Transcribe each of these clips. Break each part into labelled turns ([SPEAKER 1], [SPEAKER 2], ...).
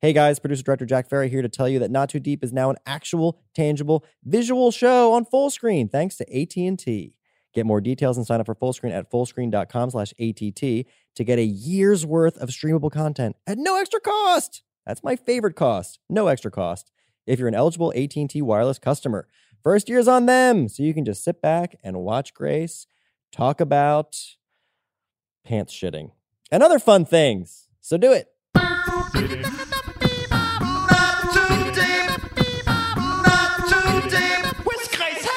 [SPEAKER 1] Hey guys, producer director Jack Ferry here to tell you that Not Too Deep is now an actual, tangible, visual show on full screen thanks to AT&T. Get more details and sign up for full screen at fullscreen.com slash ATT to get a year's worth of streamable content at no extra cost. That's my favorite cost, no extra cost. If you're an eligible AT&T wireless customer, first year's on them, so you can just sit back and watch Grace talk about pants shitting and other fun things. So do it.
[SPEAKER 2] Not too deep. Not too deep. With Grace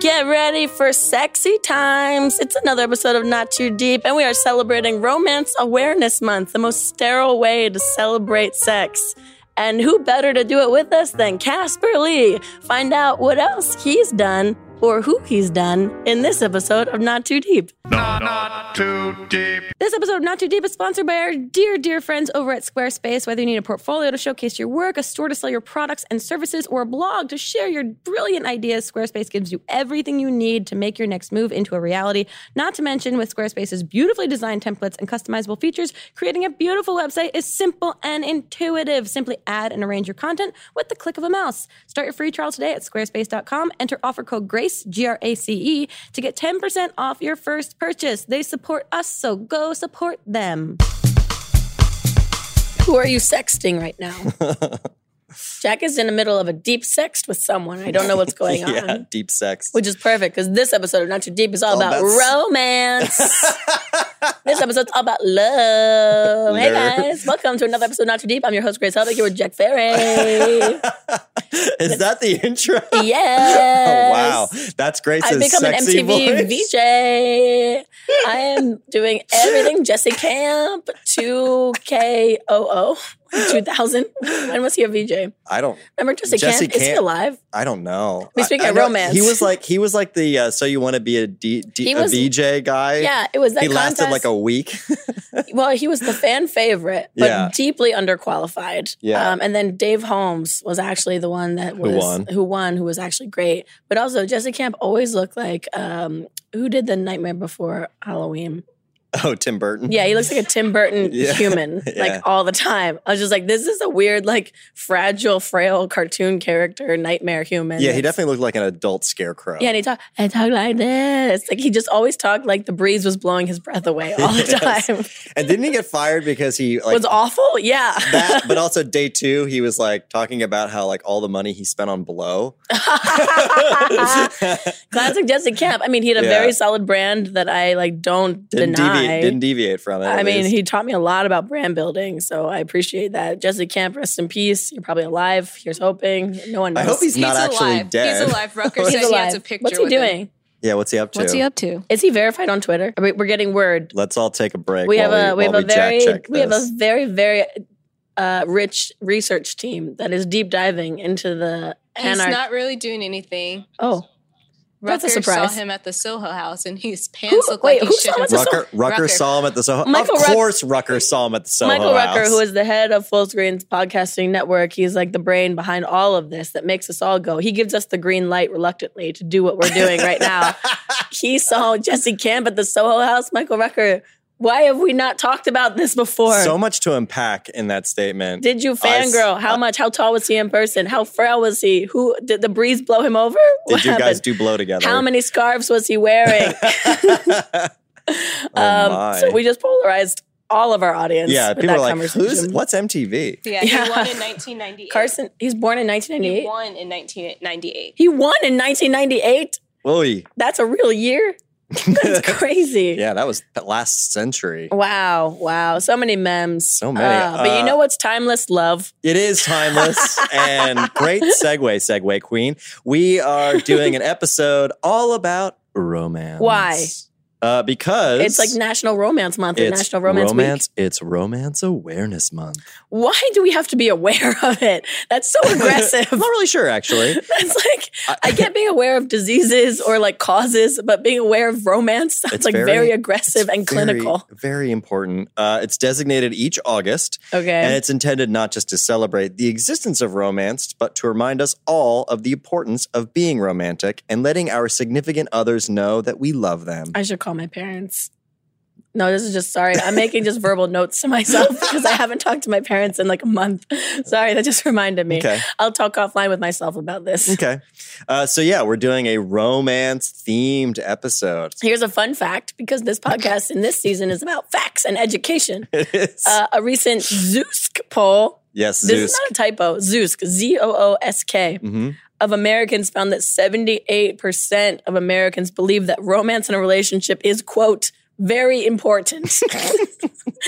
[SPEAKER 3] Get ready for sexy times. It's another episode of Not Too Deep, and we are celebrating Romance Awareness Month, the most sterile way to celebrate sex. And who better to do it with us than Casper Lee? Find out what else he's done or who he's done in this episode of Not Too Deep.
[SPEAKER 2] Not, not too deep.
[SPEAKER 4] This episode of Not Too Deep is sponsored by our dear, dear friends over at Squarespace. Whether you need a portfolio to showcase your work, a store to sell your products and services, or a blog to share your brilliant ideas, Squarespace gives you everything you need to make your next move into a reality. Not to mention, with Squarespace's beautifully designed templates and customizable features, creating a beautiful website is simple and intuitive. Simply add and arrange your content with the click of a mouse. Start your free trial today at squarespace.com. Enter offer code GRACE, G R A C E, to get 10% off your first purchase. They support us, so go support them.
[SPEAKER 3] Who are you sexting right now? Jack is in the middle of a deep sext with someone. I don't know what's going on.
[SPEAKER 5] yeah, deep sex.
[SPEAKER 3] Which is perfect because this episode of Not Too Deep is all,
[SPEAKER 5] All
[SPEAKER 3] about,
[SPEAKER 5] about-
[SPEAKER 3] romance. this episode's all about love. Hey
[SPEAKER 5] Nerd.
[SPEAKER 3] guys, welcome to another episode of Not Too Deep. I'm your host, Grace Helbig, here with Jack Ferry.
[SPEAKER 5] Is that the intro? Oh, wow,
[SPEAKER 3] yes.
[SPEAKER 5] that's Grace's
[SPEAKER 3] I've become an
[SPEAKER 5] sexy
[SPEAKER 3] MTV
[SPEAKER 5] voice.
[SPEAKER 3] VJ. I am doing everything Jesse Camp 2KOO 2000. When was he a VJ?
[SPEAKER 5] I don't.
[SPEAKER 3] Remember Jesse,
[SPEAKER 5] Jesse
[SPEAKER 3] Camp? Is he
[SPEAKER 5] Camp.
[SPEAKER 3] alive?
[SPEAKER 5] I don't know.
[SPEAKER 3] We speak
[SPEAKER 5] I- I
[SPEAKER 3] of
[SPEAKER 5] know-
[SPEAKER 3] romance.
[SPEAKER 5] He was like he was like the uh, so you want to be a D, D,
[SPEAKER 3] He
[SPEAKER 5] a
[SPEAKER 3] was-
[SPEAKER 5] VJ guy.
[SPEAKER 3] Yeah, it was that
[SPEAKER 5] He
[SPEAKER 3] contest.
[SPEAKER 5] lasted like a week.
[SPEAKER 3] Well, he was the fan favorite, but
[SPEAKER 5] Yeah.
[SPEAKER 3] deeply underqualified.
[SPEAKER 5] Yeah.
[SPEAKER 3] Um, and then Dave Holmes was actually the one that was
[SPEAKER 5] won.
[SPEAKER 3] who won, who was actually great. But also, Jesse Camp always looked like um, who did the Nightmare Before Halloween.
[SPEAKER 5] Oh, Tim Burton.
[SPEAKER 3] Yeah, he looks like a Tim Burton
[SPEAKER 5] Yeah.
[SPEAKER 3] human,
[SPEAKER 5] Yeah.
[SPEAKER 3] like all the time. I was just like, this is a weird, like fragile, frail cartoon character, nightmare human.
[SPEAKER 5] Yeah, he
[SPEAKER 3] that's-
[SPEAKER 5] definitely looked like an adult scarecrow.
[SPEAKER 3] Yeah, and he talked. I talk like this. Like he just always talked like the breeze was blowing his breath away all the
[SPEAKER 5] Yes.
[SPEAKER 3] time.
[SPEAKER 5] and didn't he get fired because he like
[SPEAKER 3] was awful. Yeah.
[SPEAKER 5] that? But also day two, he was like talking about how like all the money he spent on blow.
[SPEAKER 3] Classic Jesse Camp. I mean, he had a
[SPEAKER 5] Yeah.
[SPEAKER 3] very solid brand that I like don't
[SPEAKER 5] didn't
[SPEAKER 3] deny.
[SPEAKER 5] deviate didn't deviate from it.
[SPEAKER 3] I
[SPEAKER 5] at
[SPEAKER 3] mean,
[SPEAKER 5] least.
[SPEAKER 3] he taught me a lot about brand building, so I appreciate that. Jesse Camp, rest in peace. You're probably alive. Here's hoping. No one knows.
[SPEAKER 5] I hope he's, not actually
[SPEAKER 6] alive.
[SPEAKER 5] dead.
[SPEAKER 6] He's alive. Rucker
[SPEAKER 3] He's
[SPEAKER 6] said he has a
[SPEAKER 3] alive.
[SPEAKER 6] picture.
[SPEAKER 3] What's he
[SPEAKER 6] with him.
[SPEAKER 3] doing?
[SPEAKER 5] Yeah, what's he up to?
[SPEAKER 6] What's he up to?
[SPEAKER 3] Is he verified on Twitter? I mean, we're getting word.
[SPEAKER 5] Let's all take a break.
[SPEAKER 3] We have
[SPEAKER 5] while
[SPEAKER 3] a we have
[SPEAKER 5] while
[SPEAKER 3] a very
[SPEAKER 5] jack check
[SPEAKER 3] we have a
[SPEAKER 5] this.
[SPEAKER 3] very very uh, rich research team that is deep diving into the
[SPEAKER 6] He's
[SPEAKER 3] anar-
[SPEAKER 6] not really doing anything.
[SPEAKER 3] oh That's
[SPEAKER 6] Rucker
[SPEAKER 3] a surprise.
[SPEAKER 6] saw him at the Soho House, and his pants
[SPEAKER 3] Who-
[SPEAKER 6] look
[SPEAKER 3] wait,
[SPEAKER 6] like
[SPEAKER 3] who
[SPEAKER 6] he should
[SPEAKER 3] saw him
[SPEAKER 6] have.
[SPEAKER 3] at the Soho-
[SPEAKER 5] Rucker, Rucker,
[SPEAKER 6] Rucker.
[SPEAKER 5] saw him at the Soho.
[SPEAKER 3] Michael
[SPEAKER 5] of
[SPEAKER 3] Ruck-
[SPEAKER 5] course, Rucker saw him at the Soho
[SPEAKER 3] Michael
[SPEAKER 5] House.
[SPEAKER 3] Rucker, who is the head of Full Screen's podcasting network, he's like the brain behind all of this that makes us all go. He gives us the green light reluctantly to do what we're doing right now. he saw Jesse Camp at the Soho House. Michael Rucker, why have we not talked about this before?
[SPEAKER 5] so much to unpack in that statement.
[SPEAKER 3] did you
[SPEAKER 5] I s-
[SPEAKER 3] fangirl? How much? How tall was he in person? How frail was he? Who did the breeze blow him over?
[SPEAKER 5] Did
[SPEAKER 3] What
[SPEAKER 5] you guys
[SPEAKER 3] happened?
[SPEAKER 5] do blow together?
[SPEAKER 3] How many scarves was he wearing?
[SPEAKER 5] oh my.
[SPEAKER 3] uh, so we just polarized all of our audience.
[SPEAKER 5] yeah,
[SPEAKER 3] with
[SPEAKER 5] people
[SPEAKER 3] that
[SPEAKER 5] are like,
[SPEAKER 3] conversation.
[SPEAKER 5] "Who's what's MTV?"
[SPEAKER 6] Yeah, he
[SPEAKER 3] Yeah.
[SPEAKER 6] won in 1998.
[SPEAKER 3] Carson? He's born in
[SPEAKER 6] he
[SPEAKER 3] 1998.
[SPEAKER 6] won in 1998.
[SPEAKER 3] He won in 1998.
[SPEAKER 5] Wooly.
[SPEAKER 3] That's a real year. That's crazy.
[SPEAKER 5] Yeah, that was the last century.
[SPEAKER 3] Wow. Wow. So many memes.
[SPEAKER 5] So many.
[SPEAKER 3] Uh, but
[SPEAKER 5] Uh,
[SPEAKER 3] you know what's timeless? Love.
[SPEAKER 5] It is timeless and great segue, segue queen. We are doing an episode all about romance.
[SPEAKER 3] Why?
[SPEAKER 5] Uh, because
[SPEAKER 3] It's like National Romance Month or
[SPEAKER 5] it's
[SPEAKER 3] National Romance,
[SPEAKER 5] romance It's Romance Awareness Month.
[SPEAKER 3] Week. Why do we have to be aware of it? That's so aggressive.
[SPEAKER 5] I'm not really sure, actually.
[SPEAKER 3] That's like I get being aware of diseases or like causes, but being aware of romance sounds
[SPEAKER 5] It's
[SPEAKER 3] like very,
[SPEAKER 5] very-
[SPEAKER 3] aggressive and
[SPEAKER 5] It's very-
[SPEAKER 3] clinical.
[SPEAKER 5] Very, important. Uh, it's designated each August, and
[SPEAKER 3] Okay.
[SPEAKER 5] it's intended not just to celebrate the existence of romance, but to remind us all of the importance of being romantic and letting our significant others know that we love them.
[SPEAKER 3] I should call my parents. No, this is just sorry. I'm making just verbal notes to myself because I haven't talked to my parents in like a month. Sorry, that just reminded me.
[SPEAKER 5] Okay.
[SPEAKER 3] I'll talk offline with myself about this.
[SPEAKER 5] Okay. Uh, so, yeah, we're doing a romance themed episode.
[SPEAKER 3] Here's a fun fact because this podcast in this season is about facts and education.
[SPEAKER 5] It is.
[SPEAKER 3] Uh, a recent Zeusk poll,
[SPEAKER 5] yes,
[SPEAKER 3] this
[SPEAKER 5] Zeus.
[SPEAKER 3] is not a typo, Zeusk, Z O O S K,
[SPEAKER 5] Mhm.
[SPEAKER 3] of Americans found that 78% of Americans believe that romance in a relationship is, quote, very important.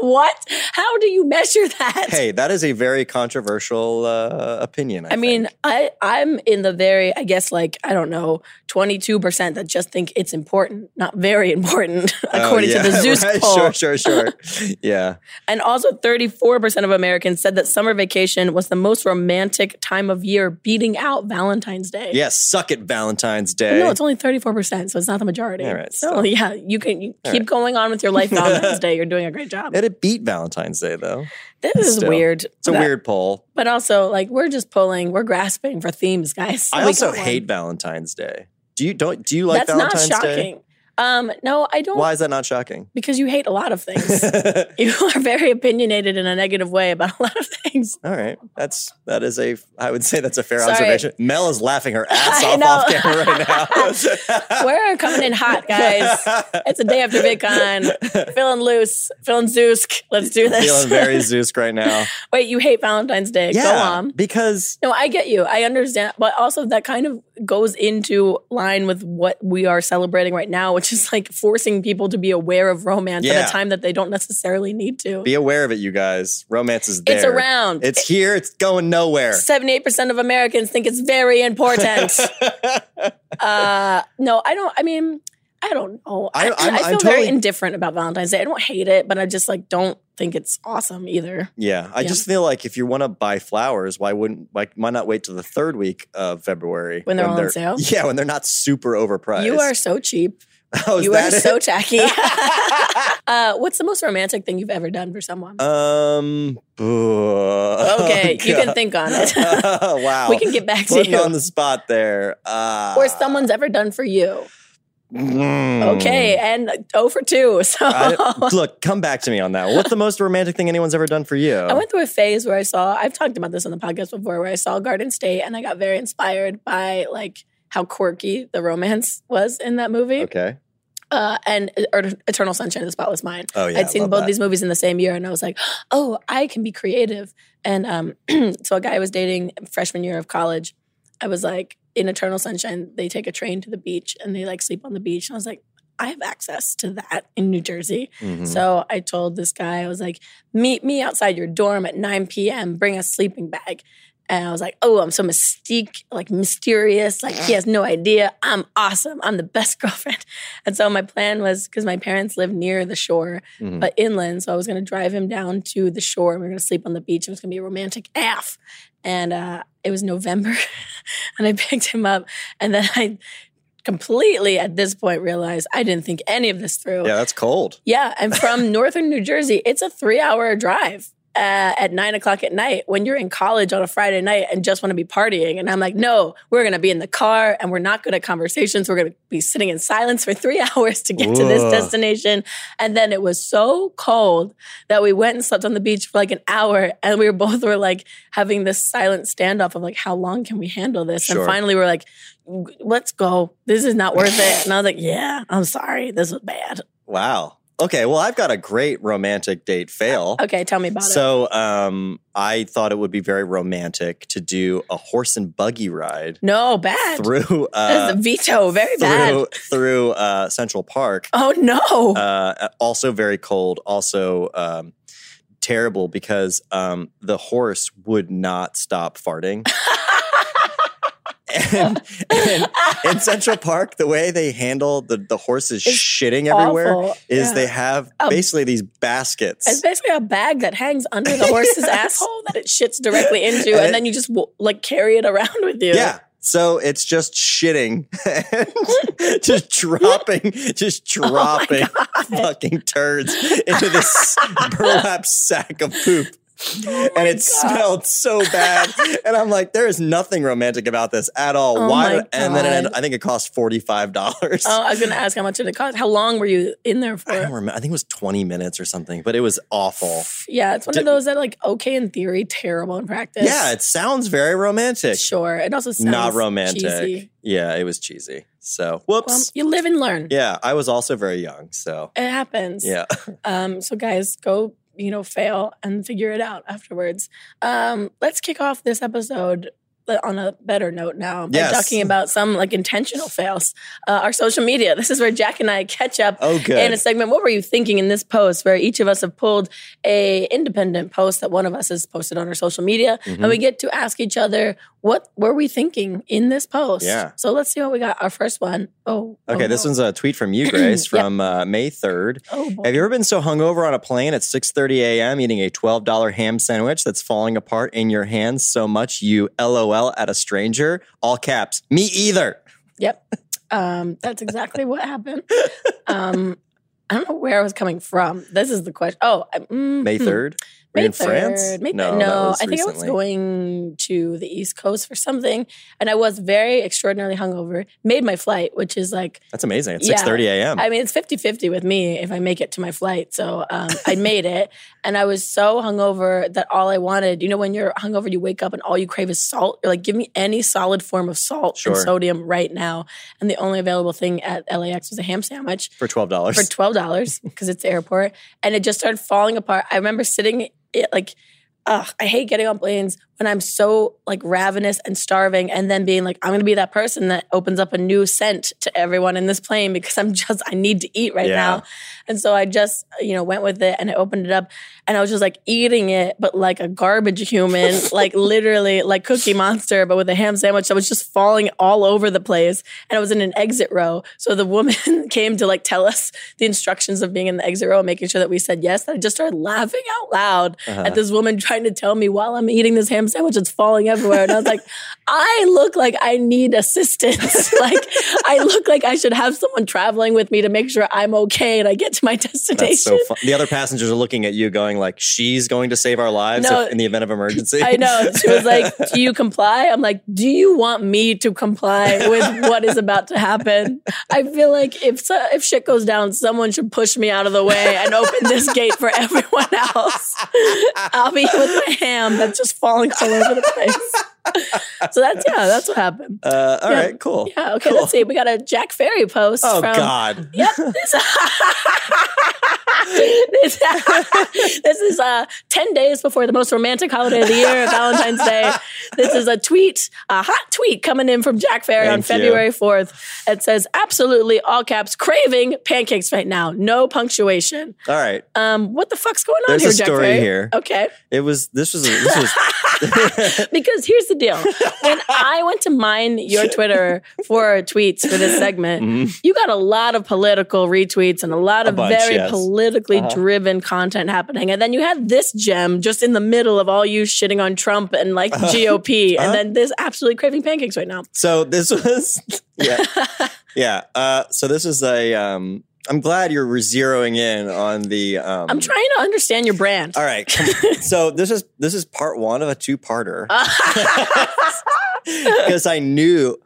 [SPEAKER 3] what? How do you measure that?
[SPEAKER 5] Hey, that is a very controversial uh, opinion. I,
[SPEAKER 3] I mean,
[SPEAKER 5] think.
[SPEAKER 3] I I'm in the very I guess like I don't know twenty two percent that just think it's important, not very important,
[SPEAKER 5] Oh,
[SPEAKER 3] according
[SPEAKER 5] yeah,
[SPEAKER 3] to the Zeus
[SPEAKER 5] right,
[SPEAKER 3] poll.
[SPEAKER 5] Sure, sure, sure. yeah.
[SPEAKER 3] And also thirty four percent of Americans said that summer vacation was the most romantic time of year, beating out Valentine's Day.
[SPEAKER 5] Yes, suck it, Valentine's Day.
[SPEAKER 3] No, it's only thirty four percent, so it's not the majority.
[SPEAKER 5] All right,
[SPEAKER 3] so
[SPEAKER 5] still.
[SPEAKER 3] yeah, you can you
[SPEAKER 5] All
[SPEAKER 3] keep
[SPEAKER 5] right.
[SPEAKER 3] going on with your life Valentine's Day. You're doing a great job.
[SPEAKER 5] And it beat Valentine's Day, though.
[SPEAKER 3] this is
[SPEAKER 5] still.
[SPEAKER 3] weird.
[SPEAKER 5] It's a
[SPEAKER 3] But-
[SPEAKER 5] weird poll.
[SPEAKER 3] but also like we're just pulling, we're grasping for themes, guys.
[SPEAKER 5] I
[SPEAKER 3] We
[SPEAKER 5] also
[SPEAKER 3] got one.
[SPEAKER 5] hate Valentine's Day. Do you don't do you like Valentine's
[SPEAKER 3] not
[SPEAKER 5] Day?
[SPEAKER 3] shocking. Um, no, I don't
[SPEAKER 5] Why is that not shocking?
[SPEAKER 3] because you hate a lot of things.
[SPEAKER 5] All
[SPEAKER 3] you are very opinionated in a negative way about a lot of things.
[SPEAKER 5] right, that's that is a I would say that's a fair
[SPEAKER 3] Sorry.
[SPEAKER 5] observation. Mel is laughing her ass
[SPEAKER 3] I
[SPEAKER 5] off
[SPEAKER 3] know.
[SPEAKER 5] off camera right now.
[SPEAKER 3] We're coming in hot, guys. It's a day after VidCon. Feeling loose, feeling Zeusk. Let's do this.
[SPEAKER 5] Feeling very Zeus right now.
[SPEAKER 3] Wait, you hate Valentine's Day. Go on.
[SPEAKER 5] because
[SPEAKER 3] No, I get you. I understand. But also, that kind of goes into line with what we are celebrating right now, which is like forcing people to be aware of romance
[SPEAKER 5] Yeah.
[SPEAKER 3] at a time that they don't necessarily need to.
[SPEAKER 5] be aware of it, you guys. Romance is there.
[SPEAKER 3] It's around.
[SPEAKER 5] It's here. It's going nowhere.
[SPEAKER 3] 78% of Americans think it's very important. uh, no, I don't. I mean, I don't know.
[SPEAKER 5] I-
[SPEAKER 3] I, I,
[SPEAKER 5] I'm-
[SPEAKER 3] feel
[SPEAKER 5] I'm
[SPEAKER 3] very
[SPEAKER 5] totally-
[SPEAKER 3] indifferent about Valentine's Day. I don't hate it, but I just like don't think it's awesome either.
[SPEAKER 5] Yeah, I
[SPEAKER 3] Yeah.
[SPEAKER 5] just feel like if you want to buy flowers, why wouldn't like why not wait till the third week of February
[SPEAKER 3] When they're all on sale?
[SPEAKER 5] Yeah, when they're not super overpriced.
[SPEAKER 3] You are so cheap.
[SPEAKER 5] Oh, is
[SPEAKER 3] You are
[SPEAKER 5] that
[SPEAKER 3] so tacky. uh, what's the most romantic thing you've ever done for someone?
[SPEAKER 5] it? um. ugh.
[SPEAKER 3] okay, you
[SPEAKER 5] Oh God.
[SPEAKER 3] can think on it.
[SPEAKER 5] wow.
[SPEAKER 3] we can get back to
[SPEAKER 5] Putting
[SPEAKER 3] you.
[SPEAKER 5] on the spot there. Uh,
[SPEAKER 3] or someone's ever done for you.
[SPEAKER 5] Mm.
[SPEAKER 3] Okay, and 0 for 2. So
[SPEAKER 5] I- look, come back to me on that. one. What's the most romantic thing anyone's ever done for you?
[SPEAKER 3] I went through a phase where I saw, I've talked about this on the podcast before, where I saw Garden State and I got very inspired by like how quirky the romance was in that movie.
[SPEAKER 5] okay.
[SPEAKER 3] Uh, and or Eternal Sunshine of the Spotless Mind.
[SPEAKER 5] Oh yeah.
[SPEAKER 3] I'd seen
[SPEAKER 5] love
[SPEAKER 3] both
[SPEAKER 5] that.
[SPEAKER 3] these movies in the same year and I was like, oh, I can be creative. And um, so a guy I was dating freshman year of college, I was like, in Eternal Sunshine, they take a train to the beach and they like sleep on the beach. And I was like, I have access to that in New Jersey.
[SPEAKER 5] Mhm.
[SPEAKER 3] So I told this guy, I was like, meet me outside your dorm at 9 p.m., bring a sleeping bag. And I was like, oh, I'm so mystique, like mysterious. Like he has no idea. I'm awesome. I'm the best girlfriend. And so my plan was because my parents live near the shore,
[SPEAKER 5] Mhm.
[SPEAKER 3] but inland. So I was going to drive him down to the shore and we were going to sleep on the beach. It was going to be a romantic AF. And uh, it was November. and I picked him up. And then I completely at this point realized I didn't think any of this through.
[SPEAKER 5] yeah, that's cold.
[SPEAKER 3] Yeah, and from northern New Jersey, it's a three-hour drive uh, at nine o'clock at night when you're in college on a Friday night and just want to be partying. And I'm like, no, we're going to be in the car and we're not good at conversations. We're going to be sitting in silence for three hours to get to this
[SPEAKER 5] Ugh.
[SPEAKER 3] destination. And then it was so cold that we went and slept on the beach for like an hour, and we were both were like having this silent standoff of like, how long can we handle this?
[SPEAKER 5] Sure.
[SPEAKER 3] And finally, we're like. Let's go. This is not worth it. And I was like, yeah, I'm sorry. This was bad.
[SPEAKER 5] Wow. Okay. Well, I've got a great romantic date fail.
[SPEAKER 3] Okay, tell me about it.
[SPEAKER 5] So um, I thought it would be very romantic to do a horse and buggy ride
[SPEAKER 3] No, bad.
[SPEAKER 5] through uh,
[SPEAKER 3] That's a veto. Very bad.
[SPEAKER 5] through through uh, Central Park.
[SPEAKER 3] Oh no.
[SPEAKER 5] Uh, also very cold. Also um, terrible because um, the horse would not stop farting. and, and in Central Park, the way they handle the, the horses
[SPEAKER 3] It's
[SPEAKER 5] shitting everywhere
[SPEAKER 3] Awful.
[SPEAKER 5] is
[SPEAKER 3] Yeah.
[SPEAKER 5] they have
[SPEAKER 3] Um,
[SPEAKER 5] basically these baskets.
[SPEAKER 3] It's basically a bag that hangs under the horse's asshole that it shits directly into, and,
[SPEAKER 5] And it-
[SPEAKER 3] then you just w- like carry it around with you.
[SPEAKER 5] Yeah. So it's just shitting, just dropping, just
[SPEAKER 3] Oh
[SPEAKER 5] dropping fucking turds into this burlap sack of poop.
[SPEAKER 3] Oh
[SPEAKER 5] and it smelled so bad. and I'm like, there is nothing romantic about this at all.
[SPEAKER 3] Oh
[SPEAKER 5] Why?
[SPEAKER 3] my
[SPEAKER 5] Did, and then it
[SPEAKER 3] God.
[SPEAKER 5] ended, I think it cost forty five dollars.
[SPEAKER 3] Oh, I was going to ask how much did it cost? How long were you in there
[SPEAKER 5] I don't
[SPEAKER 3] for?
[SPEAKER 5] remember. I think it was twenty minutes or something, but it was awful.
[SPEAKER 3] Yeah, it's one
[SPEAKER 5] Did-
[SPEAKER 3] of those that like okay in theory, terrible in practice.
[SPEAKER 5] Yeah, it sounds very romantic.
[SPEAKER 3] sure. It also sounds
[SPEAKER 5] Not romantic.
[SPEAKER 3] cheesy.
[SPEAKER 5] Yeah, it was cheesy. So
[SPEAKER 3] Well,
[SPEAKER 5] whoops.
[SPEAKER 3] you live and learn.
[SPEAKER 5] yeah, I was also very young. So
[SPEAKER 3] It happens.
[SPEAKER 5] yeah,
[SPEAKER 3] Um, so guys, go, you know, fail and figure it out afterwards. Um, let's kick off this episode uh, on a better note now by
[SPEAKER 5] Yes.
[SPEAKER 3] talking about some like intentional fails. Uh, our social media. This is where Jack and I catch up
[SPEAKER 5] oh good.
[SPEAKER 3] in a segment. What were you thinking in this post? Where each of us have pulled a independent post that one of us has posted on our social media, and
[SPEAKER 5] Mhm.
[SPEAKER 3] we get to ask each other what were we thinking in this post.
[SPEAKER 5] Yeah.
[SPEAKER 3] So let's see what we got. Our first one. Oh.
[SPEAKER 5] Okay,
[SPEAKER 3] oh,
[SPEAKER 5] this
[SPEAKER 3] no.
[SPEAKER 5] one's a tweet from you, Grace,
[SPEAKER 3] Yep.
[SPEAKER 5] from uh, May third.
[SPEAKER 3] Oh, boy.
[SPEAKER 5] Have you ever been so hungover on a plane at 6:30 a.m. eating a $12 ham sandwich that's falling apart in your hands so much you LOL at a stranger? All caps. Me either.
[SPEAKER 3] Um, that's exactly what happened. Um, I don't know where I was coming from. This is the question. Oh, I- mm,
[SPEAKER 5] May
[SPEAKER 3] hmm.
[SPEAKER 5] 3rd. Were
[SPEAKER 3] May
[SPEAKER 5] you in France?
[SPEAKER 3] third, May
[SPEAKER 5] No,
[SPEAKER 3] third.
[SPEAKER 5] that
[SPEAKER 3] no
[SPEAKER 5] was
[SPEAKER 3] I think I was
[SPEAKER 5] recently.
[SPEAKER 3] going to the East Coast for something, and I was very extraordinarily hungover. Made my flight, which is like,
[SPEAKER 5] That's amazing. At
[SPEAKER 3] Yeah.
[SPEAKER 5] 6:30 a.m.
[SPEAKER 3] I mean, it's 50 50 with me if I make it to my flight. So um, I made it, and I was so hungover that all I wanted, you know, when you're hungover, you wake up and all you crave is salt. You're like, give me any solid form of salt
[SPEAKER 5] Sure.
[SPEAKER 3] and sodium right now. And the only available thing at LAX was a ham sandwich
[SPEAKER 5] for $12.
[SPEAKER 3] for twelve dollars because it's the airport, and it just started falling apart. I remember sitting it like, ugh, I hate getting on planes when I'm so like ravenous and starving, and then being like, I'm gonna be that person that opens up a new scent to everyone in this plane because I'm just I need to eat right
[SPEAKER 5] Yeah.
[SPEAKER 3] now, and so I just you know went with it and I opened it up and I was just like eating it, but like a garbage human, like literally like Cookie Monster, but with a ham sandwich that was just falling all over the place. And I was in an exit row. So the woman came to like tell us the instructions of being in the exit row and making sure that we said yes. And I just started laughing out loud
[SPEAKER 5] Uh-huh.
[SPEAKER 3] at this woman trying to tell me while I'm eating this ham sandwich, it's falling everywhere. And I was like, I look like I need assistance. like, I look like I should have someone traveling with me to make sure I'm okay and I get to my destination.
[SPEAKER 5] That's so fun. The other passengers are looking at you going like, she's going to save our lives
[SPEAKER 3] No.
[SPEAKER 5] if, in the event of emergency.
[SPEAKER 3] I know. She was like, Do you comply? I'm like, Do you want me to comply with what is about to happen? I feel like if so, if shit goes down, someone should push me out of the way and open this gate for everyone else. I'll be with my ham that's just falling all over the place. so that's yeah, that's what happened.
[SPEAKER 5] uh, all
[SPEAKER 3] Yeah.
[SPEAKER 5] right, cool.
[SPEAKER 3] Yeah, okay,
[SPEAKER 5] Cool.
[SPEAKER 3] let's see. We got a Jack Ferry post
[SPEAKER 5] Oh
[SPEAKER 3] from
[SPEAKER 5] God!
[SPEAKER 3] Yep. This, this, this is uh, 10 days before the most romantic holiday of the year, Valentine's Day. This is a tweet, a hot tweet coming in from Jack Ferry on
[SPEAKER 5] Thank you.
[SPEAKER 3] February 4th. It says, absolutely, all caps, craving pancakes right now. No punctuation.
[SPEAKER 5] All right,
[SPEAKER 3] Um, what the fuck's going on
[SPEAKER 5] There's
[SPEAKER 3] here,
[SPEAKER 5] a
[SPEAKER 3] Jack
[SPEAKER 5] story
[SPEAKER 3] Ferry?
[SPEAKER 5] here.
[SPEAKER 3] Okay.
[SPEAKER 5] it was. This was. A, this was.
[SPEAKER 3] Because here's the deal. When I went to mine your Twitter for tweets for this segment, you got a lot of political retweets and a lot
[SPEAKER 5] Mm-hmm. A
[SPEAKER 3] of
[SPEAKER 5] bunch,
[SPEAKER 3] very
[SPEAKER 5] yes. Uh-huh.
[SPEAKER 3] politically driven content happening. And then you had this gem just in the middle of all you shitting on Trump and like
[SPEAKER 5] Uh-huh.
[SPEAKER 3] GOP. And then this absolutely craving pancakes right now.
[SPEAKER 5] So this was yeah yeah. Uh, so this is a. Um, I'm glad you're zeroing in on the. Um,
[SPEAKER 3] I'm trying to understand your brand.
[SPEAKER 5] All right. come- so this is this is part one of a two parter because I knew.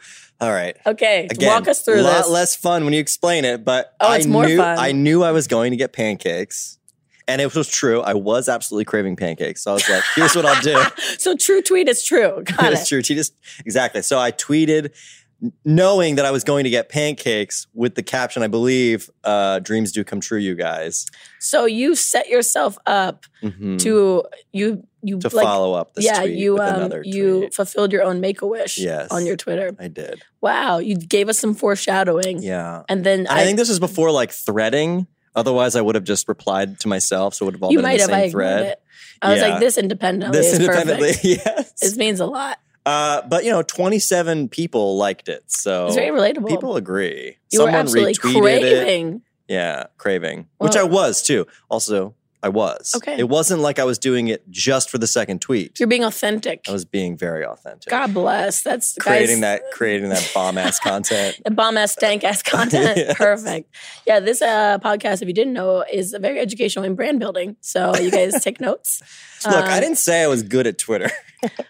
[SPEAKER 5] All right.
[SPEAKER 3] Okay,
[SPEAKER 5] Again,
[SPEAKER 3] walk us through
[SPEAKER 5] lot
[SPEAKER 3] this.
[SPEAKER 5] less fun when you explain it, but
[SPEAKER 3] Oh,
[SPEAKER 5] I
[SPEAKER 3] it's more
[SPEAKER 5] knew
[SPEAKER 3] fun.
[SPEAKER 5] I knew I was going to get pancakes. And it was true. I was absolutely craving pancakes. So I was like, here's what I'll do.
[SPEAKER 3] so true tweet is true. Got
[SPEAKER 5] That's
[SPEAKER 3] it.
[SPEAKER 5] true. She just exactly. So I tweeted n- knowing that I was going to get pancakes with the caption, I believe, uh, dreams do come true, you guys.
[SPEAKER 3] So you set yourself up
[SPEAKER 5] Mhm.
[SPEAKER 3] to you you
[SPEAKER 5] To
[SPEAKER 3] like
[SPEAKER 5] follow up this
[SPEAKER 3] yeah,
[SPEAKER 5] tweet
[SPEAKER 3] you
[SPEAKER 5] with
[SPEAKER 3] um,
[SPEAKER 5] another
[SPEAKER 3] you
[SPEAKER 5] tweet.
[SPEAKER 3] fulfilled your own make a wish
[SPEAKER 5] Yes.
[SPEAKER 3] on your Twitter.
[SPEAKER 5] I did.
[SPEAKER 3] Wow, you gave us some foreshadowing,
[SPEAKER 5] Yeah.
[SPEAKER 3] and then
[SPEAKER 5] And I, think this was before like threading. Otherwise, I would have just replied to myself. So it would have all
[SPEAKER 3] you
[SPEAKER 5] been in
[SPEAKER 3] might
[SPEAKER 5] the
[SPEAKER 3] have
[SPEAKER 5] same
[SPEAKER 3] I ignored
[SPEAKER 5] thread.
[SPEAKER 3] it. I was
[SPEAKER 5] Yeah.
[SPEAKER 3] like, this independently
[SPEAKER 5] This
[SPEAKER 3] is
[SPEAKER 5] independently,
[SPEAKER 3] perfect.
[SPEAKER 5] yes.
[SPEAKER 3] This means a lot.
[SPEAKER 5] Uh, but you know, 27 people liked it, so
[SPEAKER 3] It's very relatable.
[SPEAKER 5] Oh. people agree.
[SPEAKER 3] you were absolutely
[SPEAKER 5] retweeted it.
[SPEAKER 3] craving.
[SPEAKER 5] Yeah, craving,
[SPEAKER 3] Well-
[SPEAKER 5] which I was too. Also, I was.
[SPEAKER 3] Okay.
[SPEAKER 5] It wasn't like I was doing it just for the second tweet.
[SPEAKER 3] You're being authentic.
[SPEAKER 5] I was being very authentic.
[SPEAKER 3] God bless. That's
[SPEAKER 5] creating
[SPEAKER 3] guys,
[SPEAKER 5] that creating that bomb ass content.
[SPEAKER 3] The bomb ass, dank ass content.
[SPEAKER 5] Yes.
[SPEAKER 3] Perfect. Yeah, this uh, podcast, if you didn't know, is very educational and brand building. So you guys take notes.
[SPEAKER 5] Look, I
[SPEAKER 3] Um,
[SPEAKER 5] didn't say I was good at Twitter.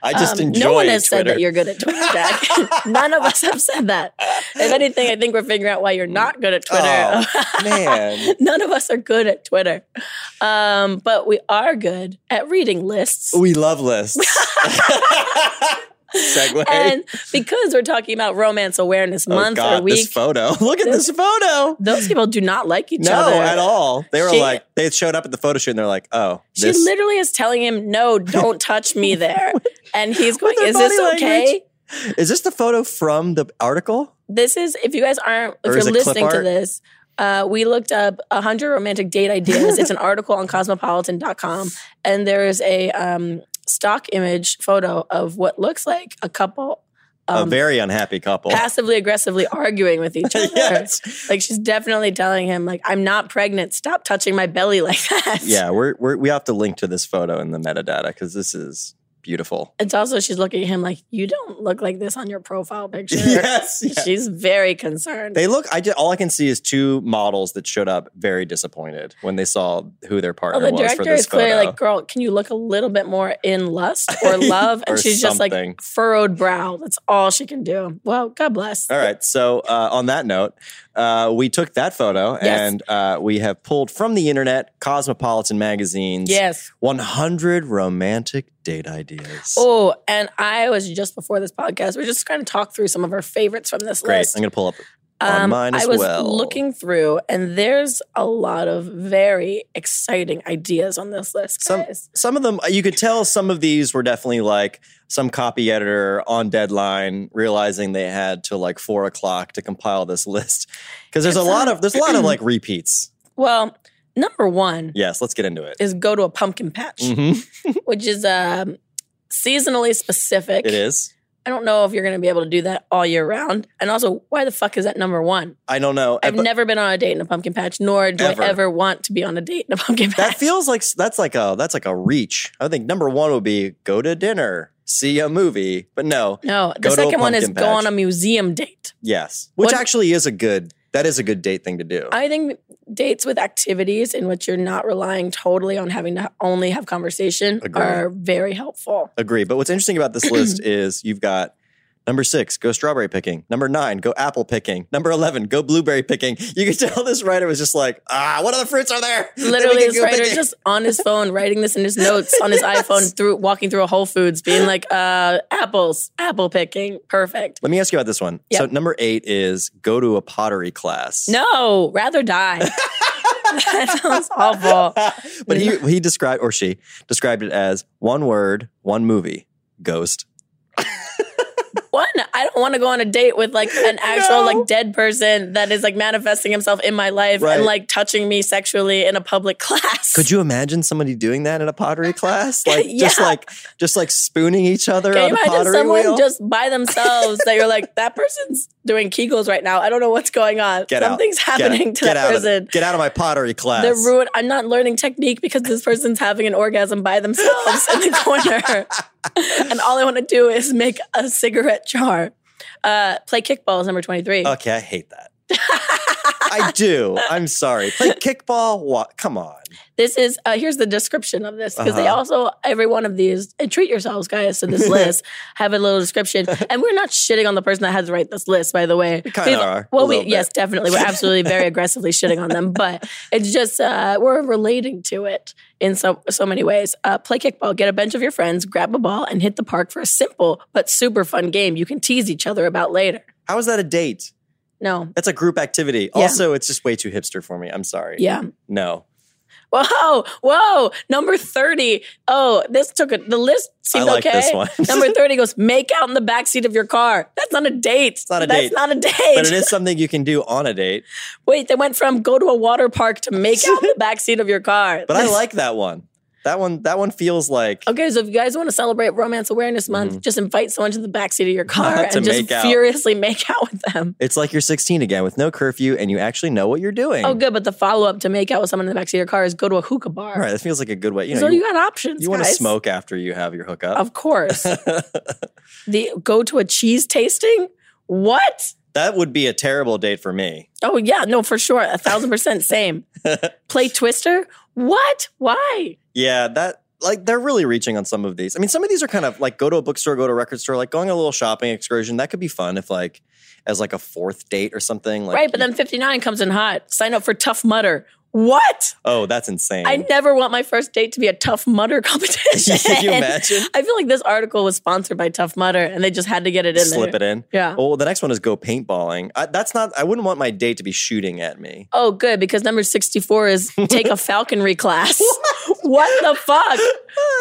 [SPEAKER 5] I just
[SPEAKER 3] um,
[SPEAKER 5] enjoy
[SPEAKER 3] No one
[SPEAKER 5] Twitter.
[SPEAKER 3] has said that you're good at Twitter, Jack. None of us have said that. If anything, I think we're figuring out why you're not good at Twitter.
[SPEAKER 5] Oh, man.
[SPEAKER 3] None of us are good at Twitter, um, but we are good at reading lists.
[SPEAKER 5] We love lists. Segway.
[SPEAKER 3] And because we're talking about Romance Awareness
[SPEAKER 5] oh
[SPEAKER 3] Month
[SPEAKER 5] God,
[SPEAKER 3] or week,
[SPEAKER 5] this photo. Look at this photo.
[SPEAKER 3] those people do not like each
[SPEAKER 5] No,
[SPEAKER 3] other
[SPEAKER 5] at all. They were
[SPEAKER 3] uh, She-
[SPEAKER 5] like, they showed up at the photo shoot and they're like, oh,
[SPEAKER 3] She
[SPEAKER 5] this.
[SPEAKER 3] literally is telling him, "No, don't touch me there," and he's going,
[SPEAKER 5] her
[SPEAKER 3] "Is this
[SPEAKER 5] body
[SPEAKER 3] okay?
[SPEAKER 5] language. is this the photo from the article?
[SPEAKER 3] This is if you guys aren't if
[SPEAKER 5] Or is
[SPEAKER 3] you're
[SPEAKER 5] it clip
[SPEAKER 3] listening to
[SPEAKER 5] art?
[SPEAKER 3] this." Uh, we looked up 100 romantic date ideas. it's an article on cosmopolitan.com. And there is a um, stock image photo of what looks like a couple
[SPEAKER 5] a
[SPEAKER 3] um,
[SPEAKER 5] very unhappy couple.
[SPEAKER 3] passively aggressively arguing with each other.
[SPEAKER 5] yes.
[SPEAKER 3] Like she's definitely telling him, like, I'm not pregnant. Stop touching my belly like that.
[SPEAKER 5] Yeah, we're, we're, we have to link to this photo in the metadata because this is beautiful.
[SPEAKER 3] It's also she's looking at him like, you don't look like this on your profile picture.
[SPEAKER 5] Yes. yeah.
[SPEAKER 3] She's very concerned.
[SPEAKER 5] They look. I just, all I can see is two models that showed up very disappointed when they saw who their partner
[SPEAKER 3] well, Oh, the
[SPEAKER 5] was for
[SPEAKER 3] director
[SPEAKER 5] this
[SPEAKER 3] is clearly
[SPEAKER 5] photo.
[SPEAKER 3] like, girl, can you look a little bit more in lust or love? And
[SPEAKER 5] Or
[SPEAKER 3] she's just
[SPEAKER 5] something.
[SPEAKER 3] like, furrowed brow. That's all she can do. Well, God bless.
[SPEAKER 5] all right. So uh, on that note, uh, we took that photo
[SPEAKER 3] Yes.
[SPEAKER 5] and uh, we have pulled from the internet Cosmopolitan magazine's
[SPEAKER 3] Yes.
[SPEAKER 5] 100 romantic date ideas.
[SPEAKER 3] Oh, and I was just before this podcast, we are just going to talk through some of our favorites from this
[SPEAKER 5] Great.
[SPEAKER 3] list. Um,
[SPEAKER 5] I'm going to pull up on mine as
[SPEAKER 3] I was
[SPEAKER 5] well.
[SPEAKER 3] looking through, and there's a lot of very exciting ideas on this list,
[SPEAKER 5] Some-
[SPEAKER 3] guys.
[SPEAKER 5] some of them you could tell some of these were definitely like some copy editor on deadline realizing they had till like four o'clock to compile this list because there's a
[SPEAKER 3] It's,
[SPEAKER 5] lot
[SPEAKER 3] uh,
[SPEAKER 5] of there's a lot of like repeats
[SPEAKER 3] Well, number one
[SPEAKER 5] yes let's get into it
[SPEAKER 3] is go to a pumpkin patch,
[SPEAKER 5] Mhm.
[SPEAKER 3] which is um, seasonally specific.
[SPEAKER 5] It is
[SPEAKER 3] I don't know if you're going to be able to do that all year round. And also, why the fuck is that number one?
[SPEAKER 5] i don't know
[SPEAKER 3] I've
[SPEAKER 5] But
[SPEAKER 3] never been on a date in a pumpkin patch, nor do
[SPEAKER 5] Ever.
[SPEAKER 3] I ever want to be on a date in a pumpkin patch.
[SPEAKER 5] that feels like that's like a that's like a reach i think number one would be go to dinner see a movie but no
[SPEAKER 3] no, the
[SPEAKER 5] Go to a
[SPEAKER 3] second one is
[SPEAKER 5] pumpkin
[SPEAKER 3] go
[SPEAKER 5] patch.
[SPEAKER 3] on a museum date.
[SPEAKER 5] yes which
[SPEAKER 3] What-
[SPEAKER 5] actually is a good that is a good date thing to do
[SPEAKER 3] I think dates with activities in which you're not relying totally on having to only have conversation
[SPEAKER 5] Agree.
[SPEAKER 3] are very helpful.
[SPEAKER 5] Agree. But what's interesting about this list is you've got number six, go strawberry picking. Number nine, go apple picking. Number 11, go blueberry picking. You can tell this writer was just like, ah, what other fruits are there? that we
[SPEAKER 3] Literally,
[SPEAKER 5] can
[SPEAKER 3] this
[SPEAKER 5] go
[SPEAKER 3] writer
[SPEAKER 5] picking?"
[SPEAKER 3] just on his phone writing this in his notes on his iPhone, through walking through a Whole Foods, being like, uh, "Apples, apple picking, perfect."
[SPEAKER 5] Let me ask you about this one.
[SPEAKER 3] Yeah.
[SPEAKER 5] So, number eight is go to a pottery class.
[SPEAKER 3] No, rather die. that sounds awful.
[SPEAKER 5] but he, he described, or she described it as one word, one movie, ghost.
[SPEAKER 3] One, I don't want to go on a date with like an actual
[SPEAKER 5] No.
[SPEAKER 3] like dead person that is like manifesting himself in my life
[SPEAKER 5] Right.
[SPEAKER 3] and like touching me sexually in a public class.
[SPEAKER 5] Could you imagine somebody doing that in a pottery class? Like just
[SPEAKER 3] Yeah.
[SPEAKER 5] like just like spooning each other
[SPEAKER 3] Can
[SPEAKER 5] on
[SPEAKER 3] you
[SPEAKER 5] a
[SPEAKER 3] imagine
[SPEAKER 5] pottery
[SPEAKER 3] someone
[SPEAKER 5] wheel?
[SPEAKER 3] just by themselves that you're like, that person's doing Kegels right now. I don't know what's going on.
[SPEAKER 5] Get out.
[SPEAKER 3] Something's happening
[SPEAKER 5] get,
[SPEAKER 3] to
[SPEAKER 5] get
[SPEAKER 3] that
[SPEAKER 5] out
[SPEAKER 3] person.
[SPEAKER 5] Of, get out of my pottery class.
[SPEAKER 3] They're ruined. I'm not learning technique because this person's having an orgasm by themselves in the corner. and all I want to do is make a cigarette jar. Uh, play kickball is number 23.
[SPEAKER 5] Okay, I hate that. I do. I'm sorry. Play kickball. What? Come on.
[SPEAKER 3] This is, uh, here's the description of this because they
[SPEAKER 5] Uh-huh.
[SPEAKER 3] also, every one of these, and treat yourselves, guys, to this list. Have a little description. And we're not shitting on the person that has to write this list, by the way.
[SPEAKER 5] We kind of
[SPEAKER 3] We've-
[SPEAKER 5] are.
[SPEAKER 3] Well,
[SPEAKER 5] a
[SPEAKER 3] we
[SPEAKER 5] little bit.
[SPEAKER 3] yes, definitely. We're absolutely very aggressively shitting on them, but it's just uh, we're relating to it in so so many ways. Uh, play kickball. Get a bunch of your friends, grab a ball, and hit the park for a simple but super fun game you can tease each other about later.
[SPEAKER 5] How is that a date?
[SPEAKER 3] No,
[SPEAKER 5] That's a group activity.
[SPEAKER 3] Yeah.
[SPEAKER 5] Also, it's just way too hipster for me. I'm sorry.
[SPEAKER 3] yeah.
[SPEAKER 5] No.
[SPEAKER 3] Whoa, whoa. Number thirty. Oh, this took a, the list seemed
[SPEAKER 5] I like
[SPEAKER 3] okay.
[SPEAKER 5] this one.
[SPEAKER 3] Number thirty goes make out in the backseat of your car. That's not a date. It's
[SPEAKER 5] not a
[SPEAKER 3] That's
[SPEAKER 5] date.
[SPEAKER 3] not a date.
[SPEAKER 5] But it is something you can do on a date.
[SPEAKER 3] Wait, they went from go to a water park to make out in the backseat of your car.
[SPEAKER 5] But I like that one. That one that one feels like
[SPEAKER 3] Okay, so if you guys want to celebrate Romance Awareness Month, just invite someone to the backseat of your car
[SPEAKER 5] Mm-hmm. To
[SPEAKER 3] and just
[SPEAKER 5] make out.
[SPEAKER 3] furiously make out with them.
[SPEAKER 5] it's like you're 16 again with no curfew and you actually know what you're doing.
[SPEAKER 3] Oh, good. But the follow up to make out with someone in the backseat of your car is go to a hookah bar.
[SPEAKER 5] All right, that feels like a good way. You know,
[SPEAKER 3] so you,
[SPEAKER 5] you,
[SPEAKER 3] got options.
[SPEAKER 5] want to
[SPEAKER 3] guys.
[SPEAKER 5] smoke after you have your hookup.
[SPEAKER 3] Of course. the go to a cheese tasting? What?
[SPEAKER 5] That would be a terrible date for me.
[SPEAKER 3] Oh yeah, no, for sure. A thousand percent same. Play Twister? What? Why?
[SPEAKER 5] Yeah, that like they're really reaching on some of these. I mean, some of these are kind of like go to a bookstore, go to a record store, like going on a little shopping excursion. That could be fun if like as like a fourth date or something. Like,
[SPEAKER 3] right, but then 59 comes in hot. Sign up for Tough Mudder. What?
[SPEAKER 5] oh, that's insane.
[SPEAKER 3] I never want my first date to be a Tough Mudder competition.
[SPEAKER 5] Can you imagine?
[SPEAKER 3] I feel like this article was sponsored by Tough Mudder and they just had to get it in
[SPEAKER 5] Slip
[SPEAKER 3] there.
[SPEAKER 5] it in.
[SPEAKER 3] Yeah.
[SPEAKER 5] Oh, well, the next one is go paintballing. I, that's not. I wouldn't want my date to be shooting at me.
[SPEAKER 3] Oh, good, because number 64 is take a falconry class. what the fuck?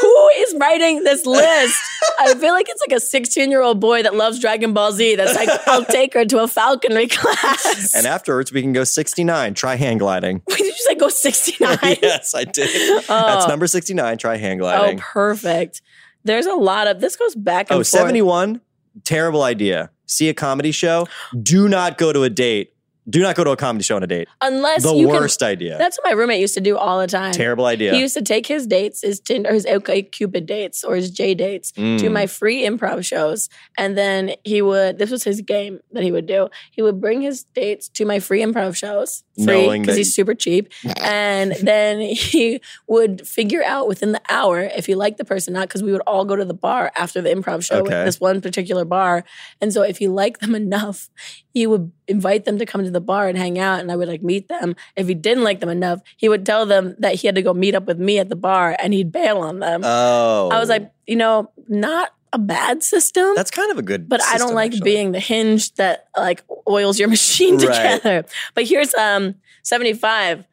[SPEAKER 3] Who is writing this list? I feel like it's like a 16 year old boy that loves Dragon Ball Z that's like, I'll take her to a falconry class.
[SPEAKER 5] And afterwards, we can go 69. Try hand gliding.
[SPEAKER 3] Wait, did you say go 69?
[SPEAKER 5] yes, I did. That's number 69. Try hand
[SPEAKER 3] Oh,
[SPEAKER 5] gliding.
[SPEAKER 3] perfect. There's a lot of this goes back and
[SPEAKER 5] Oh,
[SPEAKER 3] forth.
[SPEAKER 5] 71. Terrible idea. See a comedy show. Do not go to a date. Do not go to a comedy show on a date.
[SPEAKER 3] Unless
[SPEAKER 5] the
[SPEAKER 3] you can-
[SPEAKER 5] worst idea.
[SPEAKER 3] that's what my roommate used to do all the time.
[SPEAKER 5] Terrible idea.
[SPEAKER 3] He used to take his dates, his Tinder, his OK Cupid dates or his J dates to
[SPEAKER 5] Mm.
[SPEAKER 3] my free improv shows. And then he would, this was his game that he would do. He would bring his dates to my free improv shows, free
[SPEAKER 5] Knowing
[SPEAKER 3] because
[SPEAKER 5] that-
[SPEAKER 3] he's super cheap. and then he would figure out within the hour if he liked the person or not, because we would all go to the bar after the improv show
[SPEAKER 5] Okay.
[SPEAKER 3] at this one particular bar. And so if he liked them enough, he would invite them to come to the bar and hang out and I would like meet them. If he didn't like them enough, he would tell them that he had to go meet up with me at the bar and he'd bail on them.
[SPEAKER 5] oh,
[SPEAKER 3] I was like, you know, not a bad system.
[SPEAKER 5] that's kind of a good.
[SPEAKER 3] but I don't
[SPEAKER 5] system,
[SPEAKER 3] like
[SPEAKER 5] actually.
[SPEAKER 3] being the hinge that like oils your machine
[SPEAKER 5] Right.
[SPEAKER 3] together. But here's um 75.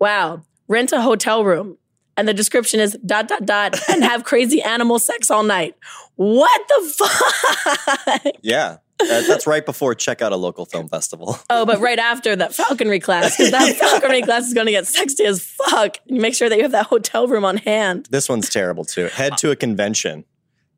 [SPEAKER 3] Wow. Rent a hotel room. And the description is dot dot dot and have crazy animal sex all night. What the fuck?
[SPEAKER 5] Yeah, That- that's right before check out a local film festival.
[SPEAKER 3] Oh, but right after that falconry class, because that falconry class is going to get sexy as fuck. You make sure that you have that hotel room on hand.
[SPEAKER 5] This one's terrible too. Head to a convention.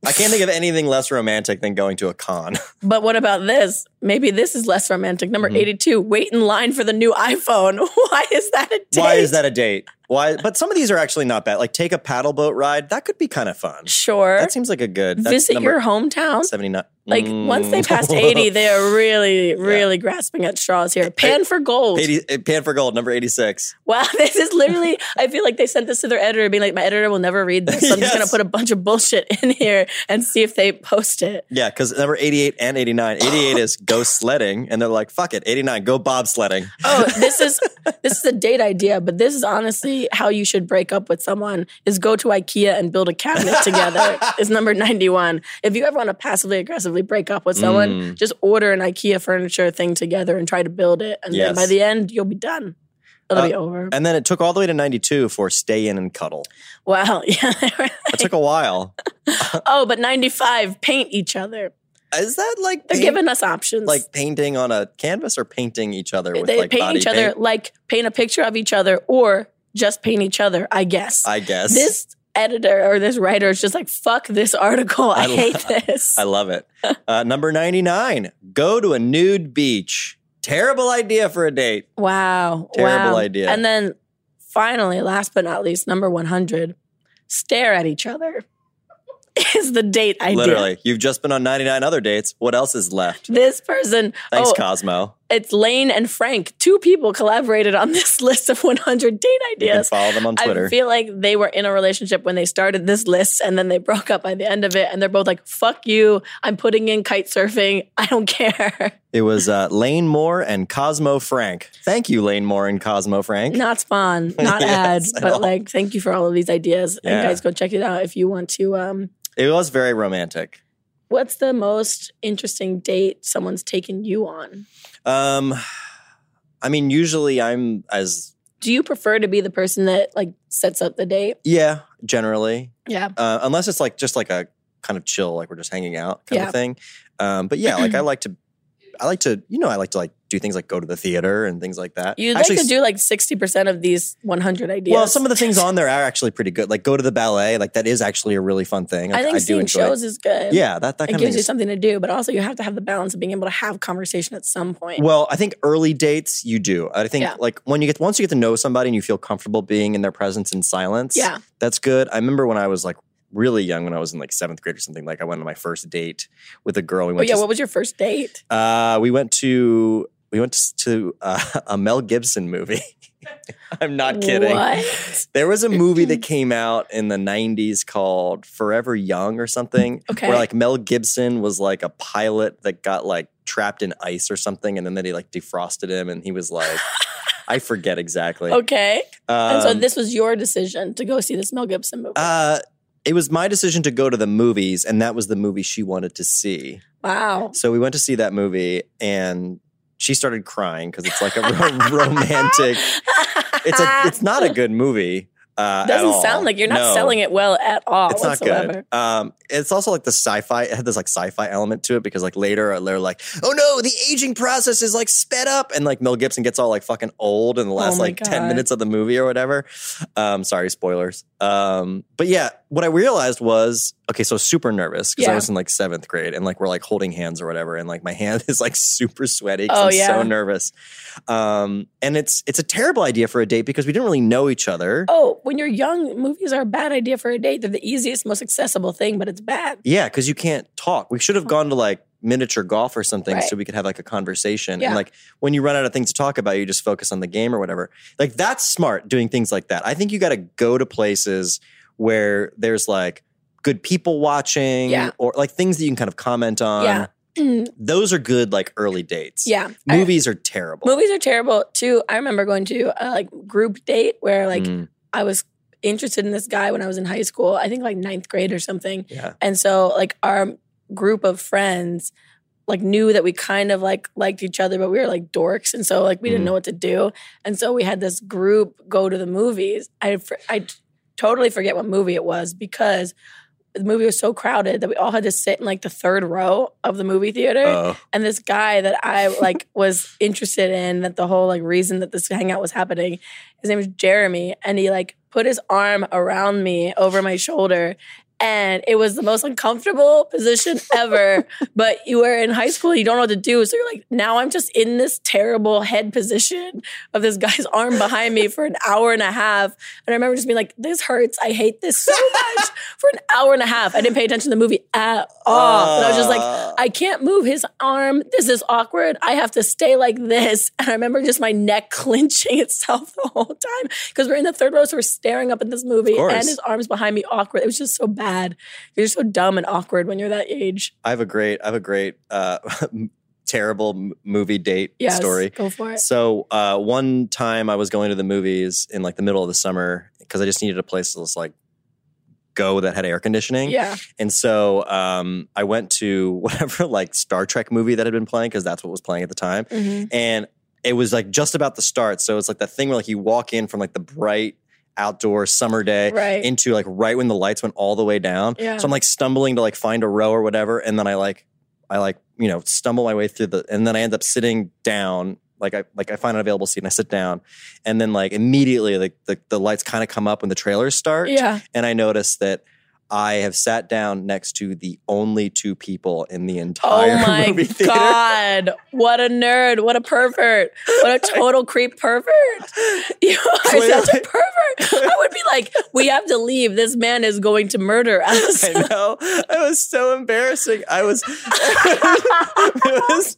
[SPEAKER 5] I can't think of anything less romantic than going to a con.
[SPEAKER 3] But what about this? Maybe this is less romantic. Number
[SPEAKER 5] Mm-hmm.
[SPEAKER 3] 82, wait in line for the new iPhone. Why is that a date?
[SPEAKER 5] Why is that a date? Why? But some of these are actually not bad. Like take a paddle boat ride. That could be kind of fun.
[SPEAKER 3] Sure.
[SPEAKER 5] That seems like a good. That's
[SPEAKER 3] Visit
[SPEAKER 5] number
[SPEAKER 3] your hometown.
[SPEAKER 5] 79.
[SPEAKER 3] Like
[SPEAKER 5] Mm.
[SPEAKER 3] once they passed 80, they are really, really grasping at straws here. Pan for gold.
[SPEAKER 5] 80, uh, Pan for Gold, number 86.
[SPEAKER 3] Wow, this is literally, I feel like they sent this to their editor being like, my editor will never read this. So I'm just going
[SPEAKER 5] Yes.
[SPEAKER 3] to put a bunch of bullshit in here and see if they post it.
[SPEAKER 5] Yeah, because number 88 and 89. 88 is go sledding, and they're like, fuck it. 89, go bobsledding.
[SPEAKER 3] Oh, this is this is a date idea, but this is honestly how you should break up with someone is go to IKEA and build a cabinet together. is number 91. If you ever want to passively aggressively break up with someone,
[SPEAKER 5] Mm.
[SPEAKER 3] just order an IKEA furniture thing together and try to build it and then
[SPEAKER 5] Yes.
[SPEAKER 3] by the end you'll be done. It'll
[SPEAKER 5] Uh,
[SPEAKER 3] be over.
[SPEAKER 5] And then it took all the way to 92 for stay in and cuddle.
[SPEAKER 3] Wow. Yeah.
[SPEAKER 5] It took a while.
[SPEAKER 3] oh, but 95 paint each other.
[SPEAKER 5] Is that like
[SPEAKER 3] They're
[SPEAKER 5] paint-
[SPEAKER 3] giving us options.
[SPEAKER 5] like painting on a canvas or painting each other with
[SPEAKER 3] they
[SPEAKER 5] like
[SPEAKER 3] paint
[SPEAKER 5] body
[SPEAKER 3] each other
[SPEAKER 5] paint?
[SPEAKER 3] like paint a picture of each other or just paint each other, I guess.
[SPEAKER 5] I guess.
[SPEAKER 3] this editor or this writer is just like, fuck this article. I,
[SPEAKER 5] I lo-
[SPEAKER 3] hate this.
[SPEAKER 5] I love it. Uh, number 99, go to a nude beach. Terrible idea for a date.
[SPEAKER 3] wow.
[SPEAKER 5] Terrible
[SPEAKER 3] wow.
[SPEAKER 5] idea.
[SPEAKER 3] And then finally, last but not least, number 100, stare at each other is the date idea.
[SPEAKER 5] Literally, you've just been on 99 other dates. What else is left?
[SPEAKER 3] This person,
[SPEAKER 5] Thanks,
[SPEAKER 3] oh,
[SPEAKER 5] Cosmo.
[SPEAKER 3] it's Lane and Frank. Two people collaborated on this list of 100 date
[SPEAKER 5] You can
[SPEAKER 3] ideas.
[SPEAKER 5] follow them on Twitter.
[SPEAKER 3] I feel like they were in a relationship when they started this list and then they broke up by the end of it. And they're both like, fuck you. I'm putting in kite surfing. I don't care.
[SPEAKER 5] It was uh, Lane Moore and Cosmo Frank. Thank you, Lane Moore and Cosmo Frank.
[SPEAKER 3] not spawn, not
[SPEAKER 5] Yes,
[SPEAKER 3] ad,
[SPEAKER 5] I
[SPEAKER 3] but
[SPEAKER 5] know.
[SPEAKER 3] like thank you for all of these ideas.
[SPEAKER 5] Yeah.
[SPEAKER 3] And guys, go check it out if you want to. Um,
[SPEAKER 5] It was very romantic.
[SPEAKER 3] what's the most interesting date someone's taken you on?
[SPEAKER 5] Um, I mean, usually I'm as
[SPEAKER 3] Do you prefer to be the person that like sets up the date?
[SPEAKER 5] yeah, generally,
[SPEAKER 3] Yeah.
[SPEAKER 5] uh, unless it's like just like a kind of chill, like we're just hanging out kind
[SPEAKER 3] Yeah.
[SPEAKER 5] of thing. Um, but yeah, like I like to, I like to, you know, I like to like do things like go to the theater and things like that.
[SPEAKER 3] You'd
[SPEAKER 5] Actually,
[SPEAKER 3] like to do like 60% of these 100 ideas.
[SPEAKER 5] Well, some of the things on there are actually pretty good. Like go to the ballet, like that is actually a really fun thing.
[SPEAKER 3] I
[SPEAKER 5] Like,
[SPEAKER 3] think
[SPEAKER 5] do
[SPEAKER 3] seeing
[SPEAKER 5] enjoy it.
[SPEAKER 3] shows is good.
[SPEAKER 5] Yeah, that that kind
[SPEAKER 3] It
[SPEAKER 5] of thing
[SPEAKER 3] gives you
[SPEAKER 5] is-
[SPEAKER 3] something to do, but also you have to have the balance of being able to have conversation at some point.
[SPEAKER 5] Well, I think early dates you do. I think
[SPEAKER 3] Yeah.
[SPEAKER 5] like when you get once you get to know somebody and you feel comfortable being in their presence in silence.
[SPEAKER 3] yeah.
[SPEAKER 5] that's good. I remember when I was like really young, when I was in like seventh grade or something. Like I went on my first date with a girl. We
[SPEAKER 3] But
[SPEAKER 5] went.
[SPEAKER 3] Oh, yeah,
[SPEAKER 5] to,
[SPEAKER 3] what was your first date?
[SPEAKER 5] uh, we went to we went to uh, a Mel Gibson movie. I'm not kidding.
[SPEAKER 3] What?
[SPEAKER 5] There was a movie that came out in the 90s called Forever Young or something,
[SPEAKER 3] Okay.
[SPEAKER 5] where like Mel Gibson was like a pilot that got like trapped in ice or something, and then they like defrosted him, and he was like, I forget exactly.
[SPEAKER 3] okay. and so
[SPEAKER 5] Um,
[SPEAKER 3] this was your decision to go see this Mel Gibson movie.
[SPEAKER 5] Uh, it was my decision to go to the movies, and that was the movie she wanted to see.
[SPEAKER 3] wow.
[SPEAKER 5] So we went to see that movie, and she started crying because it's like a ro- romantic. It's a. It's not a good movie. Uh, at
[SPEAKER 3] Doesn't
[SPEAKER 5] all.
[SPEAKER 3] sound like you're not
[SPEAKER 5] No.
[SPEAKER 3] selling it well at all
[SPEAKER 5] It's not
[SPEAKER 3] whatsoever.
[SPEAKER 5] good. Um, it's also like the sci-fi. It had this like sci-fi element to it because like later they're like, oh no, the aging process is like sped up, and like Mel Gibson gets all like fucking old in the last
[SPEAKER 3] Oh my
[SPEAKER 5] like ten
[SPEAKER 3] God.
[SPEAKER 5] minutes of the movie or whatever. Um, sorry, spoilers. Um, but yeah, what I realized was okay. So I was super nervous because I
[SPEAKER 3] Yeah.
[SPEAKER 5] was in like seventh grade, and like we're like holding hands or whatever, and like my hand is like super sweaty because
[SPEAKER 3] Oh,
[SPEAKER 5] I'm so
[SPEAKER 3] yeah.
[SPEAKER 5] nervous. Um, and it's it's a terrible idea for a date because we didn't really know each other.
[SPEAKER 3] Oh, when you're young, movies are a bad idea for a date. They're the easiest, most accessible thing, but it's bad.
[SPEAKER 5] Yeah, because you can't talk. We should have gone to like miniature golf or something
[SPEAKER 3] Right.
[SPEAKER 5] so we could have like a conversation.
[SPEAKER 3] Yeah.
[SPEAKER 5] And like when you run out of things to talk about, you just focus on the game or whatever. Like that's smart doing things like that. I think you got to go to places where there's like good people watching
[SPEAKER 3] Yeah.
[SPEAKER 5] or like things that you can kind of comment on.
[SPEAKER 3] Yeah.
[SPEAKER 5] Those are good like early dates.
[SPEAKER 3] yeah. I-
[SPEAKER 5] Movies are terrible.
[SPEAKER 3] movies are terrible too. I remember going to a like group date where like
[SPEAKER 5] Mm,
[SPEAKER 3] I was interested in this guy when I was in high school, I think like ninth grade or something.
[SPEAKER 5] yeah.
[SPEAKER 3] And so like our group of friends like knew that we kind of like liked each other, but we were like dorks, and so like we didn't
[SPEAKER 5] Mhm.
[SPEAKER 3] know what to do. And so we had this group go to the movies. I fr- I t- totally forget what movie it was because the movie was so crowded that we all had to sit in like the third row of the movie theater.
[SPEAKER 5] Oh.
[SPEAKER 3] And this guy that I like was interested in, that the whole like reason that this hangout was happening, his name was Jeremy, and he like put his arm around me over my shoulder. And it was the most uncomfortable position ever. but you were in high school, you don't know what to do. So you're like, now I'm just in this terrible head position of this guy's arm behind me for an hour and a half. And I remember just being like, this hurts. I hate this so much for an hour and a half. I didn't pay attention to the movie at all. and Oh, I was just like,
[SPEAKER 5] Uh,
[SPEAKER 3] I can't move his arm. This is awkward. I have to stay like this. And I remember just my neck clenching itself the whole time because we're in the third row, so we're staring up at this movie,
[SPEAKER 5] course.
[SPEAKER 3] and his arms behind me, awkward. It was just so bad. You're so dumb and awkward when you're that age.
[SPEAKER 5] I have a great I have a great uh terrible m- movie date
[SPEAKER 3] Yes,
[SPEAKER 5] story.
[SPEAKER 3] Go for it.
[SPEAKER 5] So uh, one time I was going to the movies in like the middle of the summer because I just needed a place to just like go that had air conditioning.
[SPEAKER 3] Yeah.
[SPEAKER 5] And so um, I went to whatever like Star Trek movie that had been playing because that's what was playing at the time.
[SPEAKER 3] mm-hmm.
[SPEAKER 5] And it was like just about the start. So it's like that thing where like you walk in from like the bright outdoor summer day
[SPEAKER 3] Right.
[SPEAKER 5] into like right when the lights went all the way down.
[SPEAKER 3] Yeah.
[SPEAKER 5] So I'm like stumbling to like find a row or whatever, and then I like I like you know stumble my way through the, and then I end up sitting down. Like I like I find an available seat and I sit down, and then like immediately like the, the lights kind of come up when the trailers start,
[SPEAKER 3] yeah.
[SPEAKER 5] and I notice that I have sat down next to the only two people in the entire
[SPEAKER 3] Oh my
[SPEAKER 5] movie theater.
[SPEAKER 3] God. What a nerd. What a pervert. What a total creep pervert. You are such a
[SPEAKER 5] Clearly.
[SPEAKER 3] pervert. I would be like, we have to leave. This man is going to murder us.
[SPEAKER 5] I know. It was so embarrassing. I was. it was.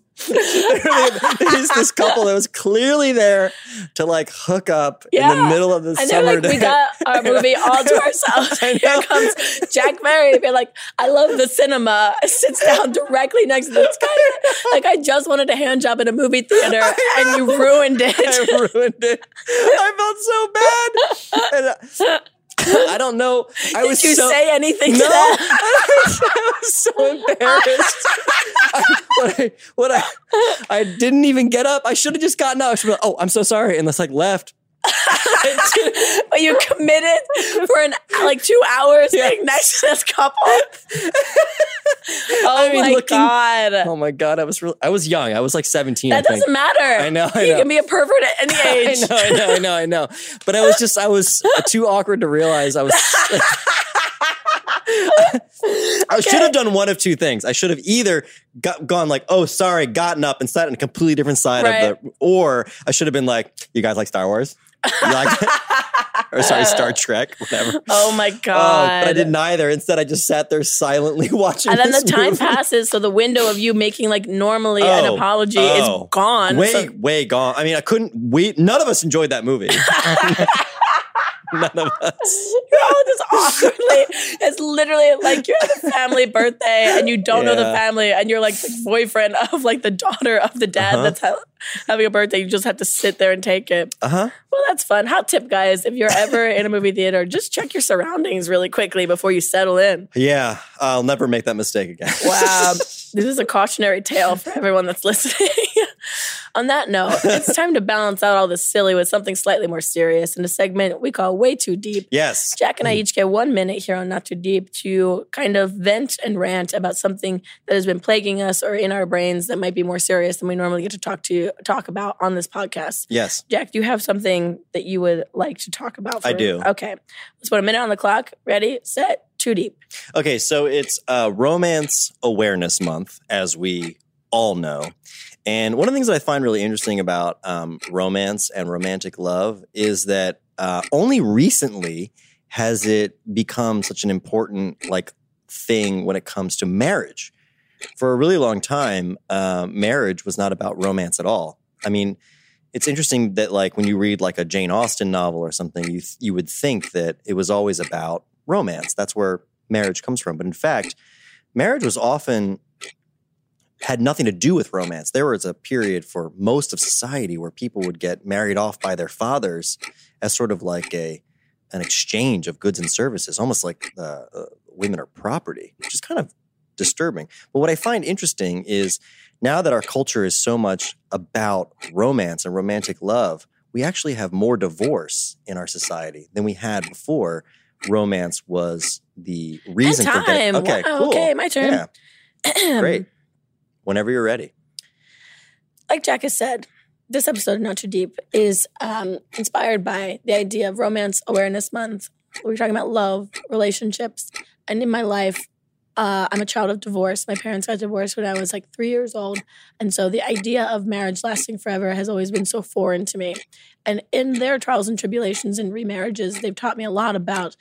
[SPEAKER 5] There's this couple that was clearly there to like hook up in the
[SPEAKER 3] Yeah.
[SPEAKER 5] middle of the
[SPEAKER 3] And they're
[SPEAKER 5] summer
[SPEAKER 3] like,
[SPEAKER 5] day.
[SPEAKER 3] we got our movie all to ourselves.
[SPEAKER 5] I
[SPEAKER 3] Here
[SPEAKER 5] know.
[SPEAKER 3] comes Jack Mary. They're like, I love the cinema. Sits down directly next to this guy. Like, I just wanted a hand job in a movie theater, and you ruined
[SPEAKER 5] I
[SPEAKER 3] it.
[SPEAKER 5] ruined it. I felt so bad. And uh, I, I don't know. I was
[SPEAKER 3] Did you
[SPEAKER 5] so,
[SPEAKER 3] say anything
[SPEAKER 5] no.
[SPEAKER 3] to that?
[SPEAKER 5] I was so embarrassed. I, what I, what I, I didn't even get up. I should have just gotten up. I should have. Oh, I'm so sorry, and let's like left.
[SPEAKER 3] but you committed for an like two hours being next to this couple. oh
[SPEAKER 5] mean,
[SPEAKER 3] my
[SPEAKER 5] looking-
[SPEAKER 3] god,
[SPEAKER 5] Oh my god, I was real I was young. I was like 17.
[SPEAKER 3] that
[SPEAKER 5] I think.
[SPEAKER 3] doesn't matter.
[SPEAKER 5] I know, I
[SPEAKER 3] he
[SPEAKER 5] know.
[SPEAKER 3] can be a pervert at any
[SPEAKER 5] I
[SPEAKER 3] age.
[SPEAKER 5] know, I know, I know, I know. But I was just, I was too awkward to realize I was. I should have done one of two things. I should have either got, gone like, "Oh, sorry," gotten up and sat on a completely different side of
[SPEAKER 3] Right.
[SPEAKER 5] the, or I should have been like, "You guys like Star Wars?" You like- or sorry, Star Trek, whatever.
[SPEAKER 3] Oh my
[SPEAKER 5] Uh,
[SPEAKER 3] god!
[SPEAKER 5] but I did neither. Instead, I just sat there silently watching.
[SPEAKER 3] and then the
[SPEAKER 5] this
[SPEAKER 3] time
[SPEAKER 5] movie.
[SPEAKER 3] passes, so the window of you making like normally an
[SPEAKER 5] Oh,
[SPEAKER 3] apology
[SPEAKER 5] oh.
[SPEAKER 3] is gone.
[SPEAKER 5] Way,
[SPEAKER 3] So-
[SPEAKER 5] way gone. I mean, I couldn't. We none of us enjoyed that movie. none of us.
[SPEAKER 3] You're all just oh, awkwardly. It's literally like you're at the family birthday and you don't know the
[SPEAKER 5] Yeah.
[SPEAKER 3] family, and you're like the boyfriend of like the daughter of the dad
[SPEAKER 5] Uh-huh.
[SPEAKER 3] that's ha- having a birthday. You just have to sit there and take it.
[SPEAKER 5] Uh huh.
[SPEAKER 3] Well, that's fun. Hot tip, guys. If you're ever in a movie theater, just check your surroundings really quickly before you settle in.
[SPEAKER 5] Yeah, I'll never make that mistake again.
[SPEAKER 3] Wow. this is a cautionary tale for everyone that's listening. On that note, it's time to balance out all this silly with something slightly more serious in a segment we call Way Too Deep.
[SPEAKER 5] yes.
[SPEAKER 3] Jack and I each get one minute here on Not Too Deep to kind of vent and rant about something that has been plaguing us or in our brains that might be more serious than we normally get to talk to talk about on this podcast.
[SPEAKER 5] Yes.
[SPEAKER 3] Jack, do you have something that you would like to talk about?
[SPEAKER 5] I do.
[SPEAKER 3] Okay, let's put a minute on the clock. Ready, set, too deep.
[SPEAKER 5] Okay, so it's uh, Romance Awareness Month, as we all know. And one of the things that I find really interesting about um, romance and romantic love is that uh, only recently has it become such an important like thing when it comes to marriage. For a really long time, uh, marriage was not about romance at all. I mean, it's interesting that like when you read like a Jane Austen novel or something, you th- you would think that it was always about romance. That's where marriage comes from. But in fact, marriage was often had nothing to do with romance. There was a period for most of society where people would get married off by their fathers as sort of like a an exchange of goods and services, almost like uh, uh, women are property, which is kind of disturbing. But what I find interesting is now that our culture is so much about romance and romantic love, we actually have more divorce in our society than we had before. Romance was the reason
[SPEAKER 3] and
[SPEAKER 5] for getting
[SPEAKER 3] time. Wow, Okay, my turn.
[SPEAKER 5] yeah, great. Whenever you're ready.
[SPEAKER 3] like Jack has said, this episode of Not Too Deep is um, inspired by the idea of Romance Awareness Month. We're talking about love, relationships, and in my life, uh, I'm a child of divorce. My parents got divorced when I was like three years old, and so the idea of marriage lasting forever has always been so foreign to me. And in their trials and tribulations and remarriages, they've taught me a lot about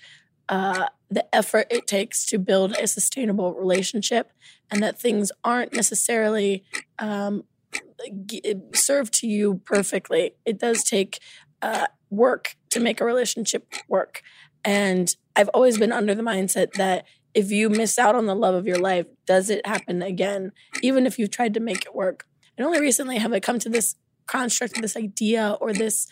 [SPEAKER 3] uh, the effort it takes to build a sustainable relationship, and that things aren't necessarily um, g- served to you perfectly. It does take uh, work to make a relationship work. And I've always been under the mindset that if you miss out on the love of your life, does it happen again, even if you've tried to make it work? And only recently have I come to this construct, this idea, or this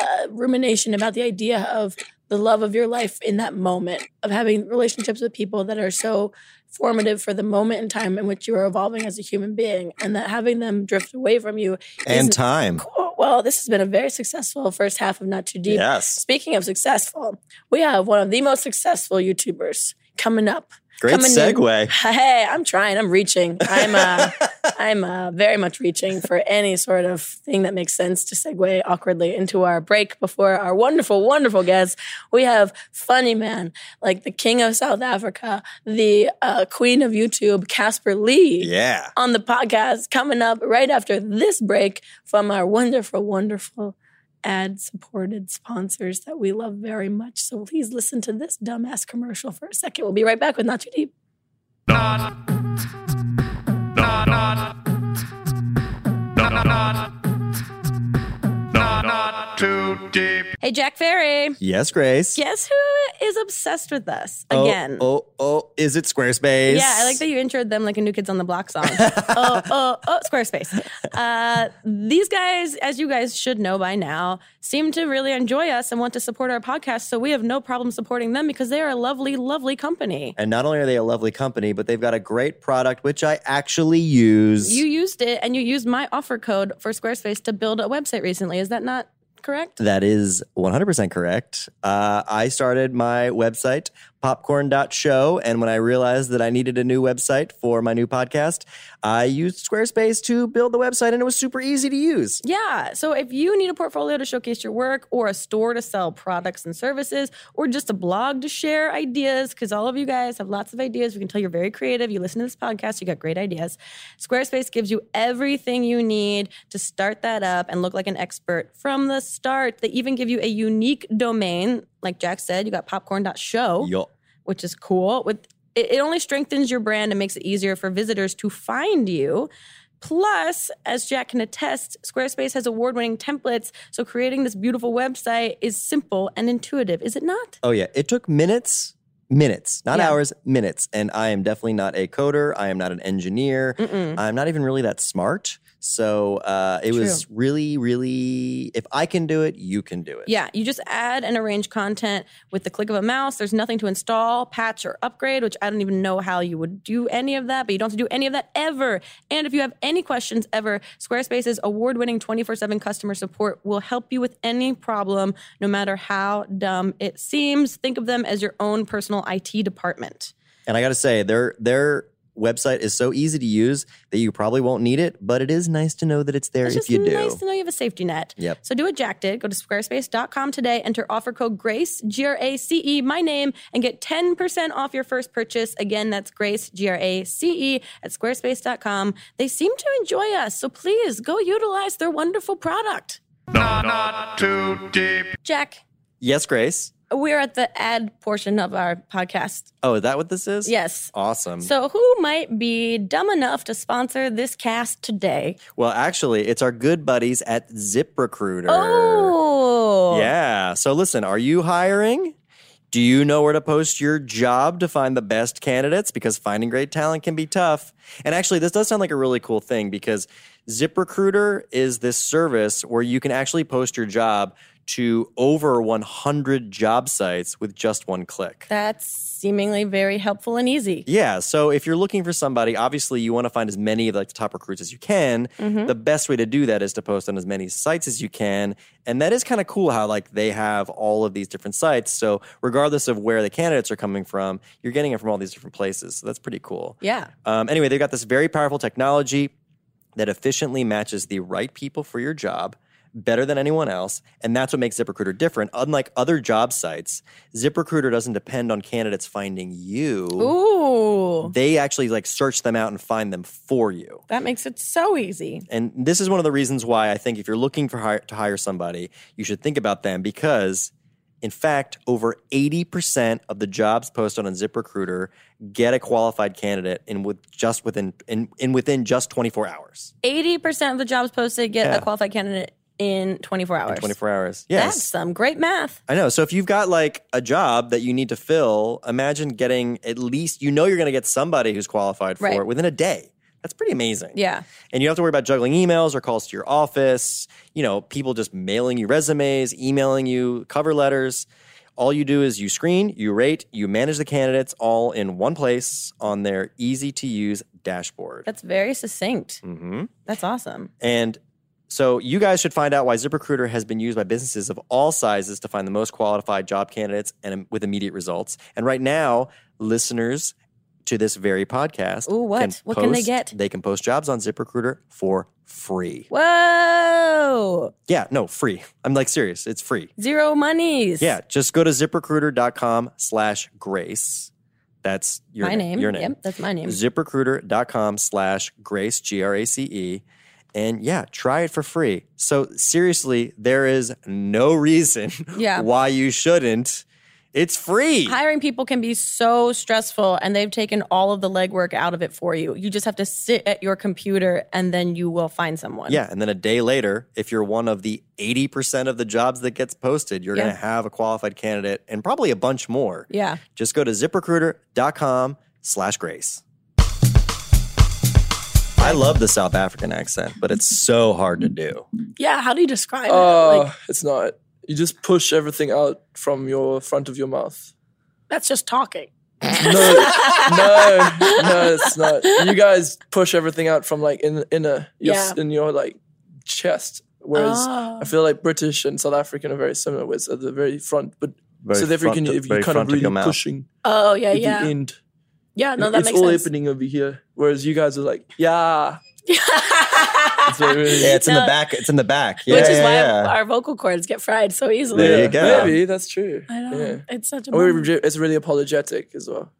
[SPEAKER 3] uh, rumination about the idea of the love of your life in that moment, of having relationships with people that are so formative for the moment in time in which you are evolving as a human being, and that having them drift away from you.
[SPEAKER 5] And
[SPEAKER 3] is,
[SPEAKER 5] time.
[SPEAKER 3] well, this has been a very successful first half of Not Too Deep.
[SPEAKER 5] Yes.
[SPEAKER 3] Speaking of successful, we have one of the most successful YouTubers coming up.
[SPEAKER 5] Great
[SPEAKER 3] Coming in.
[SPEAKER 5] segue.
[SPEAKER 3] Hey, I'm trying. I'm reaching. I'm uh, I'm uh, very much reaching for any sort of thing that makes sense to segue awkwardly into our break before our wonderful, wonderful guests. We have funny man like the king of South Africa, the uh, queen of YouTube, Casper Lee
[SPEAKER 5] Yeah.
[SPEAKER 3] on the podcast coming up right after this break from our wonderful, wonderful ad supported sponsors that we love very much. So please listen to this dumbass commercial for a second. We'll be right back with Not Too Deep.
[SPEAKER 2] Too deep.
[SPEAKER 4] Hey, Jack Ferry.
[SPEAKER 5] Yes, Grace.
[SPEAKER 4] Guess who is obsessed with us
[SPEAKER 5] Oh,
[SPEAKER 4] again?
[SPEAKER 5] Oh, oh, is it Squarespace?
[SPEAKER 4] Yeah, I like that you introed them like a New Kids on the Block song. oh, oh, oh, Squarespace. Uh, these guys, as you guys should know by now, seem to really enjoy us and want to support our podcast. So we have no problem supporting them because they are a lovely, lovely company.
[SPEAKER 5] And not only are they a lovely company, but they've got a great product which I actually use.
[SPEAKER 4] You used it and you used my offer code for Squarespace to build a website recently. Is that not
[SPEAKER 3] correct?
[SPEAKER 5] That is 100% correct. Uh, I started my website, popcorn.show, and when I realized that I needed a new website for my new podcast, I used Squarespace to build the website, and it was super easy to use.
[SPEAKER 3] Yeah. So if you need a portfolio to showcase your work or a store to sell products and services or just a blog to share ideas, because all of you guys have lots of ideas. We can tell you're very creative. You listen to this podcast, you got great ideas. Squarespace gives you everything you need to start that up and look like an expert from the start. They even give you a unique domain. Like Jack said, you got popcorn.show
[SPEAKER 5] Yo.
[SPEAKER 3] which is cool. With it, it only strengthens your brand and makes it easier for visitors to find you. Plus, as Jack can attest, Squarespace has award-winning templates, so creating this beautiful website is simple and intuitive, is it not?
[SPEAKER 5] Oh, yeah. It took minutes, minutes, not
[SPEAKER 3] Yeah.
[SPEAKER 5] hours, minutes. And I am definitely not a coder. I am not an engineer.
[SPEAKER 3] Mm-mm.
[SPEAKER 5] I'm not even really that smart. So uh, it was really, really, if I can do it, you can do it.
[SPEAKER 3] Yeah, you just add and arrange content with the click of a mouse. There's nothing to install, patch, or upgrade, which I don't even know how you would do any of that, but you don't have to do any of that ever. And if you have any questions ever, Squarespace's award winning 24 7 customer support will help you with any problem, no matter how dumb it seems. Think of them as your own personal IT department.
[SPEAKER 5] And I got to say, their their website is so easy to use that you probably won't need it, but it is nice to know that it's there
[SPEAKER 3] It's
[SPEAKER 5] if
[SPEAKER 3] just
[SPEAKER 5] you do.
[SPEAKER 3] nice to know you have a safety net.
[SPEAKER 5] Yep.
[SPEAKER 3] So do what Jack did. Go to squarespace.com today, enter offer code GRACE, G R A C E, my name, and get 10% off your first purchase. Again, that's GRACE, G R A C E, at squarespace.com. They seem to enjoy us, so please go utilize their wonderful product.
[SPEAKER 2] Not, not too deep.
[SPEAKER 3] Jack,
[SPEAKER 5] yes, Grace.
[SPEAKER 3] we're at the ad portion of our podcast.
[SPEAKER 5] Oh, is that what this is?
[SPEAKER 3] Yes.
[SPEAKER 5] Awesome.
[SPEAKER 3] So who might be dumb enough to sponsor this cast today?
[SPEAKER 5] well, actually, it's our good buddies at ZipRecruiter.
[SPEAKER 3] Oh.
[SPEAKER 5] Yeah. So listen, are you hiring? Do you know where to post your job to find the best candidates? Because finding great talent can be tough. And actually, this does sound like a really cool thing because ZipRecruiter is this service where you can actually post your job to over 100 job sites with just one click.
[SPEAKER 3] That's seemingly very helpful and easy.
[SPEAKER 5] Yeah, so if you're looking for somebody, obviously you want to find as many of like the top recruits as you can. The best way to do that is to post on as many sites as you can, and that is kind of cool how like they have all of these different sites. So regardless of where the candidates are coming from, you're getting it from all these different places. So that's pretty cool.
[SPEAKER 3] Yeah.
[SPEAKER 5] Um, anyway, they've got this very powerful technology that efficiently matches the right people for your job better than anyone else. And that's what makes ZipRecruiter different. Unlike other job sites, ZipRecruiter doesn't depend on candidates finding you.
[SPEAKER 3] Ooh.
[SPEAKER 5] They actually like search them out and find them for you.
[SPEAKER 3] That makes it so easy.
[SPEAKER 5] And this is one of the reasons why I think if you're looking for hire, to hire somebody, you should think about them because, in fact, over 80% of the jobs posted on ZipRecruiter get a qualified candidate in with just within in, in within just 24 hours.
[SPEAKER 3] 80% of the jobs posted get
[SPEAKER 5] Yeah.
[SPEAKER 3] a qualified candidate in 24 hours.
[SPEAKER 5] 24 hours. Yes.
[SPEAKER 3] That's some great math.
[SPEAKER 5] I know. So if you've got like a job that you need to fill, imagine getting at least you know you're going to get somebody who's qualified for
[SPEAKER 3] Right.
[SPEAKER 5] it within a day. That's pretty amazing.
[SPEAKER 3] Yeah.
[SPEAKER 5] And you don't have to worry about juggling emails or calls to your office, you know, people just mailing you resumes, emailing you cover letters. All you do is you screen, you rate, you manage the candidates all in one place on their easy to use dashboard.
[SPEAKER 3] That's very succinct.
[SPEAKER 5] hmm
[SPEAKER 3] That's awesome.
[SPEAKER 5] And so you guys should find out why ZipRecruiter has been used by businesses of all sizes to find the most qualified job candidates and with immediate results. And right now, listeners to this very podcast,
[SPEAKER 3] Ooh, what? What can they
[SPEAKER 5] post-
[SPEAKER 3] get?
[SPEAKER 5] They can post jobs on ZipRecruiter for free.
[SPEAKER 3] Whoa.
[SPEAKER 5] Yeah, no, free. I'm like serious. It's free.
[SPEAKER 3] Zero monies.
[SPEAKER 5] Yeah, just go to ziprecruiter.com slash grace. That's your
[SPEAKER 3] my name.
[SPEAKER 5] Your name.
[SPEAKER 3] Yep. That's my name.
[SPEAKER 5] ziprecruiter.com slash grace g-r-a-c-e E. and yeah try it for free so seriously there is no reason
[SPEAKER 3] Yeah.
[SPEAKER 5] why you shouldn't it's free
[SPEAKER 3] Hiring people can be so stressful, and they've taken all of the legwork out of it for you. You just have to sit at your computer, and then you will find someone.
[SPEAKER 5] yeah and then a day later if you're one of the 80% of the jobs that gets posted you're
[SPEAKER 3] Yeah.
[SPEAKER 5] going to have a qualified candidate and probably a bunch more
[SPEAKER 3] Yeah.
[SPEAKER 5] just go to ziprecruiter.com slash grace i love the south african accent but it's so hard to do
[SPEAKER 7] Yeah, how do you describe it?
[SPEAKER 8] Uh,
[SPEAKER 7] Like
[SPEAKER 8] it's not. You just push everything out from your front of your mouth.
[SPEAKER 7] that's just talking.
[SPEAKER 8] No, no, no, it's not. You guys push everything out from like in inner, your, s-
[SPEAKER 7] Yeah.
[SPEAKER 8] in your like chest. Whereas
[SPEAKER 4] Oh.
[SPEAKER 8] I feel like British and South African are very similar, where it's at the very front. But
[SPEAKER 5] Very
[SPEAKER 8] South African,
[SPEAKER 5] front of-
[SPEAKER 8] if you
[SPEAKER 5] very
[SPEAKER 8] kind of
[SPEAKER 5] front of your
[SPEAKER 8] really
[SPEAKER 5] mouth.
[SPEAKER 8] pushing
[SPEAKER 3] Oh yeah,
[SPEAKER 8] at the
[SPEAKER 3] yeah,
[SPEAKER 8] end.
[SPEAKER 3] yeah. No, that
[SPEAKER 8] it's
[SPEAKER 3] makes
[SPEAKER 8] all
[SPEAKER 3] sense.
[SPEAKER 8] happening over here. Whereas you guys are like, yeah. It's like, really-
[SPEAKER 5] Yeah, it's in
[SPEAKER 3] No.
[SPEAKER 5] the back. It's in the back. Yeah,
[SPEAKER 3] Which is
[SPEAKER 5] yeah,
[SPEAKER 3] why
[SPEAKER 5] yeah.
[SPEAKER 3] our vocal cords get fried so easily.
[SPEAKER 5] There you go.
[SPEAKER 8] Maybe that's true.
[SPEAKER 3] I know.
[SPEAKER 8] Yeah.
[SPEAKER 3] It's such a.
[SPEAKER 8] Or
[SPEAKER 3] bummer.
[SPEAKER 8] it's really apologetic as well.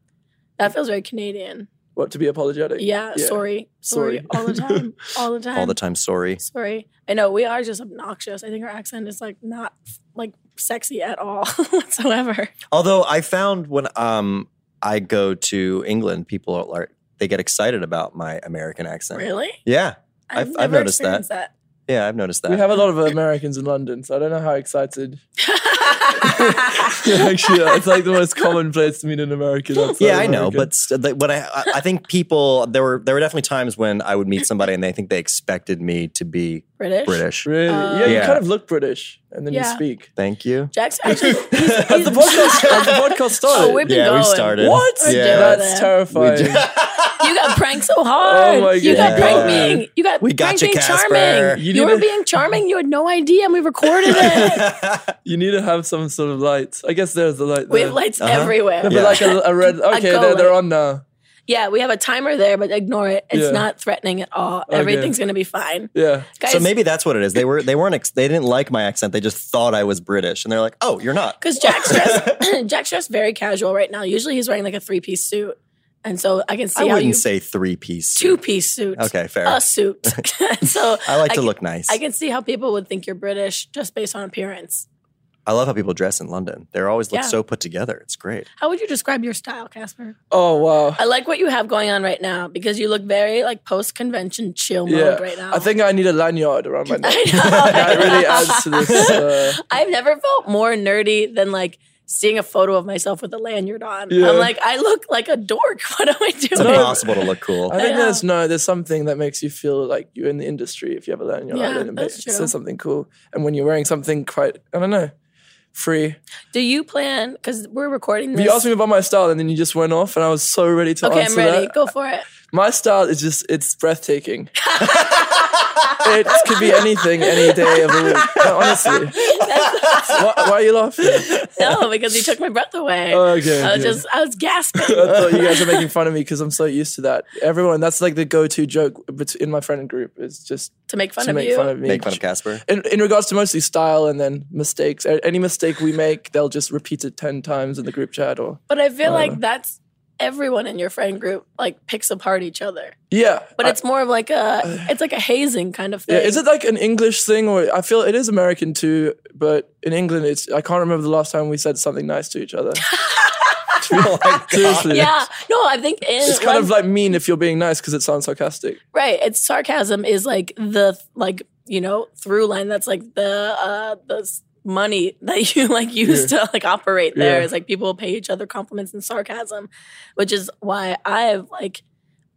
[SPEAKER 3] that feels very Canadian.
[SPEAKER 8] What to be apologetic?
[SPEAKER 3] Yeah, sorry, sorry,
[SPEAKER 8] Sorry.
[SPEAKER 3] all the time, all the time,
[SPEAKER 5] All the time. Sorry.
[SPEAKER 3] Sorry, I know we are just obnoxious. I think our accent is like not like sexy at all whatsoever.
[SPEAKER 5] Although I found when um I go to England, people are like they get excited about my American accent.
[SPEAKER 3] Really,
[SPEAKER 5] Yeah, I've- I've noticed that.
[SPEAKER 3] experienced that.
[SPEAKER 5] yeah, I've noticed that.
[SPEAKER 8] We have a lot of Americans in London, so I don't know how excited. Yeah, actually, yeah, it's like the most common place to meet an American. outside
[SPEAKER 5] yeah, I
[SPEAKER 8] of
[SPEAKER 5] know,
[SPEAKER 8] America.
[SPEAKER 5] but st- like, when I, I I think people there were there were definitely times when I would meet somebody and they think they expected me to be
[SPEAKER 3] British.
[SPEAKER 5] British.
[SPEAKER 8] really,
[SPEAKER 3] Uh,
[SPEAKER 8] yeah, you
[SPEAKER 5] Yeah.
[SPEAKER 8] kind of look British, and then
[SPEAKER 3] Yeah.
[SPEAKER 8] you speak.
[SPEAKER 5] Thank you.
[SPEAKER 3] Jack's actually. He's,
[SPEAKER 8] Has the podcast, has the podcast started?
[SPEAKER 3] Oh, we've been
[SPEAKER 5] yeah,
[SPEAKER 3] going.
[SPEAKER 5] we started.
[SPEAKER 8] what?
[SPEAKER 3] We're
[SPEAKER 5] Yeah.
[SPEAKER 3] doing
[SPEAKER 8] That's
[SPEAKER 3] it.
[SPEAKER 8] terrifying.
[SPEAKER 3] You got pranked so hard.
[SPEAKER 8] Oh my
[SPEAKER 3] you got
[SPEAKER 5] God.
[SPEAKER 3] pranked being. You got
[SPEAKER 5] We got
[SPEAKER 3] pranked
[SPEAKER 5] you,
[SPEAKER 3] being
[SPEAKER 5] Casper.
[SPEAKER 3] charming. You,
[SPEAKER 8] You
[SPEAKER 3] were
[SPEAKER 8] didn't-
[SPEAKER 3] being charming. You had no idea, and we recorded it.
[SPEAKER 8] You need to have some sort of light. I guess there's the light.
[SPEAKER 3] we
[SPEAKER 8] There.
[SPEAKER 3] have lights
[SPEAKER 5] Uh-huh.
[SPEAKER 3] everywhere.
[SPEAKER 8] No, but
[SPEAKER 5] Yeah.
[SPEAKER 8] like a, a red. Okay,
[SPEAKER 3] go
[SPEAKER 8] they're, they're
[SPEAKER 3] light.
[SPEAKER 8] on now.
[SPEAKER 3] Yeah, we have a timer there, but ignore it. It's
[SPEAKER 8] Yeah.
[SPEAKER 3] not threatening at all.
[SPEAKER 8] Okay.
[SPEAKER 3] Everything's gonna be fine,
[SPEAKER 8] Yeah.
[SPEAKER 3] guys.
[SPEAKER 5] so maybe that's what it is. They were they weren't ex- they didn't like my accent. They just thought I was British, and they're like, "Oh, you're not."
[SPEAKER 3] because Jack's dressed, Jack's dressed very casual right now. Usually he's wearing like a three piece suit, and so I can see
[SPEAKER 5] I
[SPEAKER 3] how
[SPEAKER 5] wouldn't
[SPEAKER 3] you
[SPEAKER 5] say three piece.
[SPEAKER 3] two piece suit,
[SPEAKER 5] Okay, fair.
[SPEAKER 3] a suit. so
[SPEAKER 5] I like to
[SPEAKER 3] can-
[SPEAKER 5] look nice.
[SPEAKER 3] I
[SPEAKER 5] I,
[SPEAKER 3] can see how people would think you're British just based on appearance.
[SPEAKER 5] love how people dress in London. They're always look
[SPEAKER 3] Yeah.
[SPEAKER 5] so put together. It's great.
[SPEAKER 3] How would you describe your style, Casper?
[SPEAKER 8] Oh wow.
[SPEAKER 3] I like what you have going on right now because you look very like post convention chill mode
[SPEAKER 8] Yeah.
[SPEAKER 3] right now.
[SPEAKER 8] I think I need a lanyard around my neck.
[SPEAKER 3] I know.
[SPEAKER 8] that really adds to this. Uh,
[SPEAKER 3] I've never felt more nerdy than like seeing a photo of myself with a lanyard on.
[SPEAKER 8] Yeah.
[SPEAKER 3] I'm like, I look like a dork. What am I
[SPEAKER 5] It's
[SPEAKER 3] doing?
[SPEAKER 5] impossible to look cool.
[SPEAKER 8] I
[SPEAKER 3] I
[SPEAKER 8] think
[SPEAKER 3] know.
[SPEAKER 8] there's no, there's something that makes you feel like you're in the industry if you have a lanyard
[SPEAKER 3] Yeah,
[SPEAKER 8] on.
[SPEAKER 3] that's
[SPEAKER 8] It's
[SPEAKER 3] true.
[SPEAKER 8] just something cool. And when you're wearing something quite, I don't know, free.
[SPEAKER 3] Do you plan? Because we're recording this.
[SPEAKER 8] You asked me about my style and then you just went off and I was so ready to
[SPEAKER 3] okay, I'm
[SPEAKER 8] answer
[SPEAKER 3] ready.
[SPEAKER 8] that.
[SPEAKER 3] Go for it.
[SPEAKER 8] My style is just, it's breathtaking. it could be anything, any day of the week. No, honestly. why, why are you laughing?
[SPEAKER 3] No, because you took my breath away.
[SPEAKER 8] Oh, okay.
[SPEAKER 3] I was
[SPEAKER 8] yeah.
[SPEAKER 3] just, I was gasping.
[SPEAKER 8] I thought you guys were making fun of me because I'm so used to that. Everyone, that's like the go-to joke bet- in my friend group. Is just
[SPEAKER 3] to make fun
[SPEAKER 8] to
[SPEAKER 3] of
[SPEAKER 8] make
[SPEAKER 3] you.
[SPEAKER 8] fun of me.
[SPEAKER 5] Make fun of Casper.
[SPEAKER 8] in, in regards to mostly style and then mistakes, a- any mistake we make, they'll just repeat it 10 times in the group chat or.
[SPEAKER 3] but I feel
[SPEAKER 8] Uh.
[SPEAKER 3] like that's everyone in your friend group like picks apart each other.
[SPEAKER 8] Yeah.
[SPEAKER 3] But
[SPEAKER 8] I-
[SPEAKER 3] it's more of like a, it's like a hazing kind of thing.
[SPEAKER 8] yeah, is it like an English thing or I feel it is American too, but in England it's I can't remember the last time we said something nice to each other.
[SPEAKER 5] Oh my God.
[SPEAKER 8] Seriously.
[SPEAKER 3] Yeah. No, I think in
[SPEAKER 8] It's kind of like mean if you're being nice because it sounds sarcastic.
[SPEAKER 3] Right. It's sarcasm is like the like you know through line. That's like the uh the s- money that you like use to like operate there.
[SPEAKER 8] Yeah.
[SPEAKER 3] It's like people pay each other compliments and sarcasm, which is why I like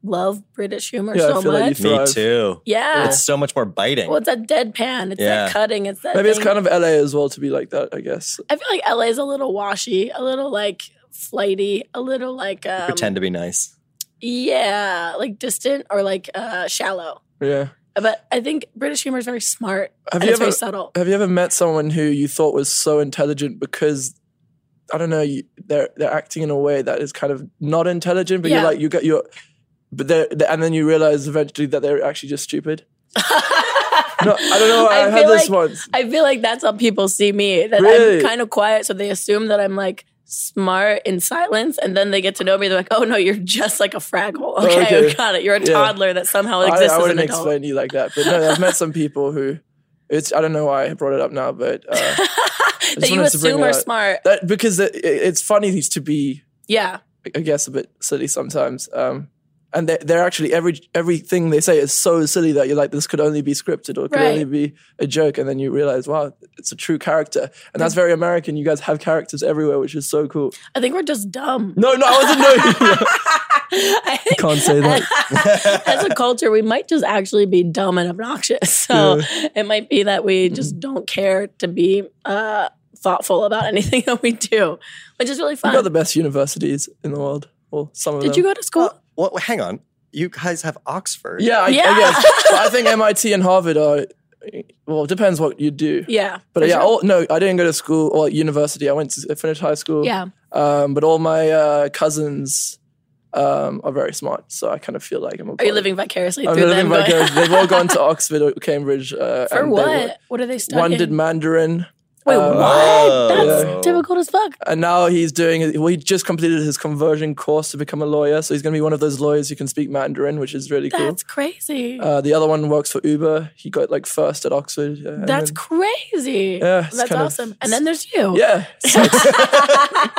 [SPEAKER 3] love British humor
[SPEAKER 8] Yeah, I
[SPEAKER 3] so
[SPEAKER 8] feel like you
[SPEAKER 3] much.
[SPEAKER 8] feel-
[SPEAKER 5] Me
[SPEAKER 8] Thrive.
[SPEAKER 5] too.
[SPEAKER 3] yeah.
[SPEAKER 5] It's so much more biting.
[SPEAKER 3] well, it's that deadpan. It's
[SPEAKER 5] Yeah.
[SPEAKER 3] that cutting. It's that.
[SPEAKER 8] Maybe it's
[SPEAKER 3] thing.
[SPEAKER 8] kind of LA as well to be like that, I guess.
[SPEAKER 3] I feel like LA is a little washy, a little like flighty, a little like um,
[SPEAKER 5] Pretend to be nice.
[SPEAKER 3] Yeah, like distant or like uh shallow.
[SPEAKER 8] Yeah.
[SPEAKER 3] But I think British humor is very smart
[SPEAKER 8] Have
[SPEAKER 3] and
[SPEAKER 8] you
[SPEAKER 3] it's
[SPEAKER 8] ever
[SPEAKER 3] very subtle.
[SPEAKER 8] have you ever met someone who you thought was so intelligent because I don't know you, they're they're acting in a way that is kind of not intelligent, but
[SPEAKER 3] Yeah.
[SPEAKER 8] you're like you got your but they're, they and then you realize eventually that they're actually just stupid. No, I don't know. I,
[SPEAKER 3] I
[SPEAKER 8] had
[SPEAKER 3] feel
[SPEAKER 8] this
[SPEAKER 3] like-
[SPEAKER 8] once.
[SPEAKER 3] I feel like that's how people see me. That I'm
[SPEAKER 8] Really?
[SPEAKER 3] kind of quiet, so they assume that I'm like smart in silence, and then they get to know me. They're like, "Oh no, you're just like a Fraggle. Okay,
[SPEAKER 8] okay.
[SPEAKER 3] we got it. You're a
[SPEAKER 8] Yeah.
[SPEAKER 3] toddler that somehow
[SPEAKER 8] I,
[SPEAKER 3] exists
[SPEAKER 8] I
[SPEAKER 3] as an
[SPEAKER 8] wouldn't
[SPEAKER 3] adult."
[SPEAKER 8] explain you like that, but no, I've met some people who it's I don't know why I brought it up now, but uh,
[SPEAKER 3] that you
[SPEAKER 8] wanted to bring
[SPEAKER 3] assume
[SPEAKER 8] it
[SPEAKER 3] are
[SPEAKER 8] up.
[SPEAKER 3] smart.
[SPEAKER 8] that because it, it's funny to be
[SPEAKER 3] Yeah,
[SPEAKER 8] I guess a bit silly sometimes. Um, and they're, they're actually every everything they say is so silly that you're like, this could only be scripted or it could
[SPEAKER 3] Right.
[SPEAKER 8] only be a joke, and then you realize, wow, it's a true character, and that's very American. You guys have characters everywhere, which is so cool.
[SPEAKER 3] I think we're just dumb.
[SPEAKER 8] No, no, I wasn't. No,
[SPEAKER 3] I think-
[SPEAKER 8] Can't say
[SPEAKER 3] that. As a culture, we might just actually be dumb and obnoxious. So it might be that we just don't care to be uh, thoughtful about anything that we do, which is really
[SPEAKER 8] we got
[SPEAKER 3] fun.
[SPEAKER 8] the best universities in the world, or some of
[SPEAKER 3] Did you
[SPEAKER 8] them.
[SPEAKER 3] go to school?
[SPEAKER 8] Uh,
[SPEAKER 5] What? hang on. You guys have Oxford.
[SPEAKER 8] yeah, I,
[SPEAKER 3] Yeah.
[SPEAKER 8] I guess. But I think MIT and Harvard are well, it depends what you do.
[SPEAKER 3] Yeah.
[SPEAKER 8] But yeah, all, no, I didn't go to school or university. I went to I finished high school.
[SPEAKER 4] Yeah.
[SPEAKER 8] Um, but all my uh, cousins um, are very smart, so I kind of feel like I'm. A
[SPEAKER 3] Are you living vicariously
[SPEAKER 8] I'm
[SPEAKER 3] through them?
[SPEAKER 8] living
[SPEAKER 3] going-
[SPEAKER 8] vicarious- They've all gone to Oxford or Cambridge. Uh,
[SPEAKER 3] For
[SPEAKER 8] and they
[SPEAKER 3] what?
[SPEAKER 8] were-
[SPEAKER 3] what are they studying?
[SPEAKER 8] One did Mandarin.
[SPEAKER 3] Wait,
[SPEAKER 8] uh,
[SPEAKER 3] what? That's
[SPEAKER 5] yeah.
[SPEAKER 3] difficult as fuck.
[SPEAKER 8] And now he's doing. his- Well, he just completed his conversion course to become a lawyer, so he's going to be one of those lawyers who can speak Mandarin, which is really cool.
[SPEAKER 3] That's crazy.
[SPEAKER 8] Uh, the other one works for Uber. He got like first at Oxford. uh, and
[SPEAKER 3] That's
[SPEAKER 8] then-
[SPEAKER 3] crazy.
[SPEAKER 8] Yeah, it's
[SPEAKER 3] That's
[SPEAKER 8] kind of-
[SPEAKER 3] awesome. and then there's you.
[SPEAKER 8] yeah. So it's-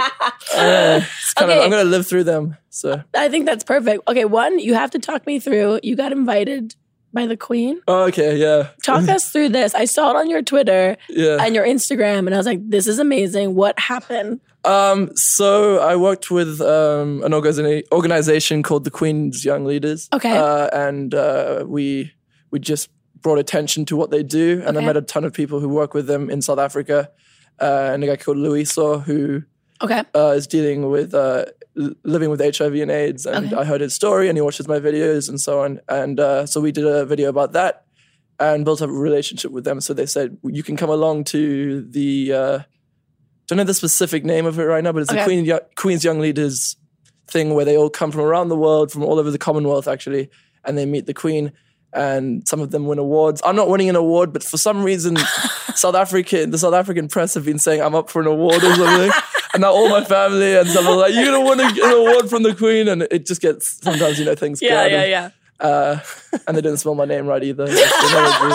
[SPEAKER 8] uh, it's kind of,
[SPEAKER 3] Okay.
[SPEAKER 8] I'm going to live through them. So
[SPEAKER 3] I think that's perfect. Okay, one, you have to talk me through. You got invited by the queen.
[SPEAKER 8] oh, okay, yeah,
[SPEAKER 3] Talk us through this. I saw it on your Twitter
[SPEAKER 8] yeah.
[SPEAKER 3] and your Instagram, and I was like, this is amazing. What happened?
[SPEAKER 8] Um, so I worked with um, an organiza- organization called the Queen's Young Leaders.
[SPEAKER 3] Okay.
[SPEAKER 8] uh, and uh, we we just brought attention to what they do, and I
[SPEAKER 3] Okay.
[SPEAKER 8] met a ton of people who work with them in South Africa, uh, and a guy called Luiso who
[SPEAKER 3] Okay.
[SPEAKER 8] uh, is dealing with uh, l- living with HIV and AIDS, and
[SPEAKER 3] Okay.
[SPEAKER 8] I heard his story, and he watches my videos and so on, and uh, so we did a video about that, and built up a relationship with them. So they said you can come along to the uh, don't know the specific name of it right now, but it's
[SPEAKER 3] Okay.
[SPEAKER 8] the Queen Yo- Queen's Young Leaders thing where they all come from around the world, from all over the Commonwealth actually, and they meet the Queen. And some of them win awards. I'm not winning an award, but for some reason, South African the South African press have been saying I'm up for an award or something. and now all my family and stuff are like, "You're gonna win a- an award from the Queen," and it just gets sometimes you know things.
[SPEAKER 3] Yeah, yeah,
[SPEAKER 8] clouded.
[SPEAKER 3] yeah.
[SPEAKER 8] Uh, and they didn't spell my name right either. They never do.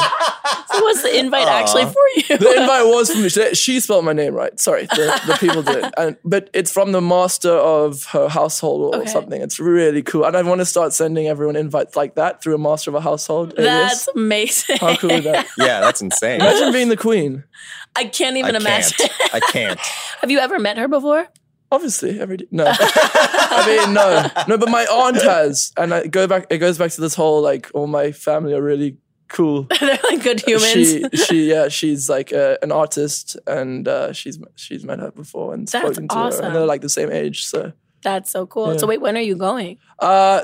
[SPEAKER 3] So what's the invite actually for you?
[SPEAKER 8] The invite was from she, she spelled my name right. Sorry, the, the people did, and, but it's from the master of her household or
[SPEAKER 3] Okay.
[SPEAKER 8] something. It's really cool, and I want to start sending everyone invites like that through a master of a household. alias.
[SPEAKER 3] That's amazing.
[SPEAKER 8] how cool is that?
[SPEAKER 5] Yeah, that's insane. I
[SPEAKER 8] Imagine being the queen.
[SPEAKER 3] I can't even
[SPEAKER 5] can't.
[SPEAKER 3] imagine.
[SPEAKER 5] I can't.
[SPEAKER 3] Have you ever met her before?
[SPEAKER 8] Obviously, every day. No, I mean no, no. But my aunt has, and I go back. It goes back to this whole like, all my family are really cool.
[SPEAKER 3] They're like good humans.
[SPEAKER 8] She, she, yeah, she's like uh, an artist, and uh, she's she's met her before and
[SPEAKER 3] That's
[SPEAKER 8] spoken to her,
[SPEAKER 3] awesome.
[SPEAKER 8] and they're like the same age. So
[SPEAKER 3] That's so cool.
[SPEAKER 8] Yeah.
[SPEAKER 3] So wait, when are you going?
[SPEAKER 8] uh,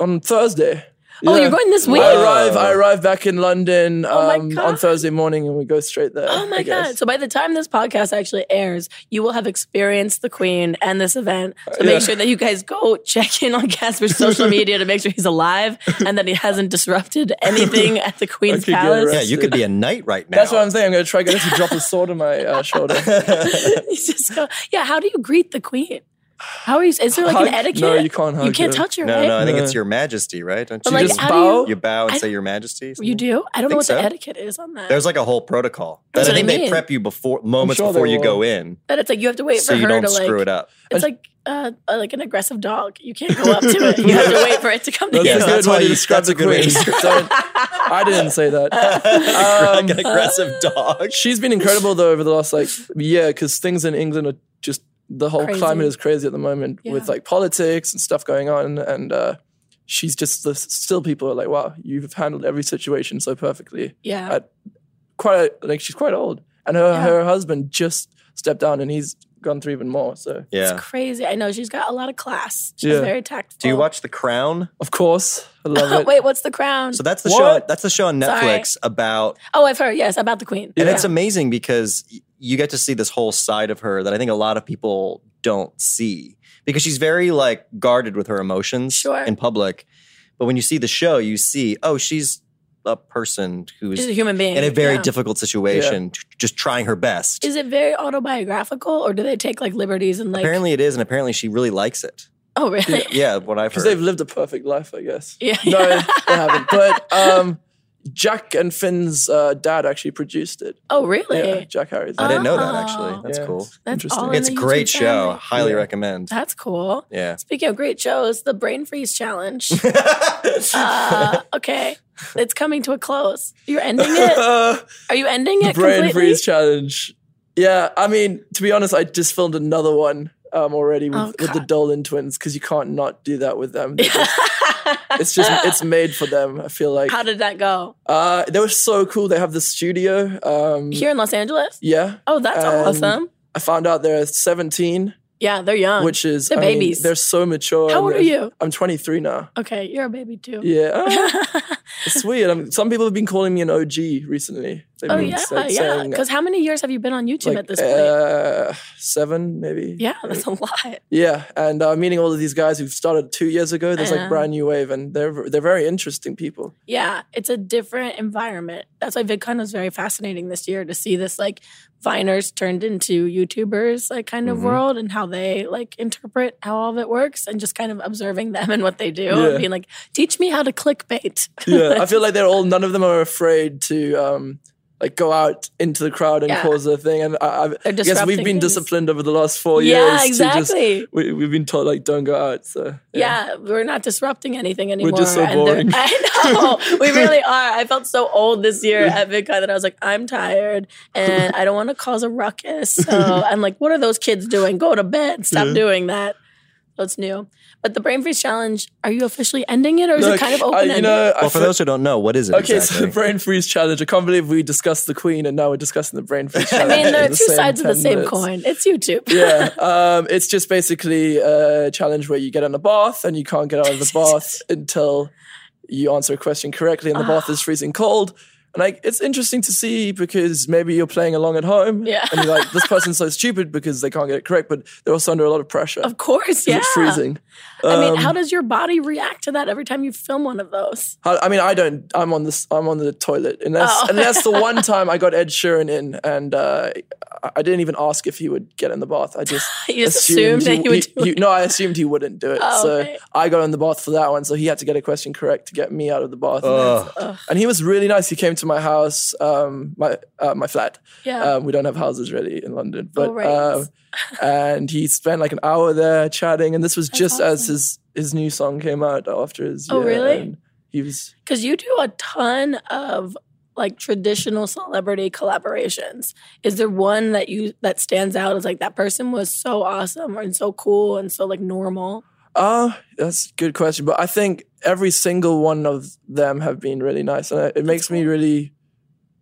[SPEAKER 8] on Thursday.
[SPEAKER 3] Oh,
[SPEAKER 8] yeah.
[SPEAKER 3] you're going this week?
[SPEAKER 8] I
[SPEAKER 5] Wow.
[SPEAKER 8] arrive. I arrive back in London
[SPEAKER 3] Oh my
[SPEAKER 8] um, on
[SPEAKER 3] God.
[SPEAKER 8] Thursday morning, and we go straight there.
[SPEAKER 3] Oh
[SPEAKER 8] I
[SPEAKER 3] my
[SPEAKER 8] guess.
[SPEAKER 3] god! So by the time this podcast actually airs, you will have experienced the Queen and this event. So
[SPEAKER 8] Yeah.
[SPEAKER 3] make sure that you guys go check in on Casper's social media to make sure he's alive and that he hasn't disrupted anything at the Queen's
[SPEAKER 8] could get
[SPEAKER 3] Palace.
[SPEAKER 5] Yeah, you could be a knight right now.
[SPEAKER 8] That's what I'm saying. I'm going to try. Going to drop a sword on my uh, shoulder.
[SPEAKER 3] He's just go- yeah. How do you greet the Queen? How are you? Is there like
[SPEAKER 8] Hug?
[SPEAKER 3] an etiquette?
[SPEAKER 8] No, you can't hug
[SPEAKER 3] You can't
[SPEAKER 8] her.
[SPEAKER 3] touch her,
[SPEAKER 5] No,
[SPEAKER 3] right?
[SPEAKER 5] no, I think
[SPEAKER 8] No.
[SPEAKER 5] it's Your Majesty, right? Don't
[SPEAKER 3] But
[SPEAKER 5] you
[SPEAKER 3] like,
[SPEAKER 5] just
[SPEAKER 3] how do you?
[SPEAKER 5] you bow and
[SPEAKER 3] I
[SPEAKER 5] say Your Majesty?
[SPEAKER 3] You do? I don't
[SPEAKER 5] Think
[SPEAKER 3] know what the
[SPEAKER 5] so.
[SPEAKER 3] etiquette is on that.
[SPEAKER 5] There's like a whole protocol. That
[SPEAKER 3] That's
[SPEAKER 5] I
[SPEAKER 3] what I
[SPEAKER 5] think they
[SPEAKER 3] mean.
[SPEAKER 5] prep you before moments
[SPEAKER 8] sure they
[SPEAKER 5] before you
[SPEAKER 8] will.
[SPEAKER 5] go in,
[SPEAKER 3] that it's like you have to wait
[SPEAKER 5] so
[SPEAKER 3] for
[SPEAKER 5] you
[SPEAKER 3] her
[SPEAKER 5] don't
[SPEAKER 3] to
[SPEAKER 5] screw
[SPEAKER 3] like.
[SPEAKER 5] it up.
[SPEAKER 3] It's like uh, uh, like an aggressive dog. You can't go up to it. You have to wait for it to come to
[SPEAKER 8] That's
[SPEAKER 3] you.
[SPEAKER 5] Yes,
[SPEAKER 8] a
[SPEAKER 5] that's
[SPEAKER 8] good
[SPEAKER 5] why
[SPEAKER 8] way to
[SPEAKER 5] you-
[SPEAKER 8] describe
[SPEAKER 5] that's a
[SPEAKER 8] the
[SPEAKER 5] good way to
[SPEAKER 8] queen. Don't- I didn't say that.
[SPEAKER 5] like
[SPEAKER 8] um,
[SPEAKER 5] an aggressive dog.
[SPEAKER 8] She's been incredible though over the last like year because things in England are just the whole
[SPEAKER 3] Crazy.
[SPEAKER 8] climate is crazy at the moment with
[SPEAKER 3] Yeah.
[SPEAKER 8] like politics and stuff going on, and uh, she's just the, still people are like, wow, you've handled every situation so perfectly.
[SPEAKER 3] Yeah.
[SPEAKER 8] Quite like she's quite old, and her
[SPEAKER 3] Yeah.
[SPEAKER 8] her husband just stepped down, and he's gone through even more. So
[SPEAKER 5] Yeah.
[SPEAKER 3] It's crazy. I know she's got a lot of class. She's
[SPEAKER 8] Yeah.
[SPEAKER 3] very tactful.
[SPEAKER 5] Do you watch The Crown?
[SPEAKER 8] of course, I love it.
[SPEAKER 3] Wait, what's the crown?
[SPEAKER 5] So that's the show.
[SPEAKER 8] What?
[SPEAKER 5] That's the show on
[SPEAKER 3] Sorry.
[SPEAKER 5] Netflix about
[SPEAKER 3] oh, I've heard. Yes, about the queen.
[SPEAKER 5] And
[SPEAKER 3] Yeah.
[SPEAKER 5] it's amazing because y- you get to see this whole side of her that I think a lot of people don't see because she's very like guarded with her emotions
[SPEAKER 3] Sure.
[SPEAKER 5] in public. But when you see the show, you see, oh, she's a person
[SPEAKER 3] she's
[SPEAKER 5] who's
[SPEAKER 3] a human being
[SPEAKER 5] in a very
[SPEAKER 3] Yeah.
[SPEAKER 5] difficult situation, t- just trying her best.
[SPEAKER 3] Is it very autobiographical, or do they take like liberties and like?
[SPEAKER 5] apparently it is, and apparently she really likes it.
[SPEAKER 3] oh, really?
[SPEAKER 5] Yeah, what I've
[SPEAKER 8] Because they've
[SPEAKER 5] heard.
[SPEAKER 8] lived a perfect life, I guess.
[SPEAKER 3] Yeah.
[SPEAKER 8] No, they haven't. But um, Jack and Finn's uh, dad actually produced it.
[SPEAKER 3] Oh, really?
[SPEAKER 8] Yeah, Jack Harris.
[SPEAKER 5] I didn't know that
[SPEAKER 3] Oh.
[SPEAKER 5] actually. That's
[SPEAKER 8] Yeah,
[SPEAKER 5] cool.
[SPEAKER 8] it's
[SPEAKER 3] That's
[SPEAKER 8] interesting.
[SPEAKER 3] all in
[SPEAKER 5] It's
[SPEAKER 3] the
[SPEAKER 5] great
[SPEAKER 3] YouTube
[SPEAKER 5] show.
[SPEAKER 3] family.
[SPEAKER 5] Highly
[SPEAKER 8] Yeah.
[SPEAKER 5] recommend.
[SPEAKER 3] That's cool.
[SPEAKER 5] Yeah.
[SPEAKER 3] Speaking of great shows, the Brain Freeze Challenge. uh, okay, it's coming to a close. You're ending Oh, it.
[SPEAKER 8] Uh,
[SPEAKER 3] Are you ending
[SPEAKER 8] the
[SPEAKER 3] it
[SPEAKER 8] brain
[SPEAKER 3] completely?
[SPEAKER 8] freeze challenge. Yeah, I mean, to be honest, I just filmed another one um, already with,
[SPEAKER 3] Oh,
[SPEAKER 8] with the
[SPEAKER 3] God.
[SPEAKER 8] Dolan twins because you can't not do that with them. They're just- it's just it's made for them. I feel like
[SPEAKER 3] How did that go
[SPEAKER 8] uh, they were so cool. They have the studio. Um,
[SPEAKER 3] here in Los Angeles?
[SPEAKER 8] yeah,
[SPEAKER 3] Oh, that's
[SPEAKER 5] Uh,
[SPEAKER 8] Um,
[SPEAKER 3] awesome.
[SPEAKER 8] I found out they're 17,
[SPEAKER 3] Yeah, they're young.
[SPEAKER 8] which is
[SPEAKER 3] Oh, they're
[SPEAKER 8] I mean,
[SPEAKER 3] babies.
[SPEAKER 8] they're so mature.
[SPEAKER 3] How
[SPEAKER 8] and
[SPEAKER 3] old are
[SPEAKER 8] they're-
[SPEAKER 3] you?
[SPEAKER 8] I'm 23 now.
[SPEAKER 3] Okay, you're a baby too.
[SPEAKER 8] Yeah, it's weird. i some people have been calling me an OG recently. They
[SPEAKER 3] Oh
[SPEAKER 8] mean,
[SPEAKER 3] yeah,
[SPEAKER 8] like
[SPEAKER 3] yeah.
[SPEAKER 8] saying, uh,
[SPEAKER 3] Because how many years have you been on YouTube
[SPEAKER 8] like,
[SPEAKER 3] at this point?
[SPEAKER 8] uh, seven maybe.
[SPEAKER 3] yeah, that's a lot.
[SPEAKER 8] Yeah, and uh, meeting all of these guys who started two years ago. There's
[SPEAKER 3] Yeah.
[SPEAKER 8] like brand new wave, and they're they're very interesting people.
[SPEAKER 3] Yeah, it's a different environment. That's why VidCon was very fascinating this year to see this like Viners turned into YouTubers like kind of
[SPEAKER 8] Mm-hmm.
[SPEAKER 5] Mhm.
[SPEAKER 3] world and how they like interpret how all of it works and just kind of observing them and what they do
[SPEAKER 8] Yeah.
[SPEAKER 3] and being like, teach me how to clickbait.
[SPEAKER 8] Yeah, I feel like they're all none of them are afraid to um like go out into the crowd and
[SPEAKER 3] Yeah.
[SPEAKER 8] cause a thing. And I, I've,
[SPEAKER 3] They're
[SPEAKER 8] I guess we've
[SPEAKER 3] disrupting
[SPEAKER 8] been
[SPEAKER 3] things.
[SPEAKER 8] disciplined over the last four years.
[SPEAKER 3] Yeah,
[SPEAKER 8] to just-
[SPEAKER 3] exactly.
[SPEAKER 8] we, we've been told like don't go out. So
[SPEAKER 3] yeah. we're not disrupting anything anymore.
[SPEAKER 8] just so
[SPEAKER 3] and they're-
[SPEAKER 8] boring.
[SPEAKER 3] I know we really are. I felt so old this year at VidCon that I was like, I'm tired and I don't want to cause a ruckus. So I'm like, what are those kids doing? Go to bed. Stop
[SPEAKER 8] Yeah.
[SPEAKER 3] doing that. So it's new. But the Brain Freeze Challenge, are you officially ending it or is
[SPEAKER 8] Look,
[SPEAKER 3] it kind of
[SPEAKER 8] I-
[SPEAKER 3] open ended?
[SPEAKER 8] you know, I
[SPEAKER 5] Well, for
[SPEAKER 8] feel-
[SPEAKER 5] those who don't know, what is it?
[SPEAKER 8] Okay, so
[SPEAKER 5] exactly?
[SPEAKER 8] the brain freeze challenge. I can't believe we discussed the Queen and now we're discussing the brain freeze
[SPEAKER 3] I
[SPEAKER 8] challenge.
[SPEAKER 3] mean, there are
[SPEAKER 8] in the
[SPEAKER 3] two
[SPEAKER 8] same
[SPEAKER 3] sides of the
[SPEAKER 8] 10
[SPEAKER 3] same
[SPEAKER 8] minutes.
[SPEAKER 3] coin. It's YouTube.
[SPEAKER 8] yeah, um, it's just basically a challenge where you get in a bath and you can't get out of the bath until you answer a question correctly, and the bath
[SPEAKER 3] Ah.
[SPEAKER 8] is freezing cold. And like, it's interesting to see because maybe you're playing along at home,
[SPEAKER 3] Yeah.
[SPEAKER 8] and you're like, this person's so stupid because they can't get it correct, but they're also under a lot of pressure.
[SPEAKER 3] Of course, yeah.
[SPEAKER 8] It's freezing.
[SPEAKER 3] I mean,
[SPEAKER 8] Um,
[SPEAKER 3] how does your body react to that every time you film one of those?
[SPEAKER 8] I I mean, I don't. I'm on this. I'm on the toilet. Unless,
[SPEAKER 3] Oh.
[SPEAKER 8] unless the one time I got Ed Sheeran in, and uh, I- I didn't even ask if he would get in the bath. I just
[SPEAKER 3] You just assumed, that you would do it.
[SPEAKER 8] No, I assumed he wouldn't do it.
[SPEAKER 3] Oh,
[SPEAKER 8] so
[SPEAKER 3] okay.
[SPEAKER 8] I got in the bath for that one. So he had to get a question correct to get me out of the bath.
[SPEAKER 5] Ugh.
[SPEAKER 3] Ugh.
[SPEAKER 8] And he was really nice. He came to my house, um, my uh, my flat.
[SPEAKER 3] Yeah.
[SPEAKER 8] Um, we don't have houses really in London, but
[SPEAKER 3] Oh. right.
[SPEAKER 8] um, and he spent like an hour there chatting. And this was just as
[SPEAKER 3] awesome.
[SPEAKER 8] his his new song came out after his.
[SPEAKER 3] Oh,
[SPEAKER 8] year,
[SPEAKER 3] really?
[SPEAKER 8] and He was
[SPEAKER 3] Because you do a ton of like traditional celebrity collaborations. Is there one that you that stands out as like that person was so awesome and so cool and so like normal?
[SPEAKER 8] Uh, that's a good question. But I think every single one of them have been really nice. And it- it makes me really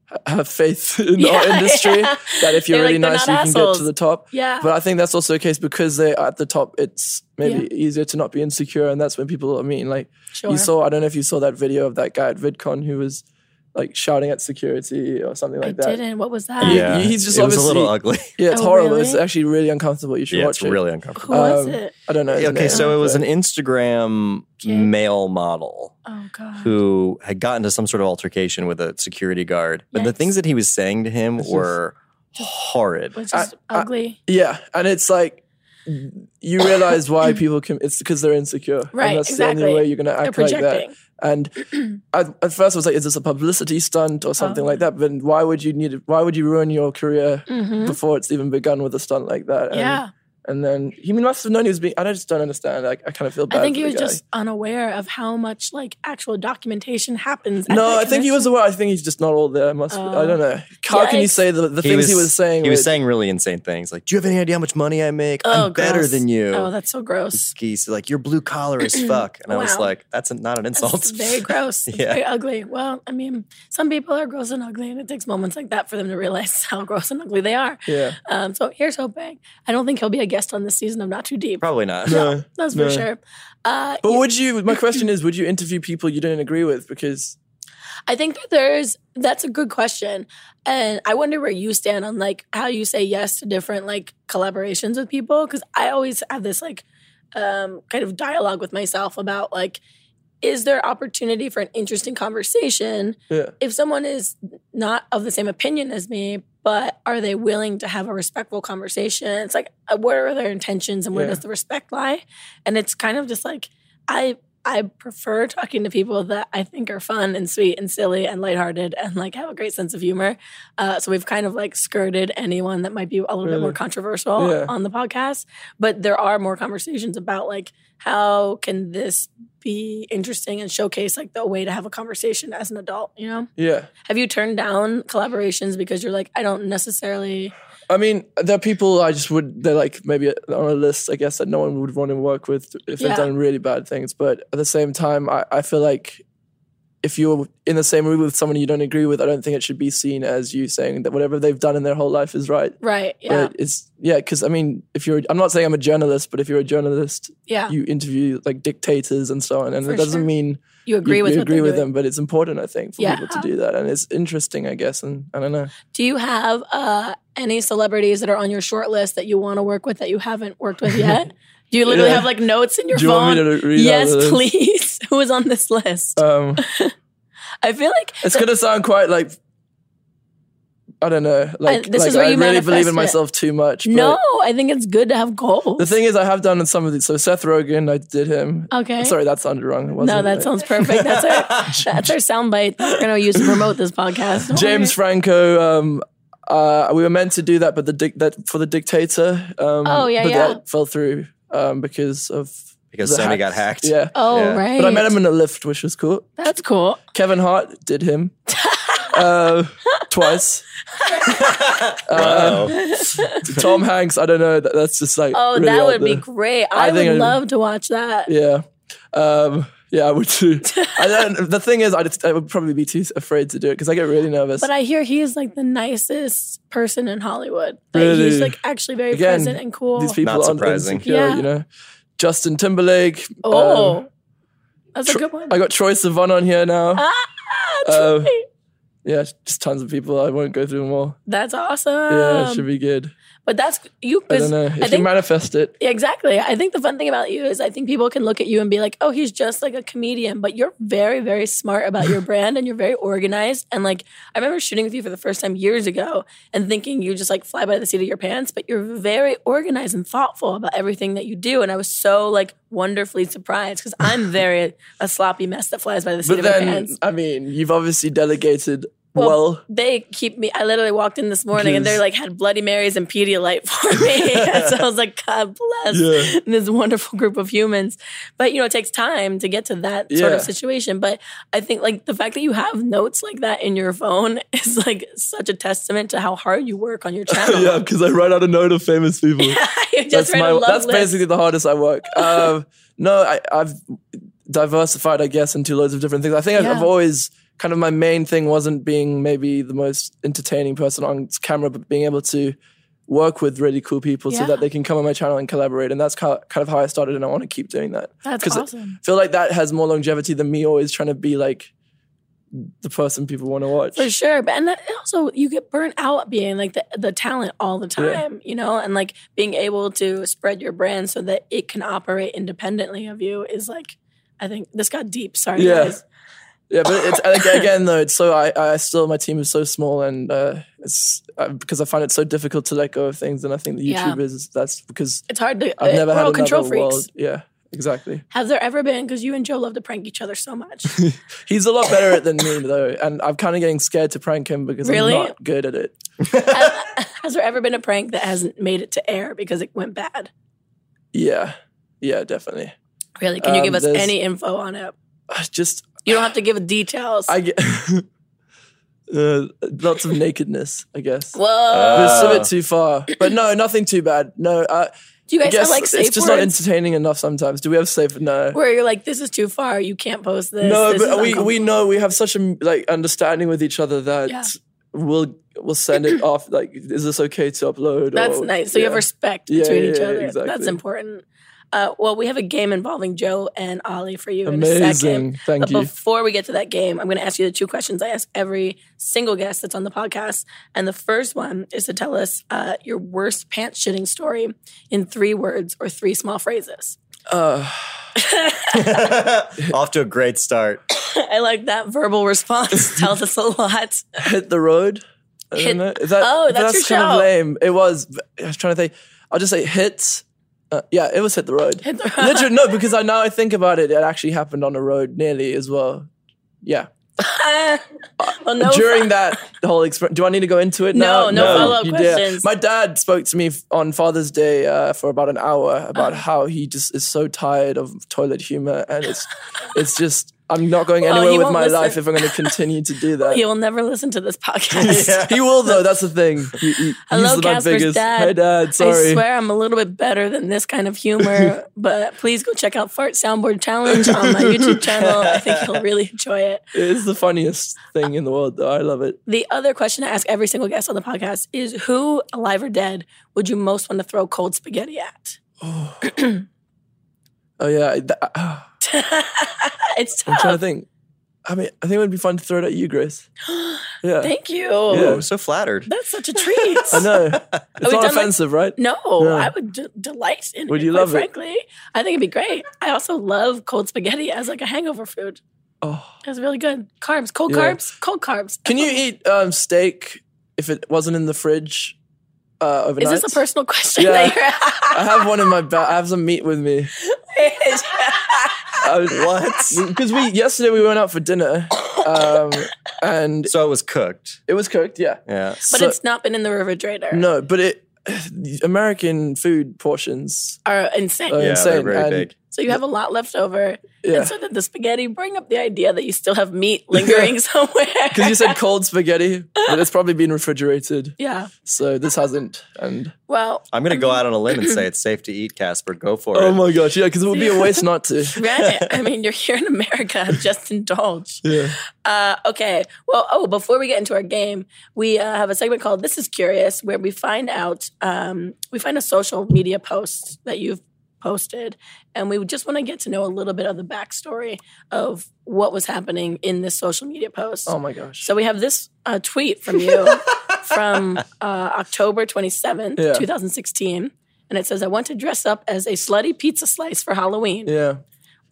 [SPEAKER 8] ha- have faith in our
[SPEAKER 3] Yeah,
[SPEAKER 8] industry
[SPEAKER 3] yeah.
[SPEAKER 8] that if you're
[SPEAKER 3] They're
[SPEAKER 8] really
[SPEAKER 3] like, they're
[SPEAKER 8] nice, you
[SPEAKER 3] not
[SPEAKER 8] can get
[SPEAKER 3] assholes. Oh.
[SPEAKER 8] to the top.
[SPEAKER 3] Yeah.
[SPEAKER 8] But I think that's also the case because they're at the top, it's maybe easier to not be insecure. And that's when people, I mean, like,
[SPEAKER 3] sure.
[SPEAKER 8] you saw, I don't know if you saw that video of that guy at VidCon who was like shouting at security or something like
[SPEAKER 3] I
[SPEAKER 8] that.
[SPEAKER 3] didn't. What was that?
[SPEAKER 8] Yeah. he- he's just
[SPEAKER 5] it was a little
[SPEAKER 8] obviously-
[SPEAKER 5] ugly.
[SPEAKER 8] Yeah, it's
[SPEAKER 3] Oh,
[SPEAKER 8] horrible. It's
[SPEAKER 3] really?
[SPEAKER 8] actually really uncomfortable. You should
[SPEAKER 5] Yeah,
[SPEAKER 8] watch
[SPEAKER 5] it's
[SPEAKER 8] it.
[SPEAKER 5] really uncomfortable.
[SPEAKER 3] Who was
[SPEAKER 8] Um,
[SPEAKER 3] it?
[SPEAKER 8] I don't know. his
[SPEAKER 5] Okay,
[SPEAKER 8] name,
[SPEAKER 5] so it was
[SPEAKER 8] but-
[SPEAKER 5] an Instagram
[SPEAKER 3] Kid?
[SPEAKER 5] male model
[SPEAKER 3] Oh
[SPEAKER 8] Uh-huh.
[SPEAKER 3] god.
[SPEAKER 5] who had gotten to some sort of altercation with a security guard, but the
[SPEAKER 3] Yikes.
[SPEAKER 5] things that he was saying to him
[SPEAKER 8] This is-
[SPEAKER 5] were horrid.
[SPEAKER 3] was just
[SPEAKER 8] I- I-
[SPEAKER 3] ugly.
[SPEAKER 8] Yeah, and it's like you realize why people can. It's because they're insecure,
[SPEAKER 3] Right,
[SPEAKER 8] And that's the
[SPEAKER 3] exactly.
[SPEAKER 8] only way you're going to
[SPEAKER 3] They're
[SPEAKER 8] act like that.
[SPEAKER 3] projecting.
[SPEAKER 8] And at, at first, I was like, "Is this a publicity stunt or something
[SPEAKER 3] Oh.
[SPEAKER 8] like that?" But then why would you need? it? Why would you ruin your career
[SPEAKER 3] Mhm.
[SPEAKER 8] before it's even begun with a stunt like that? And,
[SPEAKER 3] Yeah.
[SPEAKER 8] And then he must have known he was being. I don't- just don't understand. I, I kind of feel bad.
[SPEAKER 3] I think
[SPEAKER 8] for
[SPEAKER 3] he
[SPEAKER 8] the
[SPEAKER 3] was
[SPEAKER 8] guy.
[SPEAKER 3] just unaware of how much like actual documentation happens. at
[SPEAKER 8] No,
[SPEAKER 3] the
[SPEAKER 8] I think he was
[SPEAKER 3] convention.
[SPEAKER 8] aware. I think he's just not all there. Must be-
[SPEAKER 3] Oh.
[SPEAKER 8] I don't know. How can you
[SPEAKER 3] Yikes.
[SPEAKER 8] say the, the things he was saying?
[SPEAKER 5] He was
[SPEAKER 8] with-
[SPEAKER 5] saying really insane things, like, "Do you have any idea how much money I make?
[SPEAKER 3] Oh,
[SPEAKER 5] I'm better
[SPEAKER 3] gross.
[SPEAKER 5] than you."
[SPEAKER 3] Oh, that's so gross.
[SPEAKER 5] Geese, like you're blue collar as fuck, and I was
[SPEAKER 3] Wow.
[SPEAKER 5] like, "That's a, not an insult."
[SPEAKER 3] That's very gross. It's
[SPEAKER 5] Yeah.
[SPEAKER 3] very ugly. Well, I mean, some people are gross and ugly, and it takes moments like that for them to realize how gross and ugly they are.
[SPEAKER 8] Yeah.
[SPEAKER 3] Um, so here's hoping. I don't think he'll be a guest on this season of Not Too Deep.
[SPEAKER 5] Probably not.
[SPEAKER 8] No.
[SPEAKER 3] That's for
[SPEAKER 8] no.
[SPEAKER 3] sure. Uh,
[SPEAKER 8] But would you? My question is, would you interview people you don't agree with? Because
[SPEAKER 3] I think that there's that's a good question. And I wonder where you stand on like how you say yes to different like collaborations with people cuz I always have this like um kind of dialogue with myself about like is there opportunity for an interesting conversation
[SPEAKER 8] Yeah.
[SPEAKER 3] if someone is not of the same opinion as me but are they willing to have a respectful conversation it's like uh, what are their intentions and where
[SPEAKER 8] Yeah.
[SPEAKER 3] does the respect lie and it's kind of just like i I prefer talking to people that I think are fun and sweet and silly and lighthearted and like have a great sense of humor. Uh, so we've kind of like skirted anyone that might be a little bit
[SPEAKER 8] Really?
[SPEAKER 3] more controversial
[SPEAKER 8] Yeah.
[SPEAKER 3] on the podcast. But there are more conversations about like how can this be interesting and showcase like the way to have a conversation as an adult. You know,
[SPEAKER 8] yeah,
[SPEAKER 3] have you turned down collaborations because you're like I don't necessarily?
[SPEAKER 8] I mean, there are people I just would, they're like maybe on a list, I guess, that no one would want to work with if
[SPEAKER 3] Yeah.
[SPEAKER 8] they've done really bad things. But at the same time, I, I feel like if you're in the same room with someone you don't agree with, I don't think it should be seen as you saying that whatever they've done in their whole life is right.
[SPEAKER 3] Right. Yeah.
[SPEAKER 8] But it's yeah, because I mean, if you're, I'm not saying I'm a journalist, but if you're a journalist,
[SPEAKER 3] yeah. You,
[SPEAKER 8] you interview like dictators and so on, and
[SPEAKER 3] For
[SPEAKER 8] it doesn't
[SPEAKER 3] sure.
[SPEAKER 8] mean you-
[SPEAKER 3] agree
[SPEAKER 8] you,
[SPEAKER 3] with what
[SPEAKER 8] agree
[SPEAKER 3] they're
[SPEAKER 8] with
[SPEAKER 3] doing.
[SPEAKER 8] them, but it's important, I think, for
[SPEAKER 3] Yeah.
[SPEAKER 8] people to do that, and it's interesting, I guess, and I don't know.
[SPEAKER 3] Do you have uh, any celebrities that are on your short list that you want to work with that you haven't worked with yet? Do you literally
[SPEAKER 8] Yeah.
[SPEAKER 3] have like notes in your
[SPEAKER 8] do you
[SPEAKER 3] phone?
[SPEAKER 8] want me to read? out
[SPEAKER 3] yes,
[SPEAKER 8] the list?
[SPEAKER 3] please. Who is on this list?
[SPEAKER 8] Um,
[SPEAKER 3] I feel like
[SPEAKER 8] it's gonna sound quite like I don't know. Like
[SPEAKER 3] Uh, this
[SPEAKER 8] like
[SPEAKER 3] is where
[SPEAKER 8] I
[SPEAKER 3] you
[SPEAKER 8] really believe
[SPEAKER 3] manifest
[SPEAKER 8] in
[SPEAKER 3] it.
[SPEAKER 8] myself too much. but
[SPEAKER 3] no. I think it's good to have goals.
[SPEAKER 8] The thing is, I have done some of these. So Seth Rogen, I did him.
[SPEAKER 3] okay.
[SPEAKER 8] Sorry, that sounded wrong. It wasn't,
[SPEAKER 3] No, that
[SPEAKER 8] like-
[SPEAKER 3] sounds perfect. That's our that's our soundbite that we're gonna use to promote this podcast.
[SPEAKER 8] James Franco. Um, uh, we were meant to do that, but the dic- that for the dictator. Um,
[SPEAKER 3] Oh, yeah,
[SPEAKER 8] but
[SPEAKER 3] yeah.
[SPEAKER 8] that fell through um, because of
[SPEAKER 5] because
[SPEAKER 8] the
[SPEAKER 5] Sony got
[SPEAKER 8] hacks.
[SPEAKER 5] hacked.
[SPEAKER 8] Yeah,
[SPEAKER 3] Oh
[SPEAKER 5] Yeah.
[SPEAKER 3] right.
[SPEAKER 8] but I met him in a lift, which was cool.
[SPEAKER 3] That's cool.
[SPEAKER 8] Kevin Hart did him uh, twice. Uh,
[SPEAKER 5] Wow.
[SPEAKER 8] Tom Hanks. I don't know. That, that's just like
[SPEAKER 3] Oh,
[SPEAKER 8] really
[SPEAKER 3] that
[SPEAKER 8] out
[SPEAKER 3] would be
[SPEAKER 8] there.
[SPEAKER 3] great.
[SPEAKER 8] I
[SPEAKER 3] I, would
[SPEAKER 8] think I-
[SPEAKER 3] love to watch that.
[SPEAKER 8] Yeah. Um, yeah, I would too. I don't, the thing is, I, just, I would probably be too afraid to do it because I get really nervous.
[SPEAKER 3] But I hear he is like the nicest person in Hollywood. Like
[SPEAKER 8] Really?
[SPEAKER 3] he's like actually very
[SPEAKER 8] Again,
[SPEAKER 3] present and cool.
[SPEAKER 8] These people
[SPEAKER 5] Not
[SPEAKER 8] aren't
[SPEAKER 5] surprising.
[SPEAKER 8] insecure,
[SPEAKER 3] Yeah.
[SPEAKER 8] you know. Justin Timberlake.
[SPEAKER 3] oh.
[SPEAKER 8] um,
[SPEAKER 3] that's a
[SPEAKER 8] Tro-
[SPEAKER 3] good one.
[SPEAKER 8] I got Troy Sivan on here now.
[SPEAKER 3] Ah,
[SPEAKER 8] uh,
[SPEAKER 3] Troy.
[SPEAKER 8] Yeah, just tons of people. I won't go through them all.
[SPEAKER 3] that's awesome.
[SPEAKER 8] Yeah, it should be good.
[SPEAKER 3] But that's you
[SPEAKER 8] I
[SPEAKER 3] 'cause
[SPEAKER 8] don't know. If you
[SPEAKER 3] Um, think-
[SPEAKER 8] manifest it,
[SPEAKER 3] Yeah, Exactly. I think the fun thing about you is I think people can look at you and be like, oh, he's just like a comedian, but you're very, very smart about your brand and you're very organized. And like, I remember shooting with you for the first time years ago and thinking you just like fly by the seat of your pants, but you're very organized and thoughtful about everything that you do. And I was so like wonderfully surprised because I'm very a sloppy mess that flies by the seat
[SPEAKER 8] but
[SPEAKER 3] of my
[SPEAKER 8] then,
[SPEAKER 3] pants.
[SPEAKER 8] I mean, you've obviously delegated
[SPEAKER 3] Well,
[SPEAKER 8] well.
[SPEAKER 3] They keep me. I literally walked in this morning and they
[SPEAKER 8] Yes.
[SPEAKER 3] like had Bloody Marys and Pedialyte for me. so I was like, God bless
[SPEAKER 8] yeah.
[SPEAKER 3] this wonderful group of humans. But you know, it takes time to get to that sort
[SPEAKER 8] Yeah.
[SPEAKER 3] of situation. But I think like the fact that you have notes like that in your phone is like such a testament to how hard you work on your channel.
[SPEAKER 8] yeah, because I write out a note of famous people.
[SPEAKER 3] you just
[SPEAKER 8] that's
[SPEAKER 3] write a
[SPEAKER 8] my
[SPEAKER 3] love
[SPEAKER 8] that's
[SPEAKER 3] list.
[SPEAKER 8] basically the hardest I work. Um, no, I, I've diversified, I guess, into loads of different things. I think I've, I've
[SPEAKER 3] Yeah.
[SPEAKER 8] always kind of my main thing wasn't being maybe the most entertaining person on camera, but being able to work with really cool people so
[SPEAKER 3] Yeah.
[SPEAKER 8] that they can come on my channel and collaborate. And that's ca- kind of how I started, and I want to keep doing that.
[SPEAKER 3] That's
[SPEAKER 8] 'cause it-
[SPEAKER 3] awesome.
[SPEAKER 8] feel like that has more longevity than me always trying to be like the person people want to watch.
[SPEAKER 3] For sure. But and that, and also you get burnt out being like the, the talent all the
[SPEAKER 8] Yeah.
[SPEAKER 3] time, you know, and like being able to spread your brand so that it can operate independently of you is like I think this got deep. Sorry
[SPEAKER 8] Yeah.
[SPEAKER 3] guys.
[SPEAKER 8] Yeah, but it's ag- again though. It's so I, I still my team is so small, and uh, it's uh, because I find it so difficult to let go of things, and I think the
[SPEAKER 3] Yeah.
[SPEAKER 8] YouTube is that's because
[SPEAKER 3] It's hard to
[SPEAKER 8] I've never
[SPEAKER 3] we're
[SPEAKER 8] had
[SPEAKER 3] all
[SPEAKER 8] another
[SPEAKER 3] control freaks.
[SPEAKER 8] world. Yeah, exactly.
[SPEAKER 3] Have there ever been? Because you and Joe love to prank each other so much.
[SPEAKER 8] He's a lot better at it than me though, and I'm kind of getting scared to prank him because
[SPEAKER 3] Really?
[SPEAKER 8] I'm not good at it.
[SPEAKER 3] has, has there ever been a prank that hasn't made it to air because it went bad?
[SPEAKER 8] Yeah, yeah, definitely.
[SPEAKER 3] Really? Can you
[SPEAKER 8] Um,
[SPEAKER 3] give us
[SPEAKER 8] there's-
[SPEAKER 3] any info on it?
[SPEAKER 8] I Just
[SPEAKER 3] You don't have to give details.
[SPEAKER 8] I get uh, lots of nakedness, I guess.
[SPEAKER 3] Whoa!
[SPEAKER 8] But it's a
[SPEAKER 5] Uh.
[SPEAKER 8] bit too far, but no, nothing too bad. No, uh,
[SPEAKER 3] Do you
[SPEAKER 8] I
[SPEAKER 3] guys have
[SPEAKER 8] guess
[SPEAKER 3] like safe
[SPEAKER 8] it's just not
[SPEAKER 3] words
[SPEAKER 8] entertaining enough sometimes. Do we have safe? No.
[SPEAKER 3] where you're like, "This is too far. You can't post this."
[SPEAKER 8] no,
[SPEAKER 3] this is
[SPEAKER 8] but we we
[SPEAKER 3] uncomfortable."
[SPEAKER 8] know we have such a like understanding with each other that
[SPEAKER 3] Yeah.
[SPEAKER 8] we'll we'll send it off. Like, is this okay to upload?
[SPEAKER 3] That's
[SPEAKER 8] or-
[SPEAKER 3] nice. So you
[SPEAKER 8] yeah.
[SPEAKER 3] have respect
[SPEAKER 8] Yeah,
[SPEAKER 3] between
[SPEAKER 8] yeah,
[SPEAKER 3] each
[SPEAKER 8] yeah,
[SPEAKER 3] other. That's
[SPEAKER 8] exactly.
[SPEAKER 3] important. Uh, well, we have a game involving Joe and Ollie for you in a second.
[SPEAKER 8] amazing. Thank
[SPEAKER 3] But
[SPEAKER 8] you.
[SPEAKER 3] before we get to that game, I'm going to ask you the two questions I ask every single guest that's on the podcast. And the first one is to tell us uh, your worst pants shitting story in three words or three small phrases.
[SPEAKER 8] Uh,
[SPEAKER 5] Off to a great start.
[SPEAKER 3] I like that verbal response. tells us a lot.
[SPEAKER 8] hit the road. I
[SPEAKER 3] Hit-
[SPEAKER 8] don't know. Is that,
[SPEAKER 3] Oh, that's your
[SPEAKER 8] kind
[SPEAKER 3] show.
[SPEAKER 8] of lame. It was. but I was trying to think. I'll just say hit. Uh, yeah, it was hit the road.
[SPEAKER 3] Hit the-
[SPEAKER 8] Literally, no, because I now I think about it, it actually happened on a road nearly as well. Yeah.
[SPEAKER 3] well, no,
[SPEAKER 8] during that whole experience. Do I need to go into it
[SPEAKER 3] No,
[SPEAKER 8] now?
[SPEAKER 3] no follow-up
[SPEAKER 8] you dare.
[SPEAKER 3] questions.
[SPEAKER 8] My dad spoke to me f- on Father's Day uh, for about an
[SPEAKER 3] Uh.
[SPEAKER 8] hour about how he just is so tired of toilet humor, and it's it's just I'm not going
[SPEAKER 3] Well,
[SPEAKER 8] anywhere
[SPEAKER 3] Oh, he
[SPEAKER 8] with
[SPEAKER 3] won't
[SPEAKER 8] my
[SPEAKER 3] listen.
[SPEAKER 8] life if I'm going to continue to do that.
[SPEAKER 3] He will never listen to this podcast.
[SPEAKER 8] He will though. That's the thing. He, he,
[SPEAKER 3] Hello,
[SPEAKER 8] he's the
[SPEAKER 3] Casper's
[SPEAKER 8] biggest.
[SPEAKER 3] dad.
[SPEAKER 8] Hey, dad. Sorry.
[SPEAKER 3] I swear I'm a little bit better than this kind of humor, but please go check out Fart Soundboard Challenge on my YouTube channel. I think you'll really enjoy it.
[SPEAKER 8] It's the funniest thing in the world, though. I love it.
[SPEAKER 3] The other question I ask every single guest on the podcast is who, alive or dead, would you most want to throw cold spaghetti at?
[SPEAKER 8] Oh yeah. I- that- ah,
[SPEAKER 3] it's
[SPEAKER 8] I'm trying to
[SPEAKER 3] tough.
[SPEAKER 8] think. I mean, I think it would be fun to throw it at you, Grace. Yeah.
[SPEAKER 3] Thank you.
[SPEAKER 8] Yeah.
[SPEAKER 5] so flattered.
[SPEAKER 3] That's such a treat.
[SPEAKER 8] I know. It's
[SPEAKER 3] we
[SPEAKER 8] not
[SPEAKER 3] done, like-
[SPEAKER 8] offensive, right?
[SPEAKER 3] No,
[SPEAKER 8] Yeah.
[SPEAKER 3] I would d- delight in
[SPEAKER 8] Would
[SPEAKER 3] it.
[SPEAKER 8] you
[SPEAKER 3] quite
[SPEAKER 8] love it?
[SPEAKER 3] frankly, I think it'd be great. I also love cold spaghetti as like a hangover food.
[SPEAKER 8] Oh.
[SPEAKER 3] It's really good. Carbs, cold
[SPEAKER 8] Yeah.
[SPEAKER 3] carbs, cold carbs.
[SPEAKER 8] Can you eat um, steak if it wasn't in the fridge uh,
[SPEAKER 3] Is
[SPEAKER 8] overnight?
[SPEAKER 3] this a personal question
[SPEAKER 8] Yeah.
[SPEAKER 3] that you're
[SPEAKER 8] I have one in my bag. I have some meat with me. I was,
[SPEAKER 5] What?
[SPEAKER 8] Because we yesterday we went out for dinner, um, and
[SPEAKER 5] so it was cooked.
[SPEAKER 8] it was cooked. Yeah,
[SPEAKER 5] Yeah.
[SPEAKER 3] But
[SPEAKER 8] So-
[SPEAKER 3] it's not been in the refrigerator.
[SPEAKER 8] no, but it American food portions
[SPEAKER 3] Are insane.
[SPEAKER 8] Oh,
[SPEAKER 5] yeah,
[SPEAKER 8] insane,
[SPEAKER 5] they're very
[SPEAKER 8] and-
[SPEAKER 5] big.
[SPEAKER 3] so you have a lot left over.
[SPEAKER 8] Yeah.
[SPEAKER 3] And so did the spaghetti bring up the idea that you still have meat lingering somewhere.
[SPEAKER 8] Because you said cold spaghetti, but it's probably been refrigerated,
[SPEAKER 3] Yeah.
[SPEAKER 8] so this hasn't. And
[SPEAKER 3] Well,
[SPEAKER 5] I'm gonna go out on a limb and say it's safe to eat, Casper. Go for
[SPEAKER 8] oh
[SPEAKER 5] it.
[SPEAKER 8] my gosh, yeah, because it would be a waste not to.
[SPEAKER 3] right. I mean, you're here in America. Just indulge.
[SPEAKER 8] Yeah.
[SPEAKER 3] Uh, okay. Well, oh, before we get into our game, we uh, have a segment called "This Is Curious," where we find out um, we find a social media post that you've posted, and we just want to get to know a little bit of the backstory of what was happening in this social media post.
[SPEAKER 8] Oh my gosh.
[SPEAKER 3] So we have this uh, tweet from you from uh, October 27th,
[SPEAKER 8] Yeah.
[SPEAKER 3] 2016. And it says, I want to dress up as a slutty pizza slice for Halloween.
[SPEAKER 8] yeah.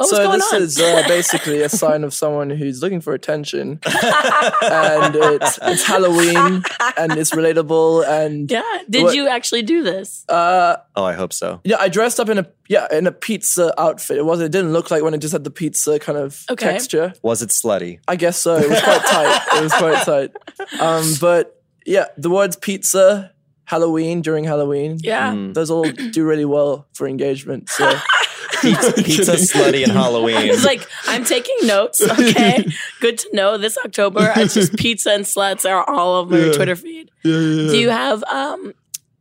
[SPEAKER 3] What was
[SPEAKER 8] so
[SPEAKER 3] going
[SPEAKER 8] this
[SPEAKER 3] on?
[SPEAKER 8] is uh, basically a sign of someone who's looking for attention, and it's, it's Halloween, and it's relatable, and
[SPEAKER 3] yeah. Did
[SPEAKER 8] What-
[SPEAKER 3] you actually do this?
[SPEAKER 8] uh,
[SPEAKER 5] Oh, I hope so.
[SPEAKER 8] yeah, I dressed up in a yeah in a pizza outfit. It was it didn't look like when it just had the pizza kind of
[SPEAKER 3] Okay.
[SPEAKER 8] texture.
[SPEAKER 5] Was it slutty?
[SPEAKER 8] I guess so. It was quite tight. It was quite tight. Um, but yeah, the words pizza, Halloween during Halloween,
[SPEAKER 3] Yeah.
[SPEAKER 5] Mm.
[SPEAKER 8] those all do really well for engagement. So
[SPEAKER 5] Pizza, pizza slutty and Halloween.
[SPEAKER 3] It's like, I'm taking notes. Okay. Good to know. This October, it's just pizza and sluts are all over your Twitter feed. Do you have um,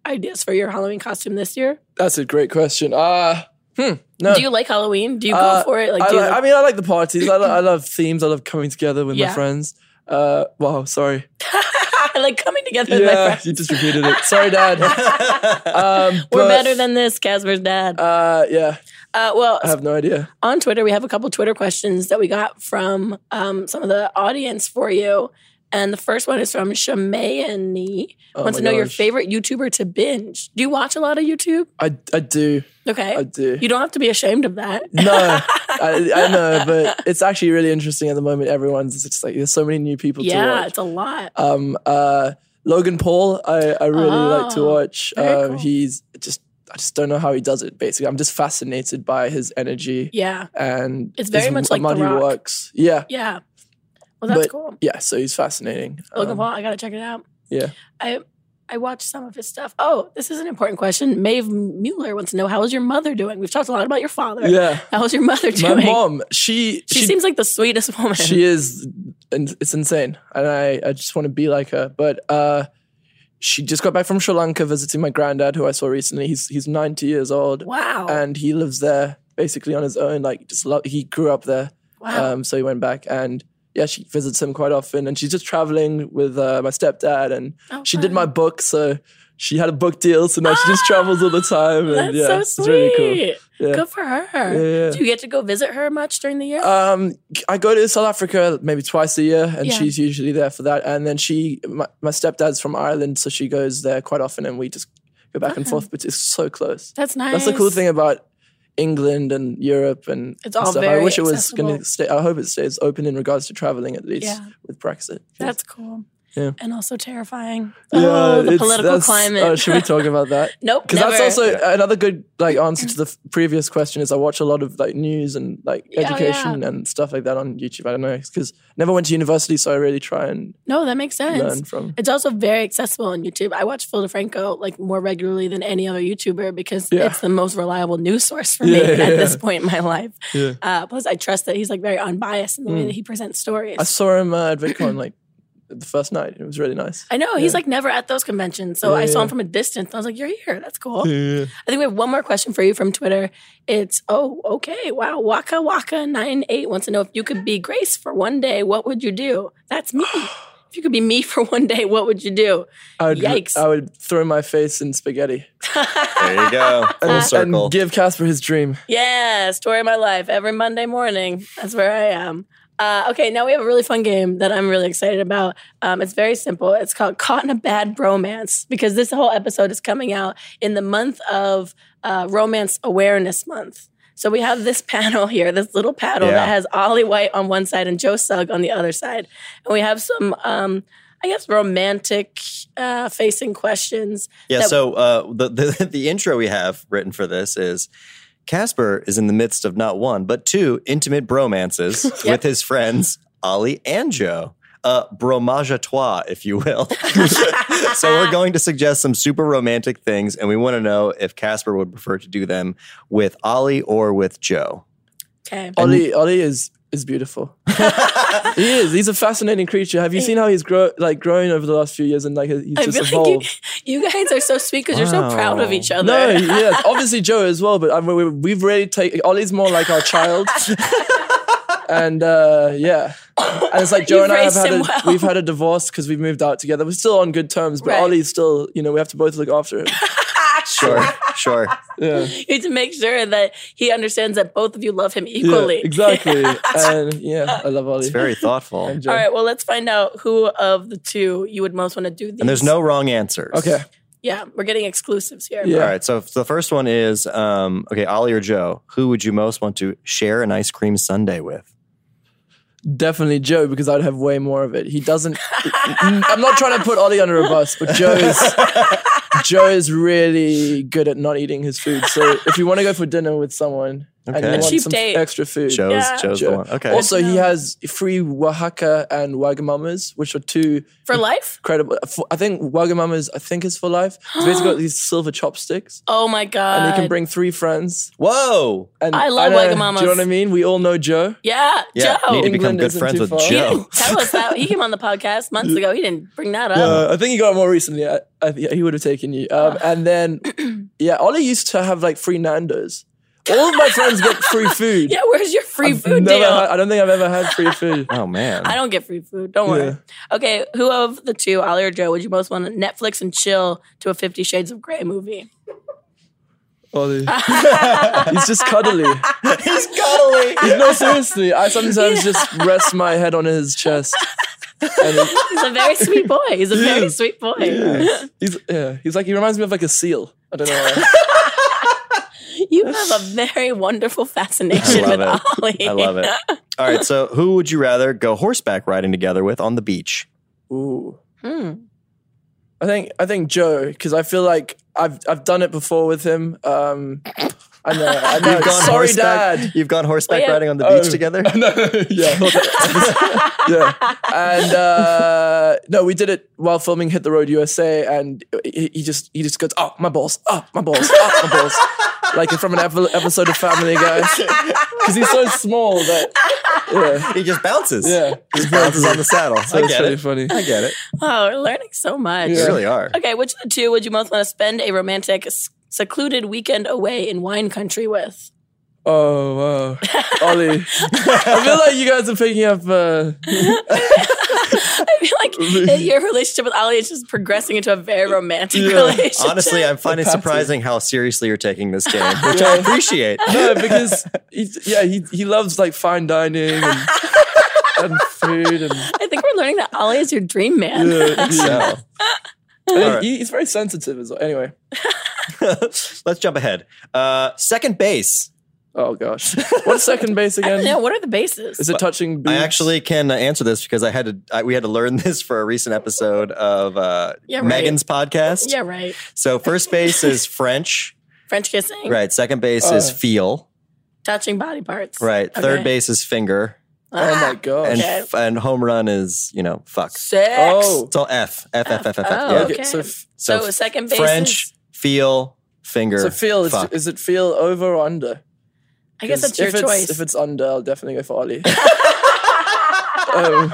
[SPEAKER 3] ideas for your Halloween costume this year?
[SPEAKER 8] that's a great question. Uh, hmm, no.
[SPEAKER 3] Do you like Halloween? Do you
[SPEAKER 8] Uh,
[SPEAKER 3] go for it? Like,
[SPEAKER 8] I,
[SPEAKER 3] do you
[SPEAKER 8] like- I mean, I like the parties. I, lo- I love themes. I love coming together with
[SPEAKER 3] Yeah.
[SPEAKER 8] my friends. Uh, wow, sorry.
[SPEAKER 3] like coming together with my
[SPEAKER 8] Yeah,
[SPEAKER 3] friends?
[SPEAKER 8] you just repeated it. Sorry, Dad. um,
[SPEAKER 3] We're
[SPEAKER 8] but,
[SPEAKER 3] better than this, Casper's dad.
[SPEAKER 8] Uh, yeah,
[SPEAKER 3] Uh, well,
[SPEAKER 8] I have no idea.
[SPEAKER 3] on Twitter, we have a couple Twitter questions that we got from um, some of the audience for you. And the first one is from Shamayani.
[SPEAKER 8] Oh
[SPEAKER 3] Wants to
[SPEAKER 8] my
[SPEAKER 3] know your
[SPEAKER 8] gosh.
[SPEAKER 3] favorite YouTuber to binge. Do you watch a lot of YouTube?
[SPEAKER 8] I, I do.
[SPEAKER 3] Okay.
[SPEAKER 8] I do.
[SPEAKER 3] you don't have to be ashamed of that.
[SPEAKER 8] No, I, I know, but it's actually really interesting at the moment. Everyone's just like, there's so many new people to
[SPEAKER 3] yeah,
[SPEAKER 8] watch.
[SPEAKER 3] it's a lot.
[SPEAKER 8] Um, uh, Logan Paul, I, I really like to
[SPEAKER 3] Oh,
[SPEAKER 8] watch. Uh,
[SPEAKER 3] very cool.
[SPEAKER 8] He's just, I just don't know how he does it. Basically, I'm just fascinated by his energy
[SPEAKER 3] Yeah.
[SPEAKER 8] and
[SPEAKER 3] It's very
[SPEAKER 8] his
[SPEAKER 3] much like The
[SPEAKER 8] muddy
[SPEAKER 3] Rock.
[SPEAKER 8] works. Yeah,
[SPEAKER 3] Yeah. Well, that's
[SPEAKER 8] But-
[SPEAKER 3] cool.
[SPEAKER 8] yeah. So he's fascinating.
[SPEAKER 3] Logan
[SPEAKER 8] Um,
[SPEAKER 3] Paul, I got to check it out.
[SPEAKER 8] yeah.
[SPEAKER 3] I I watched some of his stuff. Oh, this is an important question. Maeve Mueller wants to know how is your mother doing? We've talked a lot about your father.
[SPEAKER 8] Yeah,
[SPEAKER 3] How is your mother
[SPEAKER 8] my
[SPEAKER 3] doing?
[SPEAKER 8] mom. She
[SPEAKER 3] she, seems like the sweetest woman.
[SPEAKER 8] she is and it's insane and i i just want to be like her but uh she just got back from sri lanka visiting my granddad who i saw recently he's he's 90 years old
[SPEAKER 3] wow.
[SPEAKER 8] and he lives there basically on his own like just lo- he grew up there
[SPEAKER 3] wow.
[SPEAKER 8] um so he went back and yeah she visits him quite often and she's just traveling with uh, my stepdad and
[SPEAKER 3] Oh,
[SPEAKER 8] she did
[SPEAKER 3] fun.
[SPEAKER 8] my book so she had a book deal so now she just travels all the time and
[SPEAKER 3] That's
[SPEAKER 8] yeah
[SPEAKER 3] so
[SPEAKER 8] it's
[SPEAKER 3] sweet.
[SPEAKER 8] really cool Yeah.
[SPEAKER 3] Good for her.
[SPEAKER 8] Yeah, yeah.
[SPEAKER 3] Do you get to go visit her much during the year?
[SPEAKER 8] Um, I go to South Africa maybe twice a year, and
[SPEAKER 3] Yeah.
[SPEAKER 8] she's usually there for that. And then she, my, my stepdad's from Ireland, so she goes there quite often, and we just go back and
[SPEAKER 3] Okay.
[SPEAKER 8] forth. But it's so close.
[SPEAKER 3] That's nice.
[SPEAKER 8] That's the cool thing about England and Europe, and
[SPEAKER 3] It's
[SPEAKER 8] and
[SPEAKER 3] all
[SPEAKER 8] stuff.
[SPEAKER 3] very
[SPEAKER 8] I wish it was
[SPEAKER 3] accessible.
[SPEAKER 8] going to stay. I hope it stays open in regards to traveling at least
[SPEAKER 3] Yeah.
[SPEAKER 8] with Brexit.
[SPEAKER 3] That's cool. and also terrifying.
[SPEAKER 8] Yeah,
[SPEAKER 3] oh, the
[SPEAKER 8] it's-
[SPEAKER 3] political
[SPEAKER 8] that's-
[SPEAKER 3] climate.
[SPEAKER 8] Oh, should we talk about that?
[SPEAKER 3] nope.
[SPEAKER 8] Because that's
[SPEAKER 3] never.
[SPEAKER 8] also another good like answer to the f- previous question is I watch a lot of like news and like
[SPEAKER 3] Yeah,
[SPEAKER 8] education and stuff like that on YouTube. I don't know because never went to university, so I really try and
[SPEAKER 3] no. That makes sense.
[SPEAKER 8] learn from.
[SPEAKER 3] It's also very accessible on YouTube. I watch Phil DeFranco like more regularly than any other YouTuber because
[SPEAKER 8] Yeah.
[SPEAKER 3] it's the most reliable news source for me
[SPEAKER 8] Yeah, yeah,
[SPEAKER 3] at this
[SPEAKER 8] yeah.
[SPEAKER 3] point in my life.
[SPEAKER 8] Yeah. Hmm.
[SPEAKER 3] Uh, plus, I trust that he's like very unbiased in the way that he presents stories.
[SPEAKER 8] I saw him uh, at VidCon like the first night. It was really nice.
[SPEAKER 3] I know he's
[SPEAKER 8] Yeah.
[SPEAKER 3] like never at those conventions, so
[SPEAKER 8] Yeah,
[SPEAKER 3] I saw
[SPEAKER 8] yeah.
[SPEAKER 3] him from a distance. I was like, "You're here. That's cool."
[SPEAKER 8] Yeah.
[SPEAKER 3] I think we have one more question for you from Twitter. It's oh okay wow Waka Waka nine eight wants to know if you could be Grace for one day, what would you do? That's me. if you could be me for one day, what would you do?
[SPEAKER 8] I would,
[SPEAKER 3] Yikes.
[SPEAKER 8] I would throw my face in spaghetti
[SPEAKER 5] There you go.
[SPEAKER 8] and,
[SPEAKER 5] Full
[SPEAKER 8] and
[SPEAKER 5] circle.
[SPEAKER 8] give Casper his dream.
[SPEAKER 3] Yeah, story of my life. Every Monday morning, that's where I am. Uh, okay, now we have a really fun game that I'm really excited about. Um, it's very simple. It's called Caught in a Bad Bromance because this whole episode is coming out in the month of uh, Romance Awareness Month. So we have this panel here, this little panel
[SPEAKER 5] Yeah.
[SPEAKER 3] that has Ollie White on one side and Joe Sugg on the other side. And we have some, um, I guess, romantic uh, facing questions.
[SPEAKER 5] Yeah.
[SPEAKER 3] that-
[SPEAKER 5] So uh, the, the the intro we have written for this is Casper is in the midst of not one but two intimate bromances with his friends Ollie and Joe. Uh, bromage à trois, if you will. so we're going to suggest some super romantic things, and we want to know if Casper would prefer to do them with Ollie or with Joe.
[SPEAKER 3] Okay.
[SPEAKER 8] Ollie, Ollie is is beautiful. he is. He's a fascinating creature. Have you seen how he's grow like grown over the last few years and like he's
[SPEAKER 3] I
[SPEAKER 8] just
[SPEAKER 3] feel
[SPEAKER 8] evolved?
[SPEAKER 3] like you, you guys are so sweet because you're so proud of
[SPEAKER 5] Wow.
[SPEAKER 3] each other.
[SPEAKER 8] No, yeah, obviously Joe as well, but I mean, we, we've really taken Ollie's more like our child, and uh, yeah, and it's like Joe
[SPEAKER 3] You've
[SPEAKER 8] and I have
[SPEAKER 3] raised
[SPEAKER 8] had a,
[SPEAKER 3] him well.
[SPEAKER 8] we've had a divorce because we've moved out together. We're still on good terms, but
[SPEAKER 3] Right.
[SPEAKER 8] Ollie's still, you know, we have to both look after him.
[SPEAKER 5] Sure, sure.
[SPEAKER 8] Yeah,
[SPEAKER 3] you need to make sure that he understands that both of you love him
[SPEAKER 8] Yeah,
[SPEAKER 3] equally.
[SPEAKER 8] exactly. and yeah, I love Ollie.
[SPEAKER 5] It's very thoughtful.
[SPEAKER 8] And Joe.
[SPEAKER 3] All right, well, let's find out who of the two you would most want to do these.
[SPEAKER 5] And there's no wrong answers.
[SPEAKER 8] Okay.
[SPEAKER 3] Yeah, we're getting exclusives here.
[SPEAKER 8] Yeah.
[SPEAKER 5] All right. So the first one is um, okay, Ollie or Joe, who would you most want to share an ice cream sundae with?
[SPEAKER 8] Definitely Joe because I'd have way more of it. He doesn't. I'm not trying to put Ollie under a bus, but Joe is Joe is really good at not eating his food. So if you want to go for dinner with someone and
[SPEAKER 5] Okay.
[SPEAKER 8] you
[SPEAKER 5] A
[SPEAKER 8] want
[SPEAKER 3] cheap
[SPEAKER 8] some
[SPEAKER 3] date.
[SPEAKER 8] extra food,
[SPEAKER 5] Joe's
[SPEAKER 3] Yeah.
[SPEAKER 5] Joe's
[SPEAKER 8] Joe.
[SPEAKER 5] the one. Okay.
[SPEAKER 8] Also, he has free Oaxaca and Wagamamas, which are two
[SPEAKER 3] For life?
[SPEAKER 8] incredible. For, I think Wagamamas, I think, is for life. He's basically got these silver chopsticks,
[SPEAKER 3] Oh my God.
[SPEAKER 8] and he can bring three friends.
[SPEAKER 5] Whoa.
[SPEAKER 8] And
[SPEAKER 3] I love
[SPEAKER 8] know- Do
[SPEAKER 3] Wagamamas.
[SPEAKER 8] you know what I mean? We all know Joe.
[SPEAKER 3] yeah,
[SPEAKER 5] Yeah.
[SPEAKER 3] Joe.
[SPEAKER 5] Need to become
[SPEAKER 8] England
[SPEAKER 5] good
[SPEAKER 8] isn't
[SPEAKER 5] friends
[SPEAKER 8] too
[SPEAKER 5] with
[SPEAKER 8] far.
[SPEAKER 3] He
[SPEAKER 5] Joe.
[SPEAKER 3] didn't tell us that. He came on the podcast months ago. He didn't bring that up.
[SPEAKER 8] Uh, I think he got it more recently. I, I, think he would have taken you.
[SPEAKER 3] Oh.
[SPEAKER 8] Um, and then, yeah, Ollie used to have like free Nando's. All of my friends get free food.
[SPEAKER 3] Yeah, where's your free
[SPEAKER 8] I've
[SPEAKER 3] food
[SPEAKER 8] never
[SPEAKER 3] deal?
[SPEAKER 8] had- I don't think I've ever had free food.
[SPEAKER 5] Oh man.
[SPEAKER 3] I don't get free food. Don't worry.
[SPEAKER 8] Yeah.
[SPEAKER 3] Okay, who of the two, Ollie or Joe, would you most want to Netflix and chill to a Fifty Shades of Grey movie?
[SPEAKER 8] Ollie. He's just cuddly.
[SPEAKER 5] He's cuddly.
[SPEAKER 8] No, seriously. I sometimes just rest my head on his chest. And he-
[SPEAKER 3] He's a very sweet boy. He's a very
[SPEAKER 8] Yes.
[SPEAKER 3] sweet boy.
[SPEAKER 8] he's, yeah, he's like, he reminds me of like a seal. I don't know why.
[SPEAKER 3] You have a very wonderful fascination
[SPEAKER 5] I
[SPEAKER 3] with
[SPEAKER 5] love
[SPEAKER 3] Ollie.
[SPEAKER 5] I love it. All right. So who would you rather go horseback riding together with on the beach?
[SPEAKER 8] Ooh.
[SPEAKER 3] Hmm.
[SPEAKER 8] I think I think Joe because I feel like I've I've done it before with him. Um, I know. I know.
[SPEAKER 5] You've gone
[SPEAKER 8] Sorry,
[SPEAKER 5] horseback.
[SPEAKER 8] Dad.
[SPEAKER 5] You've gone horseback
[SPEAKER 3] Wait,
[SPEAKER 5] riding on the
[SPEAKER 8] oh.
[SPEAKER 5] beach together?
[SPEAKER 8] no, yeah, hold on. yeah. And uh, no, we did it while filming Hit the Road USA, and he, he just he just goes, "Oh, my balls! Oh, my balls! Oh, my balls!" like from an epi- episode of Family Guy, because he's so small that yeah,
[SPEAKER 5] He just bounces.
[SPEAKER 8] yeah,
[SPEAKER 5] Just bounces on the saddle. I
[SPEAKER 8] that's
[SPEAKER 5] get
[SPEAKER 8] really
[SPEAKER 5] it.
[SPEAKER 8] funny.
[SPEAKER 5] I get it.
[SPEAKER 3] Oh, we're learning so much.
[SPEAKER 5] You really are.
[SPEAKER 3] Okay, which of the two would you most want to spend a romantic, s- secluded weekend away in wine country with?
[SPEAKER 8] Oh wow, Ollie! I feel like you guys are picking up. Uh,
[SPEAKER 3] I feel like that your relationship with Ollie is just progressing into a very romantic relationship.
[SPEAKER 5] Honestly, I'm finding
[SPEAKER 8] Patsy.
[SPEAKER 5] surprising how seriously you're taking this game, which I appreciate.
[SPEAKER 8] No, because he's, yeah, he he loves like fine dining and, and food and
[SPEAKER 3] I think we're learning that Ollie is your dream man.
[SPEAKER 5] So.
[SPEAKER 8] and
[SPEAKER 5] All right.
[SPEAKER 8] he, he's very sensitive as well. Anyway,
[SPEAKER 5] Let's jump ahead. Uh, second base.
[SPEAKER 8] Oh gosh, what's second base
[SPEAKER 3] I don't know.
[SPEAKER 8] again?
[SPEAKER 3] What are the bases?
[SPEAKER 8] Is it touching? Boobs?
[SPEAKER 5] I actually can uh, answer this because I had to. I, we had to learn this for a recent episode of uh,
[SPEAKER 3] Yeah, right.
[SPEAKER 5] Megan's podcast.
[SPEAKER 3] yeah, right.
[SPEAKER 5] So first base is French,
[SPEAKER 3] French kissing,
[SPEAKER 5] right? Second base is
[SPEAKER 8] Uh.
[SPEAKER 5] feel,
[SPEAKER 3] touching body parts.
[SPEAKER 5] right?
[SPEAKER 3] Okay.
[SPEAKER 5] Third base is finger,
[SPEAKER 8] Oh
[SPEAKER 3] Ah,
[SPEAKER 8] my gosh.
[SPEAKER 5] and
[SPEAKER 3] Okay.
[SPEAKER 5] f- and home run is you know fuck.
[SPEAKER 3] Sex.
[SPEAKER 8] Oh.
[SPEAKER 5] It's all F F F F F. F.
[SPEAKER 3] Oh,
[SPEAKER 5] yeah.
[SPEAKER 3] okay.
[SPEAKER 8] Okay, so f-
[SPEAKER 3] So,
[SPEAKER 5] f-
[SPEAKER 3] second base.
[SPEAKER 5] French feel finger.
[SPEAKER 8] So feel is,
[SPEAKER 5] fuck.
[SPEAKER 8] is it feel over or under?
[SPEAKER 3] I guess that's your
[SPEAKER 8] if it's,
[SPEAKER 3] choice.
[SPEAKER 8] If it's under, I'll definitely go for Ollie. um,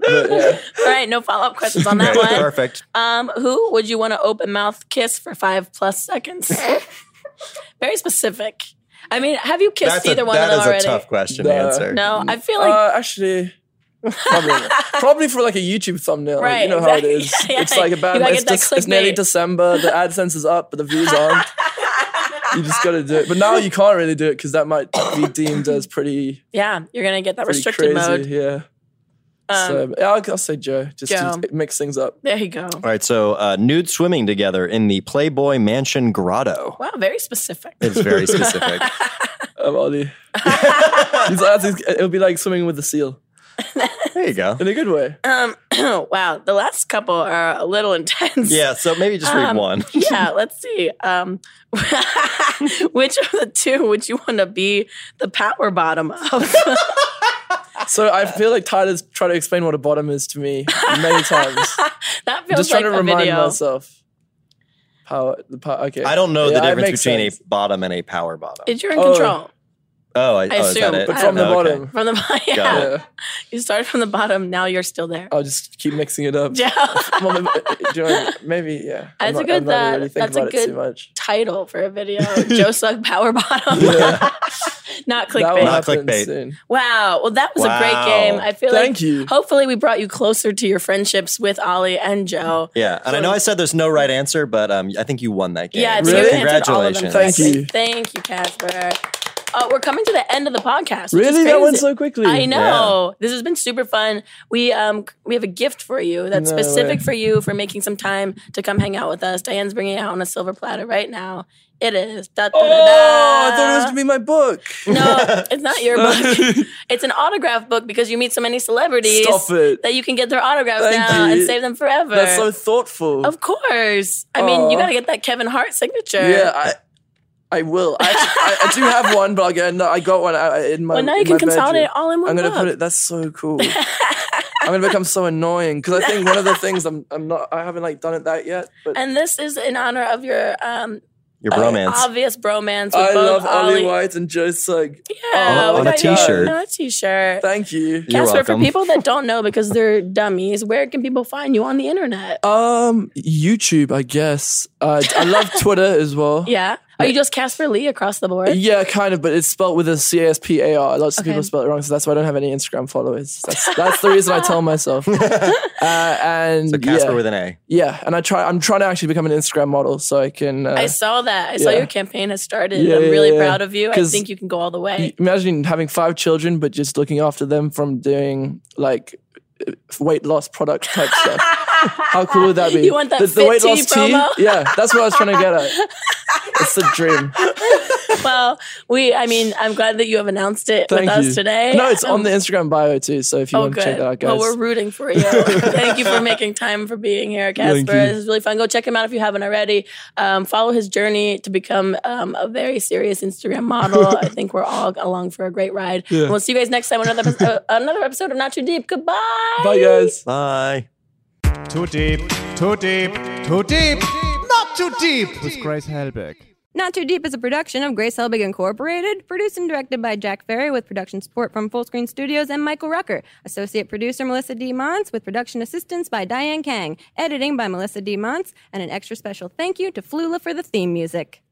[SPEAKER 8] but yeah.
[SPEAKER 3] All right. No follow up questions on that
[SPEAKER 5] Right,
[SPEAKER 3] one.
[SPEAKER 5] Perfect.
[SPEAKER 3] Um, who would you want to open mouth kiss for five plus seconds? Very specific. I mean, have you kissed
[SPEAKER 5] That's
[SPEAKER 3] either
[SPEAKER 5] a,
[SPEAKER 3] one
[SPEAKER 5] that
[SPEAKER 3] of them
[SPEAKER 5] is
[SPEAKER 3] already?
[SPEAKER 5] a tough question
[SPEAKER 8] No.
[SPEAKER 5] to answer.
[SPEAKER 3] No, I feel like
[SPEAKER 8] uh, actually, probably, not. Probably for like a YouTube thumbnail. like,
[SPEAKER 3] Right,
[SPEAKER 8] you know how it
[SPEAKER 3] exactly.
[SPEAKER 8] is.
[SPEAKER 3] Yeah, yeah,
[SPEAKER 8] It's like
[SPEAKER 3] you
[SPEAKER 8] about
[SPEAKER 3] gotta
[SPEAKER 8] it's,
[SPEAKER 3] get that
[SPEAKER 8] just- it's nearly
[SPEAKER 3] clickbait.
[SPEAKER 8] December. The AdSense is up, but the views aren't. you just got to do it. But now you can't really do it because that might be deemed as pretty,
[SPEAKER 3] yeah, you're gonna get that
[SPEAKER 8] pretty
[SPEAKER 3] restricted
[SPEAKER 8] crazy.
[SPEAKER 3] mode.
[SPEAKER 8] Yeah.
[SPEAKER 3] Um,
[SPEAKER 8] so yeah, I'll, I'll say Joe just
[SPEAKER 3] Joe.
[SPEAKER 8] to mix things up.
[SPEAKER 3] there you go.
[SPEAKER 5] All right, so uh, nude swimming together in the Playboy Mansion grotto.
[SPEAKER 3] Wow, very specific.
[SPEAKER 5] It's very specific.
[SPEAKER 8] Um, Ollie. He's like- it'll be like swimming with a seal
[SPEAKER 5] there you go.
[SPEAKER 8] in a good way.
[SPEAKER 3] Um, wow, the last couple are a little intense.
[SPEAKER 5] Yeah, so maybe just read
[SPEAKER 3] Um,
[SPEAKER 5] one.
[SPEAKER 3] yeah, let's see. Um, which of the two would you want to be the power bottom of?
[SPEAKER 8] So I feel like Tyler's tried to explain what a bottom is to me many times.
[SPEAKER 3] that
[SPEAKER 8] I'm
[SPEAKER 3] feels
[SPEAKER 8] just
[SPEAKER 3] like
[SPEAKER 8] trying to
[SPEAKER 3] a
[SPEAKER 8] remind
[SPEAKER 3] video.
[SPEAKER 8] myself. Power. The power. Okay.
[SPEAKER 5] I don't know
[SPEAKER 8] Yeah,
[SPEAKER 5] the
[SPEAKER 8] it
[SPEAKER 5] difference
[SPEAKER 8] makes
[SPEAKER 5] between
[SPEAKER 8] sense.
[SPEAKER 5] a bottom and a power bottom.
[SPEAKER 3] It's you're in
[SPEAKER 8] Oh.
[SPEAKER 3] control
[SPEAKER 5] oh, I, oh, is
[SPEAKER 3] assume,
[SPEAKER 5] that it?
[SPEAKER 8] But from the
[SPEAKER 5] Oh, okay.
[SPEAKER 8] bottom.
[SPEAKER 3] from the bottom. Yeah.
[SPEAKER 5] Got it.
[SPEAKER 8] Yeah.
[SPEAKER 3] you started from the bottom. Now you're still there.
[SPEAKER 8] I'll just keep mixing it up.
[SPEAKER 3] Yeah.
[SPEAKER 8] Well, maybe, uh, do you know, what I mean? maybe yeah. I'm
[SPEAKER 3] That's a
[SPEAKER 8] not- I'm
[SPEAKER 3] good,
[SPEAKER 8] not
[SPEAKER 3] uh,
[SPEAKER 8] really thinking
[SPEAKER 3] that's a
[SPEAKER 8] about it
[SPEAKER 3] good-
[SPEAKER 8] too much.
[SPEAKER 3] Title for a video: Joe Slug Power Bottom.
[SPEAKER 8] Yeah.
[SPEAKER 3] Not
[SPEAKER 8] That will
[SPEAKER 3] clickbait.
[SPEAKER 5] Not
[SPEAKER 8] happen
[SPEAKER 5] clickbait.
[SPEAKER 8] soon.
[SPEAKER 3] Wow. Well, that was a great
[SPEAKER 5] Wow.
[SPEAKER 3] game. I feel
[SPEAKER 8] Thank
[SPEAKER 3] like
[SPEAKER 8] you.
[SPEAKER 3] hopefully we brought you closer to your friendships with Ollie and Joe.
[SPEAKER 5] Yeah, and I know I said there's no right answer, but um, I think you won that game.
[SPEAKER 3] Yeah, I think
[SPEAKER 8] Really?
[SPEAKER 3] you answered all of them
[SPEAKER 5] Congratulations.
[SPEAKER 8] Thank
[SPEAKER 3] correctly.
[SPEAKER 8] you.
[SPEAKER 3] Thank you, Casper. Uh, we're coming to the end of the podcast. which is
[SPEAKER 8] Really, that went
[SPEAKER 3] crazy.
[SPEAKER 8] so quickly.
[SPEAKER 3] I know. This has been super fun. We um we have a gift for you that's
[SPEAKER 8] No
[SPEAKER 3] specific
[SPEAKER 8] way.
[SPEAKER 3] for you for making some time to come hang out with us. Diane's bringing it out on a silver platter right now. It is. Da, da, da, da.
[SPEAKER 8] Oh, I thought it was gonna be my book.
[SPEAKER 3] No, it's not your book. it's an autograph book because you meet so many celebrities
[SPEAKER 8] Stop it.
[SPEAKER 3] that you can get their autographs
[SPEAKER 8] Thank
[SPEAKER 3] now
[SPEAKER 8] you.
[SPEAKER 3] and save them forever.
[SPEAKER 8] That's so thoughtful.
[SPEAKER 3] of course. I mean, you
[SPEAKER 8] Aw.
[SPEAKER 3] got to get that Kevin Hart signature.
[SPEAKER 8] Yeah, I, I will. I, actually, I, I do have one, but I'll go. No, I got one out in my.
[SPEAKER 3] well, now
[SPEAKER 8] in
[SPEAKER 3] you can
[SPEAKER 8] my bedroom.
[SPEAKER 3] consolidate it all in one
[SPEAKER 8] I'm gonna
[SPEAKER 3] book.
[SPEAKER 8] put it. That's so cool. I'm gonna become so annoying because I think one of the things I'm I'm not I haven't like done it that yet. But
[SPEAKER 3] and this is in honor of your um,
[SPEAKER 5] Your bromance.
[SPEAKER 8] Uh,
[SPEAKER 3] obvious bromance with
[SPEAKER 8] I
[SPEAKER 3] both
[SPEAKER 8] love Ollie
[SPEAKER 3] Ollie
[SPEAKER 8] White and Joe Sugg.
[SPEAKER 3] Yeah,
[SPEAKER 8] Oh,
[SPEAKER 3] we
[SPEAKER 8] on a
[SPEAKER 3] got you
[SPEAKER 5] t-shirt.
[SPEAKER 3] On a t-shirt.
[SPEAKER 8] Thank you.
[SPEAKER 5] You're
[SPEAKER 3] Casper, for
[SPEAKER 5] welcome.
[SPEAKER 3] people that don't know because they're dummies, where can people find you on the internet?
[SPEAKER 8] Um, YouTube, I guess. Uh, I love Twitter as well.
[SPEAKER 3] Yeah. Are you just Casper Lee across the board?
[SPEAKER 8] Yeah, kind of, but it's spelled with a C A S P A R. Lots of
[SPEAKER 3] Okay.
[SPEAKER 8] people spell it wrong, so that's why I don't have any Instagram followers. That's, that's the reason I tell myself. Uh, and
[SPEAKER 5] so Casper
[SPEAKER 8] yeah.
[SPEAKER 5] with an A.
[SPEAKER 8] Yeah, and I try. I'm trying to actually become an Instagram model, so I can. Uh,
[SPEAKER 3] I saw that. I saw
[SPEAKER 8] yeah.
[SPEAKER 3] your campaign has started.
[SPEAKER 8] Yeah,
[SPEAKER 3] I'm
[SPEAKER 8] yeah,
[SPEAKER 3] really
[SPEAKER 8] yeah.
[SPEAKER 3] proud of you. I
[SPEAKER 8] 'Cause
[SPEAKER 3] think you can go all the
[SPEAKER 8] y-
[SPEAKER 3] way.
[SPEAKER 8] imagine having five children, but just looking after them from doing like uh, weight loss product type stuff. How cool would that be?
[SPEAKER 3] You want that Fit Tea promo?
[SPEAKER 8] Yeah, that's what I was trying to get at. It's the dream.
[SPEAKER 3] well, we I mean, I'm glad that you have announced it with
[SPEAKER 8] Thank you.
[SPEAKER 3] us today.
[SPEAKER 8] No, it's on
[SPEAKER 3] Um,
[SPEAKER 8] the Instagram bio too. So if you
[SPEAKER 3] Oh,
[SPEAKER 8] want to check
[SPEAKER 3] good.
[SPEAKER 8] that out,
[SPEAKER 3] Well,
[SPEAKER 8] guys.
[SPEAKER 3] we're rooting for you. Thank you for making time for being here, Casper.
[SPEAKER 8] you.
[SPEAKER 3] This is really fun. Go check him out if you haven't already. Um, follow his journey to become um, a very serious Instagram model. I think we're all along for a great ride. And we'll see you guys next time on another episode, uh, another episode of Not Too Deep. Goodbye.
[SPEAKER 8] Bye, guys.
[SPEAKER 5] Bye.
[SPEAKER 9] Too deep, too deep, too deep, not too deep with Grace Helbig.
[SPEAKER 4] Not Too Deep is a production of Grace Helbig Incorporated, produced and directed by Jack Ferry with production support from Full Screen Studios and Michael Rucker, associate producer Melissa D. Mons with production assistance by Diane Kang, editing by Melissa D. Mons, and an extra special thank you to Flula for the theme music.